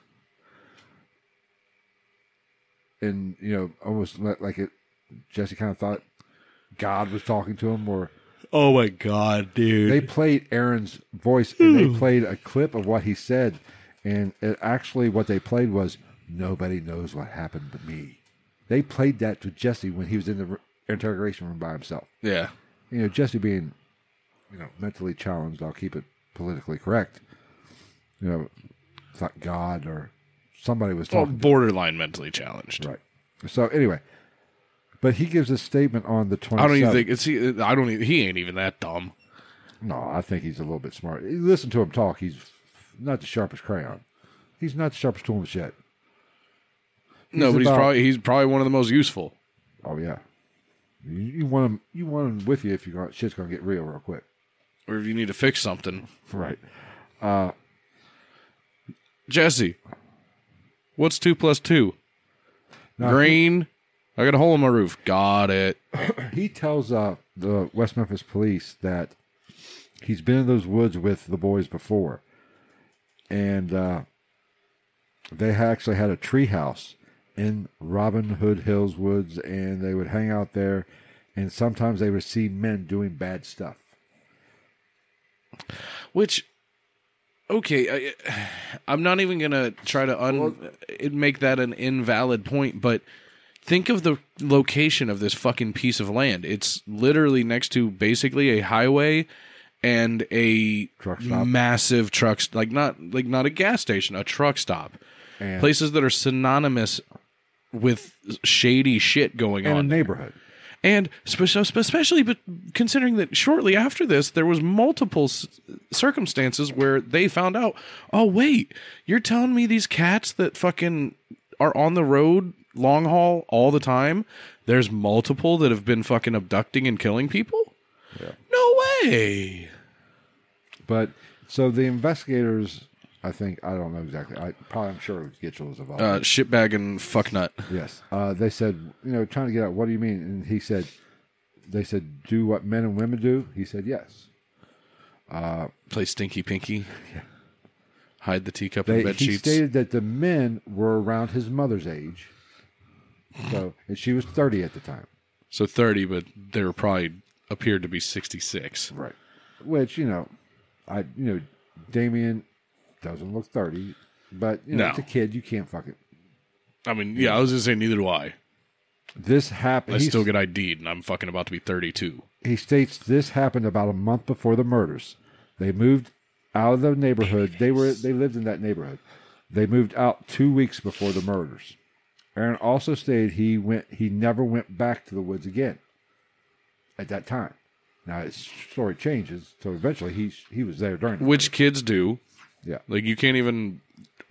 S1: and you know, almost li- like it. Jesse kind of thought God was talking to him, or
S2: Oh my god, dude!
S1: they played Aaron's voice and they played a clip of what he said, and it actually what they played was nobody knows what happened to me. They played that to Jesse when he was in the r- interrogation room by himself.
S2: yeah,
S1: You know, Jesse being, you know, mentally challenged. I'll keep it politically correct. You know, thought God or somebody was
S2: well,
S1: talking.
S2: Oh, borderline mentally challenged.
S1: Oh, Right. So anyway, but he gives a statement on the twenty.
S2: I don't even think it's he. I don't. Even, he ain't even that dumb.
S1: No, I think he's a little bit smart. You Listen to him talk. He's not the sharpest crayon. He's not the sharpest tool in the shed.
S2: no, but he's
S1: about-
S2: probably he's probably one of the most useful.
S1: Oh yeah, you, you want him. You want him with you if you're going, shit's going to get real real quick.
S2: Or if you need to fix something,
S1: Right.
S2: Jesse. What's two plus two?
S1: Now,
S2: Green. I got a hole in my roof. Got it.
S1: He tells uh, the West Memphis police that he's been in those woods with the boys before, and uh, they ha- actually had a tree house in Robin Hood Hills woods, and they would hang out there, and sometimes they would see men doing bad stuff.
S2: Which, okay, I, I'm not even gonna try to un it- make that an invalid point, but think of the location of this fucking piece of land. It's literally next to basically a highway and a
S1: Truck stop.
S2: massive truck st- like not like not a gas station, a truck stop.
S1: And-
S2: Places that are synonymous with shady shit going
S1: in a
S2: on
S1: neighborhood.
S2: and spe- so- spe- especially but considering that shortly after this there was multiple s- circumstances where they found out oh wait you're telling me these cats that fucking are on the road long haul all the time there's multiple that have been fucking abducting and killing people no way
S1: But so the investigators I think I don't know exactly. I probably I'm sure Gitchell was involved.
S2: Uh, shitbag and fucknut.
S1: yes. Uh, they said, you know, trying to get out. What do you mean? And he said, they said, do what men and women do. He said, yes.
S2: Play stinky pinky. Hide the teacup
S1: They,
S2: and bed
S1: he
S2: sheets.
S1: stated that the men were around his mother's age, so and she was 30 at the time.
S2: so thirty, but they were probably appeared to be sixty six.
S1: Right. Which you know, I you know, Damien doesn't look 30, but you know,
S2: No.
S1: it's a kid. You can't fuck it.
S2: I mean, yeah, I was gonna say neither do I.
S1: This happened.
S2: I still get ID'd, and I'm fucking about to be thirty two.
S1: he states this happened about a month before the murders. They moved out of the neighborhood. They were they lived in that neighborhood. They moved out two weeks before the murders. Aaron also stated he went he never went back to the woods again. At that time, now his story changes. So eventually, he he was there during. the
S2: Which kids do?
S1: Yeah.
S2: like you can't even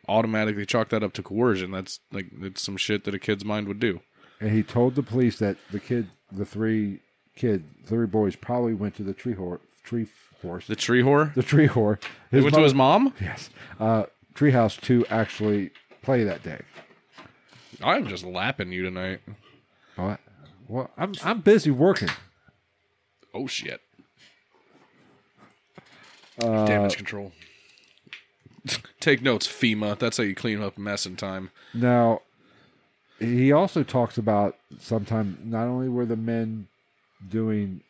S2: automatically chalk that up to coercion. That's like it's some shit that a kid's mind would do.
S1: and he told the police that the kid, the three kid, three boys probably went to the tree horse, tree f- horse,
S2: The
S1: the,
S2: tree whore.
S1: tree whore.
S2: They went to his mom.
S1: yes, uh, treehouse to actually play that day.
S2: I'm just lapping you tonight.
S1: What? Well, I'm I'm busy working.
S2: Oh shit. Damage
S1: Uh,
S2: control. Take notes, FEMA. That's how you clean up mess in time.
S1: Now, he also talks about sometimes not only were the men doing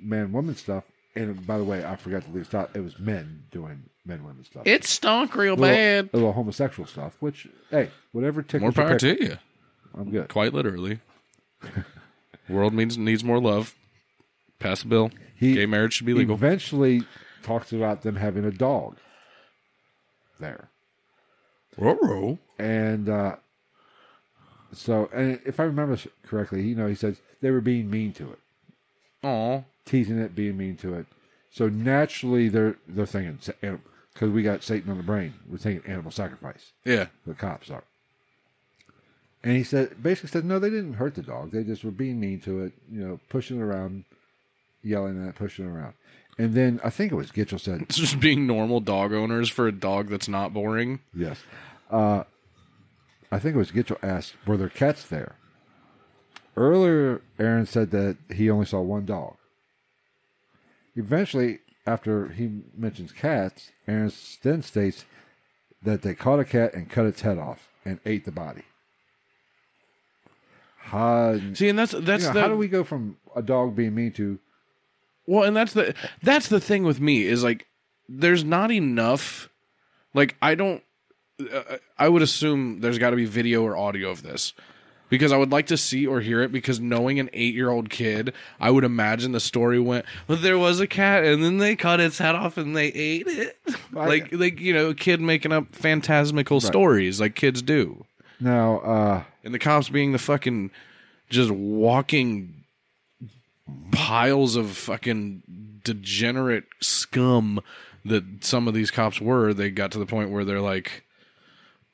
S1: man woman stuff, and by the way, I forgot to leave this out. It was men doing men women stuff.
S2: It stunk real
S1: a little, a little homosexual stuff. Which hey, whatever tickles
S2: More
S1: your
S2: power
S1: pickle,
S2: to you.
S1: I'm good.
S2: Quite literally. World means needs more love. Pass a bill.
S1: He-
S2: Gay marriage should be
S1: He
S2: legal.
S1: eventually talks about them having a dog there.
S2: Ruh-roh.
S1: And uh, so, and if I remember correctly, you know, he says they were being mean to it,
S2: Aw.
S1: teasing it, being mean to it. So naturally, they're they're thinking because we got Satan on the brain, we're thinking animal sacrifice.
S2: Yeah.
S1: The cops are. And he said, basically said, no, they didn't hurt the dog. They just were being mean to it, you know, pushing it around, yelling at it, pushing it around. And then I think it was Gitchell said,
S2: It's just being normal dog owners for a dog that's not boring.
S1: Yes. Uh, I think it was Gitchell asked, were there cats there? Earlier, Aaron said that he only saw one dog. Eventually, after he mentions cats, Aaron then states that they caught a cat and cut its head off and ate the body. How, you
S2: See, and that's that's
S1: know,
S2: the
S1: how do we go from a dog being mean to
S2: Well, and that's the that's the thing with me is like there's not enough like I don't uh, I would assume there's got to be video or audio of this because I would like to see or hear it because knowing an 8-year-old kid, I would imagine the story went, well there was a cat and then they cut its head off and they ate it.
S1: Right.
S2: like like you know, a kid making up phantasmical stories like kids do.
S1: now? Uh,
S2: And the cops being the fucking just walking piles of fucking degenerate scum that some of these cops were, they got to the point where they're like,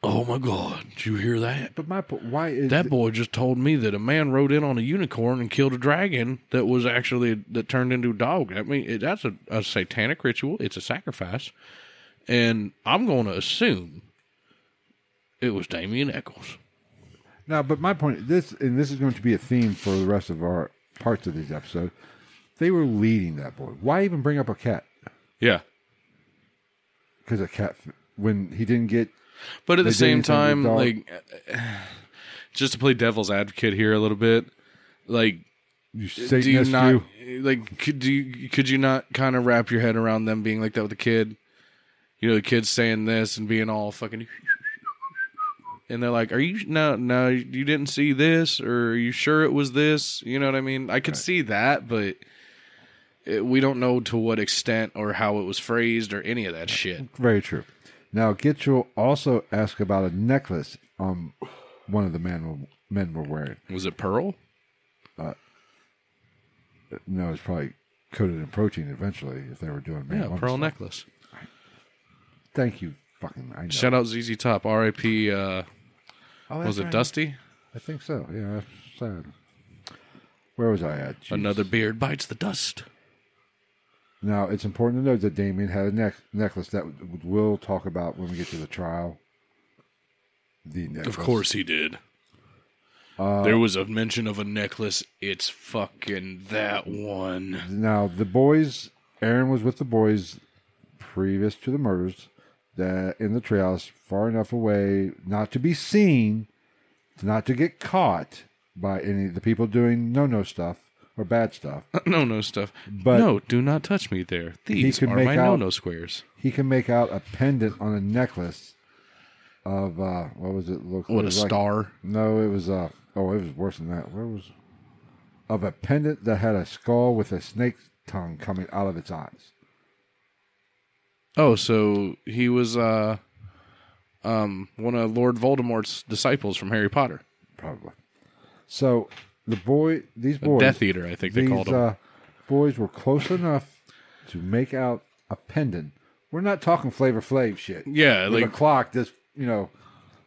S2: Oh my god, did you hear that?
S1: but my po- why is
S2: That boy just told me that a man rode in on a unicorn and killed a dragon that was actually that turned into a dog. I mean, it, that's a, a satanic ritual. It's a sacrifice, and I'm going to assume it was Damien Eccles.
S1: Now, but my point this, and this is going to be a theme for the rest of our parts of these episodes. They were leading that boy. Why even bring up a cat?
S2: Yeah,
S1: Because a cat, when he didn't get,
S2: But at the
S1: They do
S2: same
S1: anything
S2: time,
S1: with dog-
S2: like, just to play devil's advocate here a little bit, like,
S1: you
S2: Uh, do you
S1: Satanist, you,
S2: not like could do you, could you not kind of wrap your head around them being like that with the kid? You know, the kid's saying this and being all fucking, and they're like, "Are you no no? You didn't see this, or are you sure it was this?" You know what I mean? I could see that, but. It, we don't know to what extent or how it was phrased or any of that shit.
S1: very true. Now, Gitchell also asked about a necklace um one of the men were, men were wearing.
S2: Was it Pearl?
S1: No, it's probably coated in protein eventually if they were doing man
S2: Yeah,
S1: woman
S2: Pearl
S1: stuff.
S2: necklace.
S1: Thank you, fucking. I know.
S2: Shout out ZZ Top, R.I.P. Uh,
S1: Oh, that's
S2: was it
S1: right.
S2: Dusty?
S1: I think so. Yeah, that's sad. Where was I at? Jeez.
S2: Another beard bites the dust.
S1: Now, it's important to note that Damien had a neck necklace that w- we'll talk about when we get to the trial. The necklace.
S2: Of course he did.
S1: Uh,
S2: there was a mention of a necklace. It's fucking that one.
S1: Now, the boys, Aaron was with the boys previous to the murders that in the treehouse, far enough away not to be seen, not to get caught by any of the people doing no no stuff or bad stuff.
S2: no no stuff.
S1: But-
S2: no, do not touch me there. These
S1: could
S2: are
S1: make
S2: my
S1: out-
S2: no no squares.
S1: He can make out a pendant on a necklace of uh what was it look
S2: What
S1: it
S2: a
S1: was like-
S2: star.
S1: No, it was uh oh it was worse than that. Where was of a pendant that had a skull with a snake's tongue coming out of its eyes.
S2: Oh, so he was uh um one of Lord Voldemort's disciples from Harry Potter.
S1: probably. So the boy, these
S2: A
S1: boys,
S2: Death Eater, I think they
S1: these
S2: called him.
S1: uh, boys were close enough to make out a pendant. We're not talking Flavor Flav shit.
S2: Yeah,
S1: with
S2: like-
S1: a clock that's you know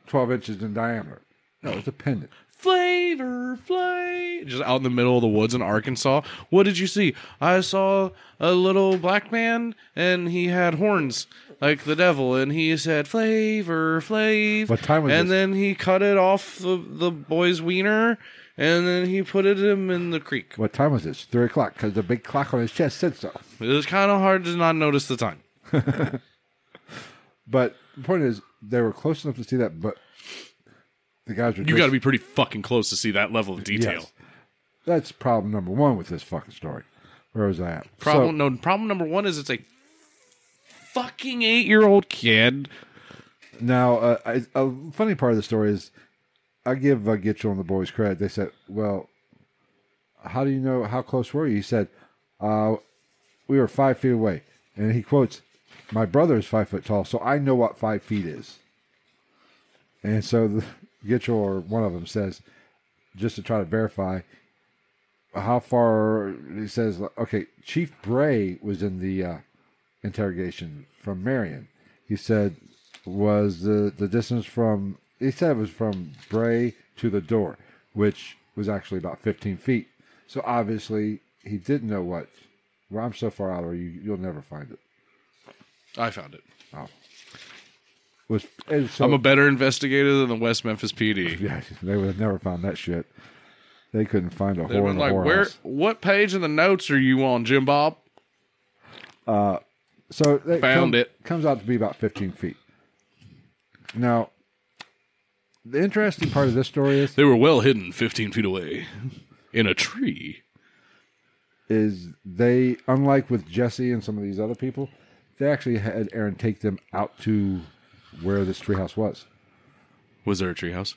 S1: twelve inches in diameter. No, it's a pendant.
S2: flavor flay just out in the middle of the woods in arkansas what did you see i saw a little black man and he had horns like the devil and he said flavor flav
S1: What time was
S2: and
S1: this?
S2: then he cut it off the, the boy's wiener and then he put it him in the creek
S1: What time was this? Three o'clock, because the big clock on his chest said so.
S2: it was kind of hard to not notice the time
S1: But the point is, they were close enough to see that. But the guys were.
S2: you got to be pretty fucking close to see that level of detail
S1: That's problem number one with this fucking story. Where was I at? So-
S2: problem no problem number one is it's a fucking eight-year-old kid
S1: Now, uh, I, a funny part of the story is, I give uh, Gitchell and the boys credit. They said, "Well, how do you know how close were you?" He said, uh, "We were five feet away," and he quotes, "My brother is five foot tall, so I know what five feet is." And so the, Gitchell or one of them says, just to try to verify how far he says, "Okay, Chief Bray was in the." Uh, interrogation from Marion. He said, was the, the distance from, he said it was from Bray to the door, which was actually about 15 feet. So obviously he didn't know what, well, I'm so far out or you, you'll never find it.
S2: i found it
S1: It was, it was so,
S2: I'm a better investigator than the West Memphis PD.
S1: yeah, they would have never found that shit. They couldn't find a
S2: They've
S1: whore
S2: been
S1: in a
S2: like,
S1: whorehouse.
S2: where? What page in the notes are you on, Jim Bob?
S1: So that
S2: Found
S1: come-
S2: it.
S1: comes out to be about 15 feet. Now, the interesting part of this story is
S2: They were well hidden, 15 feet away, in a tree.
S1: is they unlike with Jesse and some of these other people, they actually had Aaron take them out to where this treehouse was.
S2: Was there a treehouse?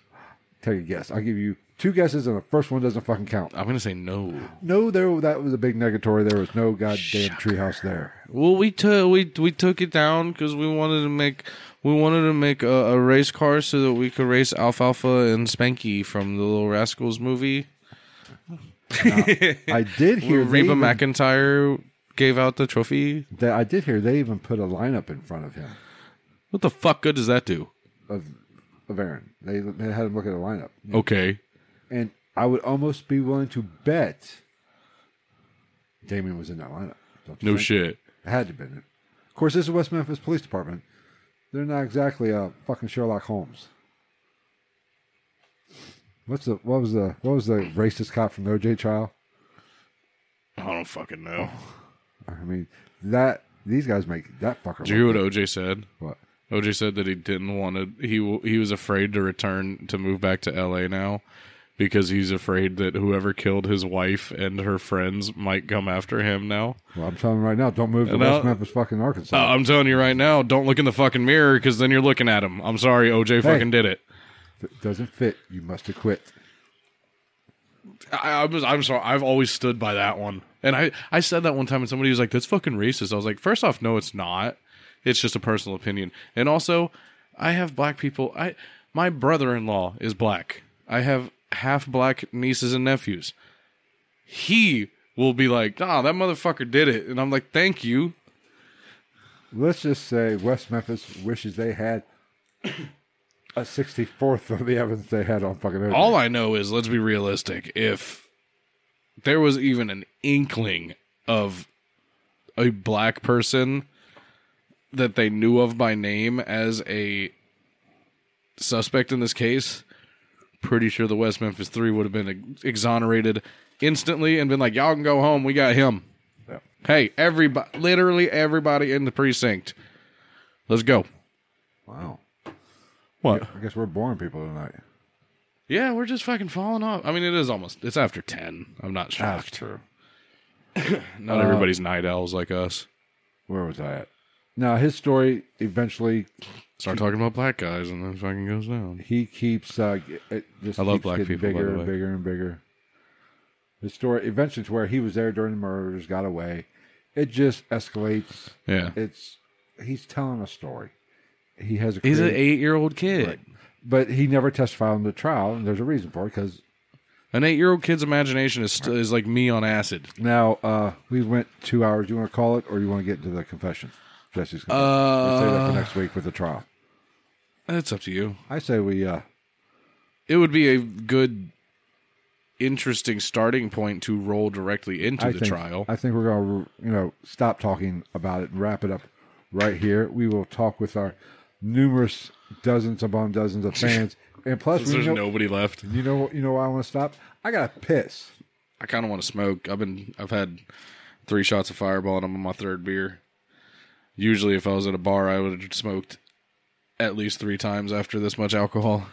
S1: Take a guess. I'll give you two guesses, and the first one doesn't fucking count.
S2: I'm gonna say no.
S1: No, there that was a big negatory. There was no goddamn treehouse there.
S2: Well, we took we we took it down because we wanted to make we wanted to make a, a race car so that we could race Alfalfa and Spanky from the Little Rascals movie.
S1: I did hear they
S2: Reba
S1: even-
S2: McIntyre gave out the trophy.
S1: that I did hear they even put a lineup in front of him
S2: What the fuck good does that do?
S1: of of Aaron. They, they had him look at a lineup,
S2: Okay,
S1: and I would almost be willing to bet Damien was in that lineup. Don't you
S2: no
S1: think?
S2: shit.
S1: It had to have been. Of course, this is West Memphis Police Department. They're not exactly uh, fucking Sherlock Holmes. What's the what was the what was the racist cop from the OJ trial?
S2: I don't fucking know.
S1: I mean that these guys make that fucker.
S2: Do you hear
S1: look
S2: what OJ said?
S1: good. What?
S2: OJ said that he didn't want to. He w- he was afraid to return to move back to L.A. now because he's afraid that whoever killed his wife and her friends might come after him now.
S1: Well, I'm telling you right now, don't move to
S2: And I'll-
S1: West Memphis, fucking Arkansas.
S2: Uh, I'm telling you right now, don't look in the fucking mirror because then you're looking at him. I'm sorry, OJ fucking did it.
S1: if it doesn't fit, you must have quit.
S2: I, I'm I'm sorry. I've always stood by that one. And I I said that one time, and somebody was like, "That's fucking racist." I was like, first off, no, it's not. It's just a personal opinion. And also, I have black people. I my brother-in-law is black. I have half black nieces and nephews. He will be like, "Nah, that motherfucker did it," and I'm like, "Thank you."
S1: Let's just say West Memphis wishes they had a 64th of the evidence they had on fucking OJ.
S2: All I know is, let's be realistic. If there was even an inkling of a black person that they knew of by name as a suspect in this case, pretty sure the West Memphis Three would have been ex- exonerated instantly and been like, "Y'all can go home. We got him." Hey, everybody, literally everybody in the precinct, let's go.
S1: Wow.
S2: What? Ah,
S1: I guess we're boring people tonight.
S2: Yeah, we're just fucking falling off. I mean, it is almost. It's after ten. I'm not shocked.
S1: true.
S2: Not everybody's night owls like us.
S1: Where was I at? Now his story eventually
S2: Start talking about black guys, and then it fucking goes down.
S1: he keeps uh, g- it just
S2: I love
S1: keeps
S2: black
S1: getting
S2: people, by
S1: bigger
S2: the
S1: and
S2: way.
S1: bigger and bigger. His story eventually to where he was there during the murders, got away. It just escalates.
S2: Yeah,
S1: It's he's telling a story. He has a
S2: he's an
S1: creative-
S2: eight-year-old kid.
S1: Right. but he never testified on the trial, and there's a reason for it. Because
S2: An eight-year-old kid's imagination is st- is like me on acid.
S1: now uh, we went two hours. Do you want to call it, or you want to get into the confession? Jesse's confession. We'll save that for next week with the trial.
S2: That's up to you.
S1: I say we. Uh,
S2: It would be a good, interesting starting point to roll directly into
S1: I
S2: the
S1: think,
S2: trial.
S1: I think we're going to, you know, stop talking about it and wrap it up right here. We will talk with our numerous dozens upon dozens of fans, and plus, we
S2: There's
S1: know,
S2: nobody left.
S1: you know, you know why I want to stop. I got to piss.
S2: I kind of want to smoke. I've been I've had three shots of Fireball and I'm on my third beer. Usually, if I was at a bar, I would have smoked at least three times after this much alcohol.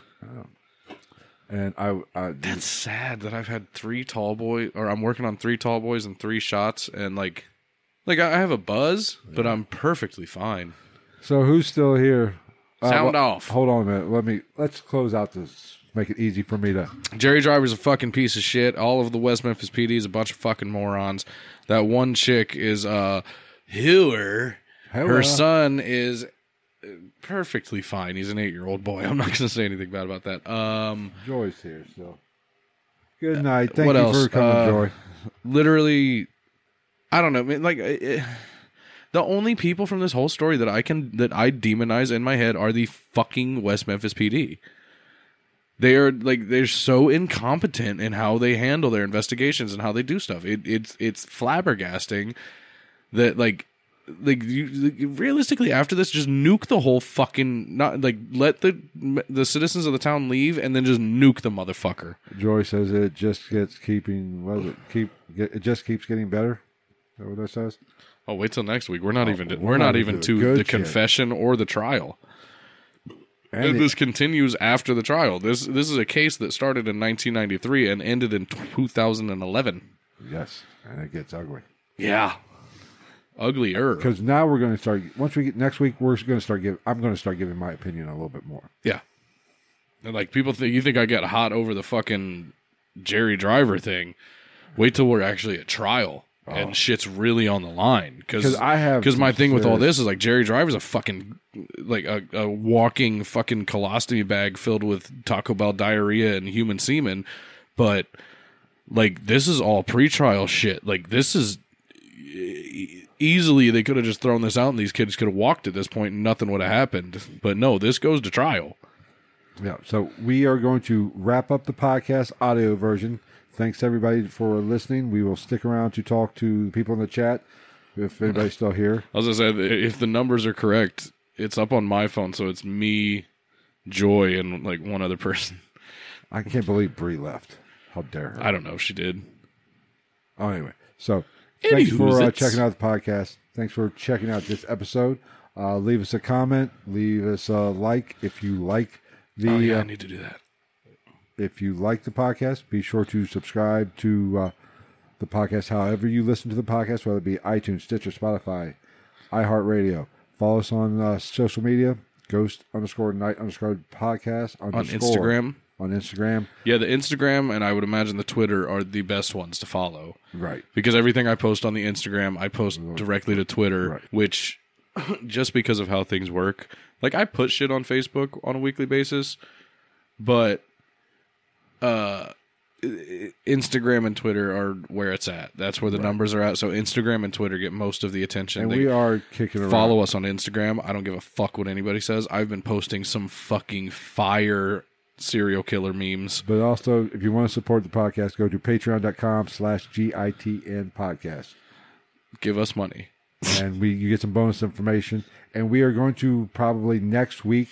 S1: And I, I
S2: That's sad that I've had three tall boy, or I'm working on three tall boys and three shots, and like, like I have a buzz, but I'm perfectly fine.
S1: so who's still here? Uh,
S2: Sound
S1: well,
S2: off.
S1: Hold on a minute. Let me let's close out this. Make it easy for me to.
S2: Jerry Driver's a fucking piece of shit. All of the West Memphis PD is a bunch of fucking morons. That one chick is uh Hewer.
S1: Hewer.
S2: Her son is uh, perfectly fine. He's an eight year old boy. I'm not gonna say anything bad about that. Um
S1: Joy's here, so. Good night. Thank
S2: Uh, what
S1: you
S2: else?
S1: for coming,
S2: Uh,
S1: Joy.
S2: literally I don't know, man, like it, it- the only people from this whole story that I can that I demonize in my head are the fucking West Memphis PD. They are like they're so incompetent in how they handle their investigations and how they do stuff. It, it's it's flabbergasting that like like you like, realistically after this just nuke the whole fucking not like let the the citizens of the town leave and then just nuke the motherfucker.
S1: Joy says it just gets keeping. What is it? Keep. Get, it just keeps getting better. Is that what that says?
S2: Oh, wait till next week. We're not even we're,
S1: not
S2: not,
S1: even to
S2: even to
S1: the good
S2: the
S1: shit.
S2: confession or the trial.
S1: And
S2: this continues after the trial. This this is a case that started in 1993 and ended in 2011.
S1: Yes, and it gets ugly
S2: Yeah, uglier.
S1: because now we're going to start. Once we get next week, we're going to start giving. I'm going to start giving my opinion a little bit more.
S2: Yeah, and like people think you think I got hot over the fucking Jerry Driver thing. Wait till we're actually at trial and shit's really on the line
S1: Uh-huh. 'Cause
S2: because
S1: I have
S2: because my thing with all
S1: serious-
S2: this is like Jerry Driver's a fucking like a, a walking fucking colostomy bag filled with Taco Bell diarrhea and human semen, but like this is all pretrial shit. Like this is e- easily they could have just thrown this out and these kids could have walked at this point and nothing would have happened. But no, this goes to trial.
S1: Yeah. So we are going to wrap up the podcast audio version. Thanks everybody for listening. We will stick around to talk to the people in the chat if anybody's still here.
S2: As I said, if the numbers are correct, it's up on my phone, so it's me, Joy, and like one other person.
S1: I can't believe Bree left. How dare her?
S2: I don't know if she did.
S1: Oh, anyway, so thanks
S2: Anywho's
S1: for uh,
S2: it's-
S1: checking out the podcast. Thanks for checking out this episode. Uh, leave us a comment. Leave us a like if you like the
S2: Oh, yeah, I
S1: uh,
S2: need to do that.
S1: if you like the podcast. Be sure to subscribe to uh, the podcast. However you listen to the podcast, whether it be iTunes, Stitcher, Spotify, iHeartRadio. Follow us on uh, social media. Ghost underscore night underscore podcast
S2: On
S1: underscore
S2: Instagram.
S1: on Instagram.
S2: Yeah, the Instagram and I would imagine the Twitter are the best ones to follow.
S1: Right.
S2: Because everything I post on the Instagram, I post directly to Twitter,
S1: Right.
S2: which just because of how things work, like I put shit on Facebook on a weekly basis, but uh i- i- Instagram and Twitter are where it's at. That's where the numbers are at. So Instagram and Twitter get most of the attention.
S1: And
S2: They-
S1: we are kicking around.
S2: Follow us on Instagram. I don't give a fuck what anybody says. I've been posting some fucking fire serial killer memes.
S1: But also, if you want to support the podcast, go to patreon.com slash GITN podcast.
S2: Give us money.
S1: and we you get some bonus information. And we are going to probably next week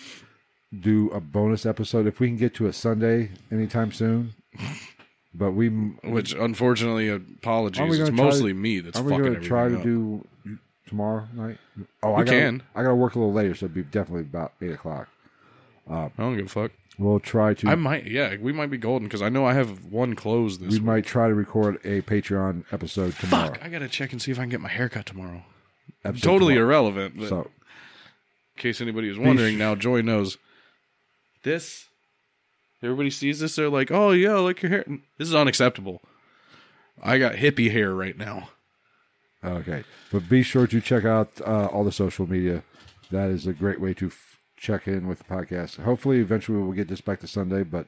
S1: do a bonus episode if we can get to a Sunday anytime soon. But we
S2: Which, unfortunately,
S1: Mm. Aren't we
S2: apologies.
S1: gonna
S2: It's
S1: try to-
S2: mostly me that's
S1: are we
S2: fucking
S1: going to
S2: everything
S1: try to
S2: up.
S1: do tomorrow night? Oh, I
S2: We
S1: gotta,
S2: can.
S1: I got to work a little later, so it'd be definitely about eight o'clock.
S2: I don't give a fuck.
S1: We'll try to.
S2: I might. Yeah, we might be golden because I know I have one close this
S1: we
S2: week.
S1: might try to record a Patreon episode tomorrow.
S2: Fuck, I gotta check and see if I can get my haircut tomorrow.
S1: Episode
S2: totally
S1: tomorrow.
S2: irrelevant. But
S1: So
S2: in case anybody was wondering, now Joy knows this. Everybody sees this, they're like, "Oh yeah, I like your hair." This is unacceptable. I got hippie hair right now.
S1: Okay, but be sure to check out uh, all the social media. That is a great way to f- check in with the podcast. Hopefully, eventually we'll get this back to Sunday. But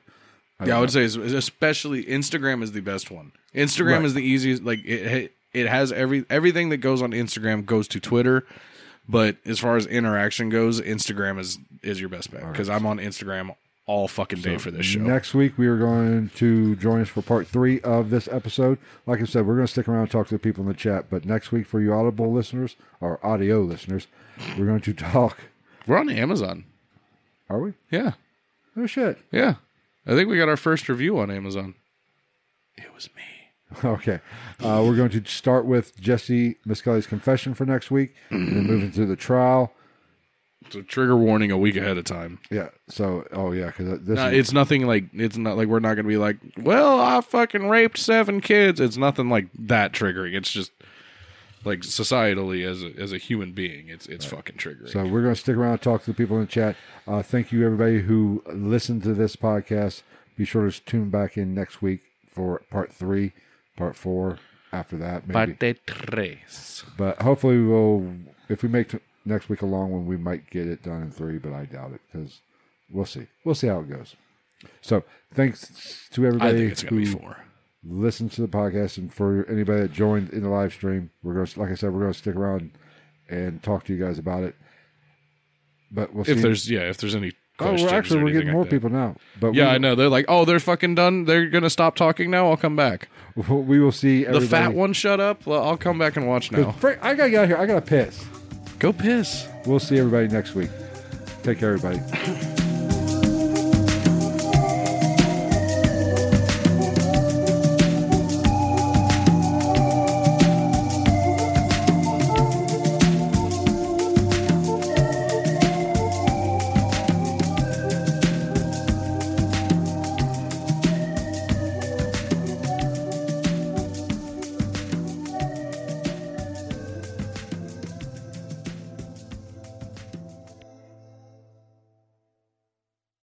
S2: yeah, I would say it's- especially Instagram is the best one. Instagram
S1: Right.
S2: is the easiest. Like it, it has every everything that goes on Instagram goes to Twitter, but as far as interaction goes, Instagram is is your best bet because I'm on Instagram all fucking day for this show.
S1: next week we are going to join us for part three of this episode. Like I said, we're going to stick around and talk to the people in the chat. But next week for you audible listeners or audio listeners, we're going to talk.
S2: We're on Amazon.
S1: Are we?
S2: Yeah,
S1: Oh shit!
S2: yeah. I think we got our first review on Amazon. It was me.
S1: Okay, uh, we're going to start with Jesse Miskelly's confession for next week, and then move into the trial.
S2: So trigger warning a week ahead of time.
S1: Yeah. So, oh yeah, because this
S2: No,
S1: is,
S2: it's nothing like it's not like we're not gonna be like, well, I fucking raped seven kids. It's nothing like that triggering. It's just like societally as a, as a human being, it's it's fucking triggering.
S1: So we're going to stick around and talk to the people in the chat. Uh, thank you, everybody who listened to this podcast. Be sure to tune back in next week for part three, part four. After that, maybe. But hopefully, we'll if we make t- next week a long one, we might get it done in three. But I doubt it because we'll see. We'll see how it goes. So thanks to
S2: I
S1: everybody
S2: think it's gonna be
S1: who
S2: four.
S1: listened to the podcast, and for anybody that joined in the live stream, we're going to like I said, we're going to stick around and talk to you guys about it. But we'll
S2: If
S1: see.
S2: there's yeah, if there's any
S1: Oh,
S2: questions
S1: we're actually
S2: or
S1: we're
S2: anything
S1: getting
S2: like
S1: more
S2: that.
S1: people now. But
S2: Yeah,
S1: we,
S2: I know. They're like, oh, they're fucking done. They're gonna stop talking now. I'll come back.
S1: know. We will see
S2: The
S1: everybody.
S2: fat one, shut up. Well, I'll come back and watch now.
S1: Frank, I gotta get out of here. I gotta piss.
S2: Go piss.
S1: We'll see everybody next week. Take care, everybody.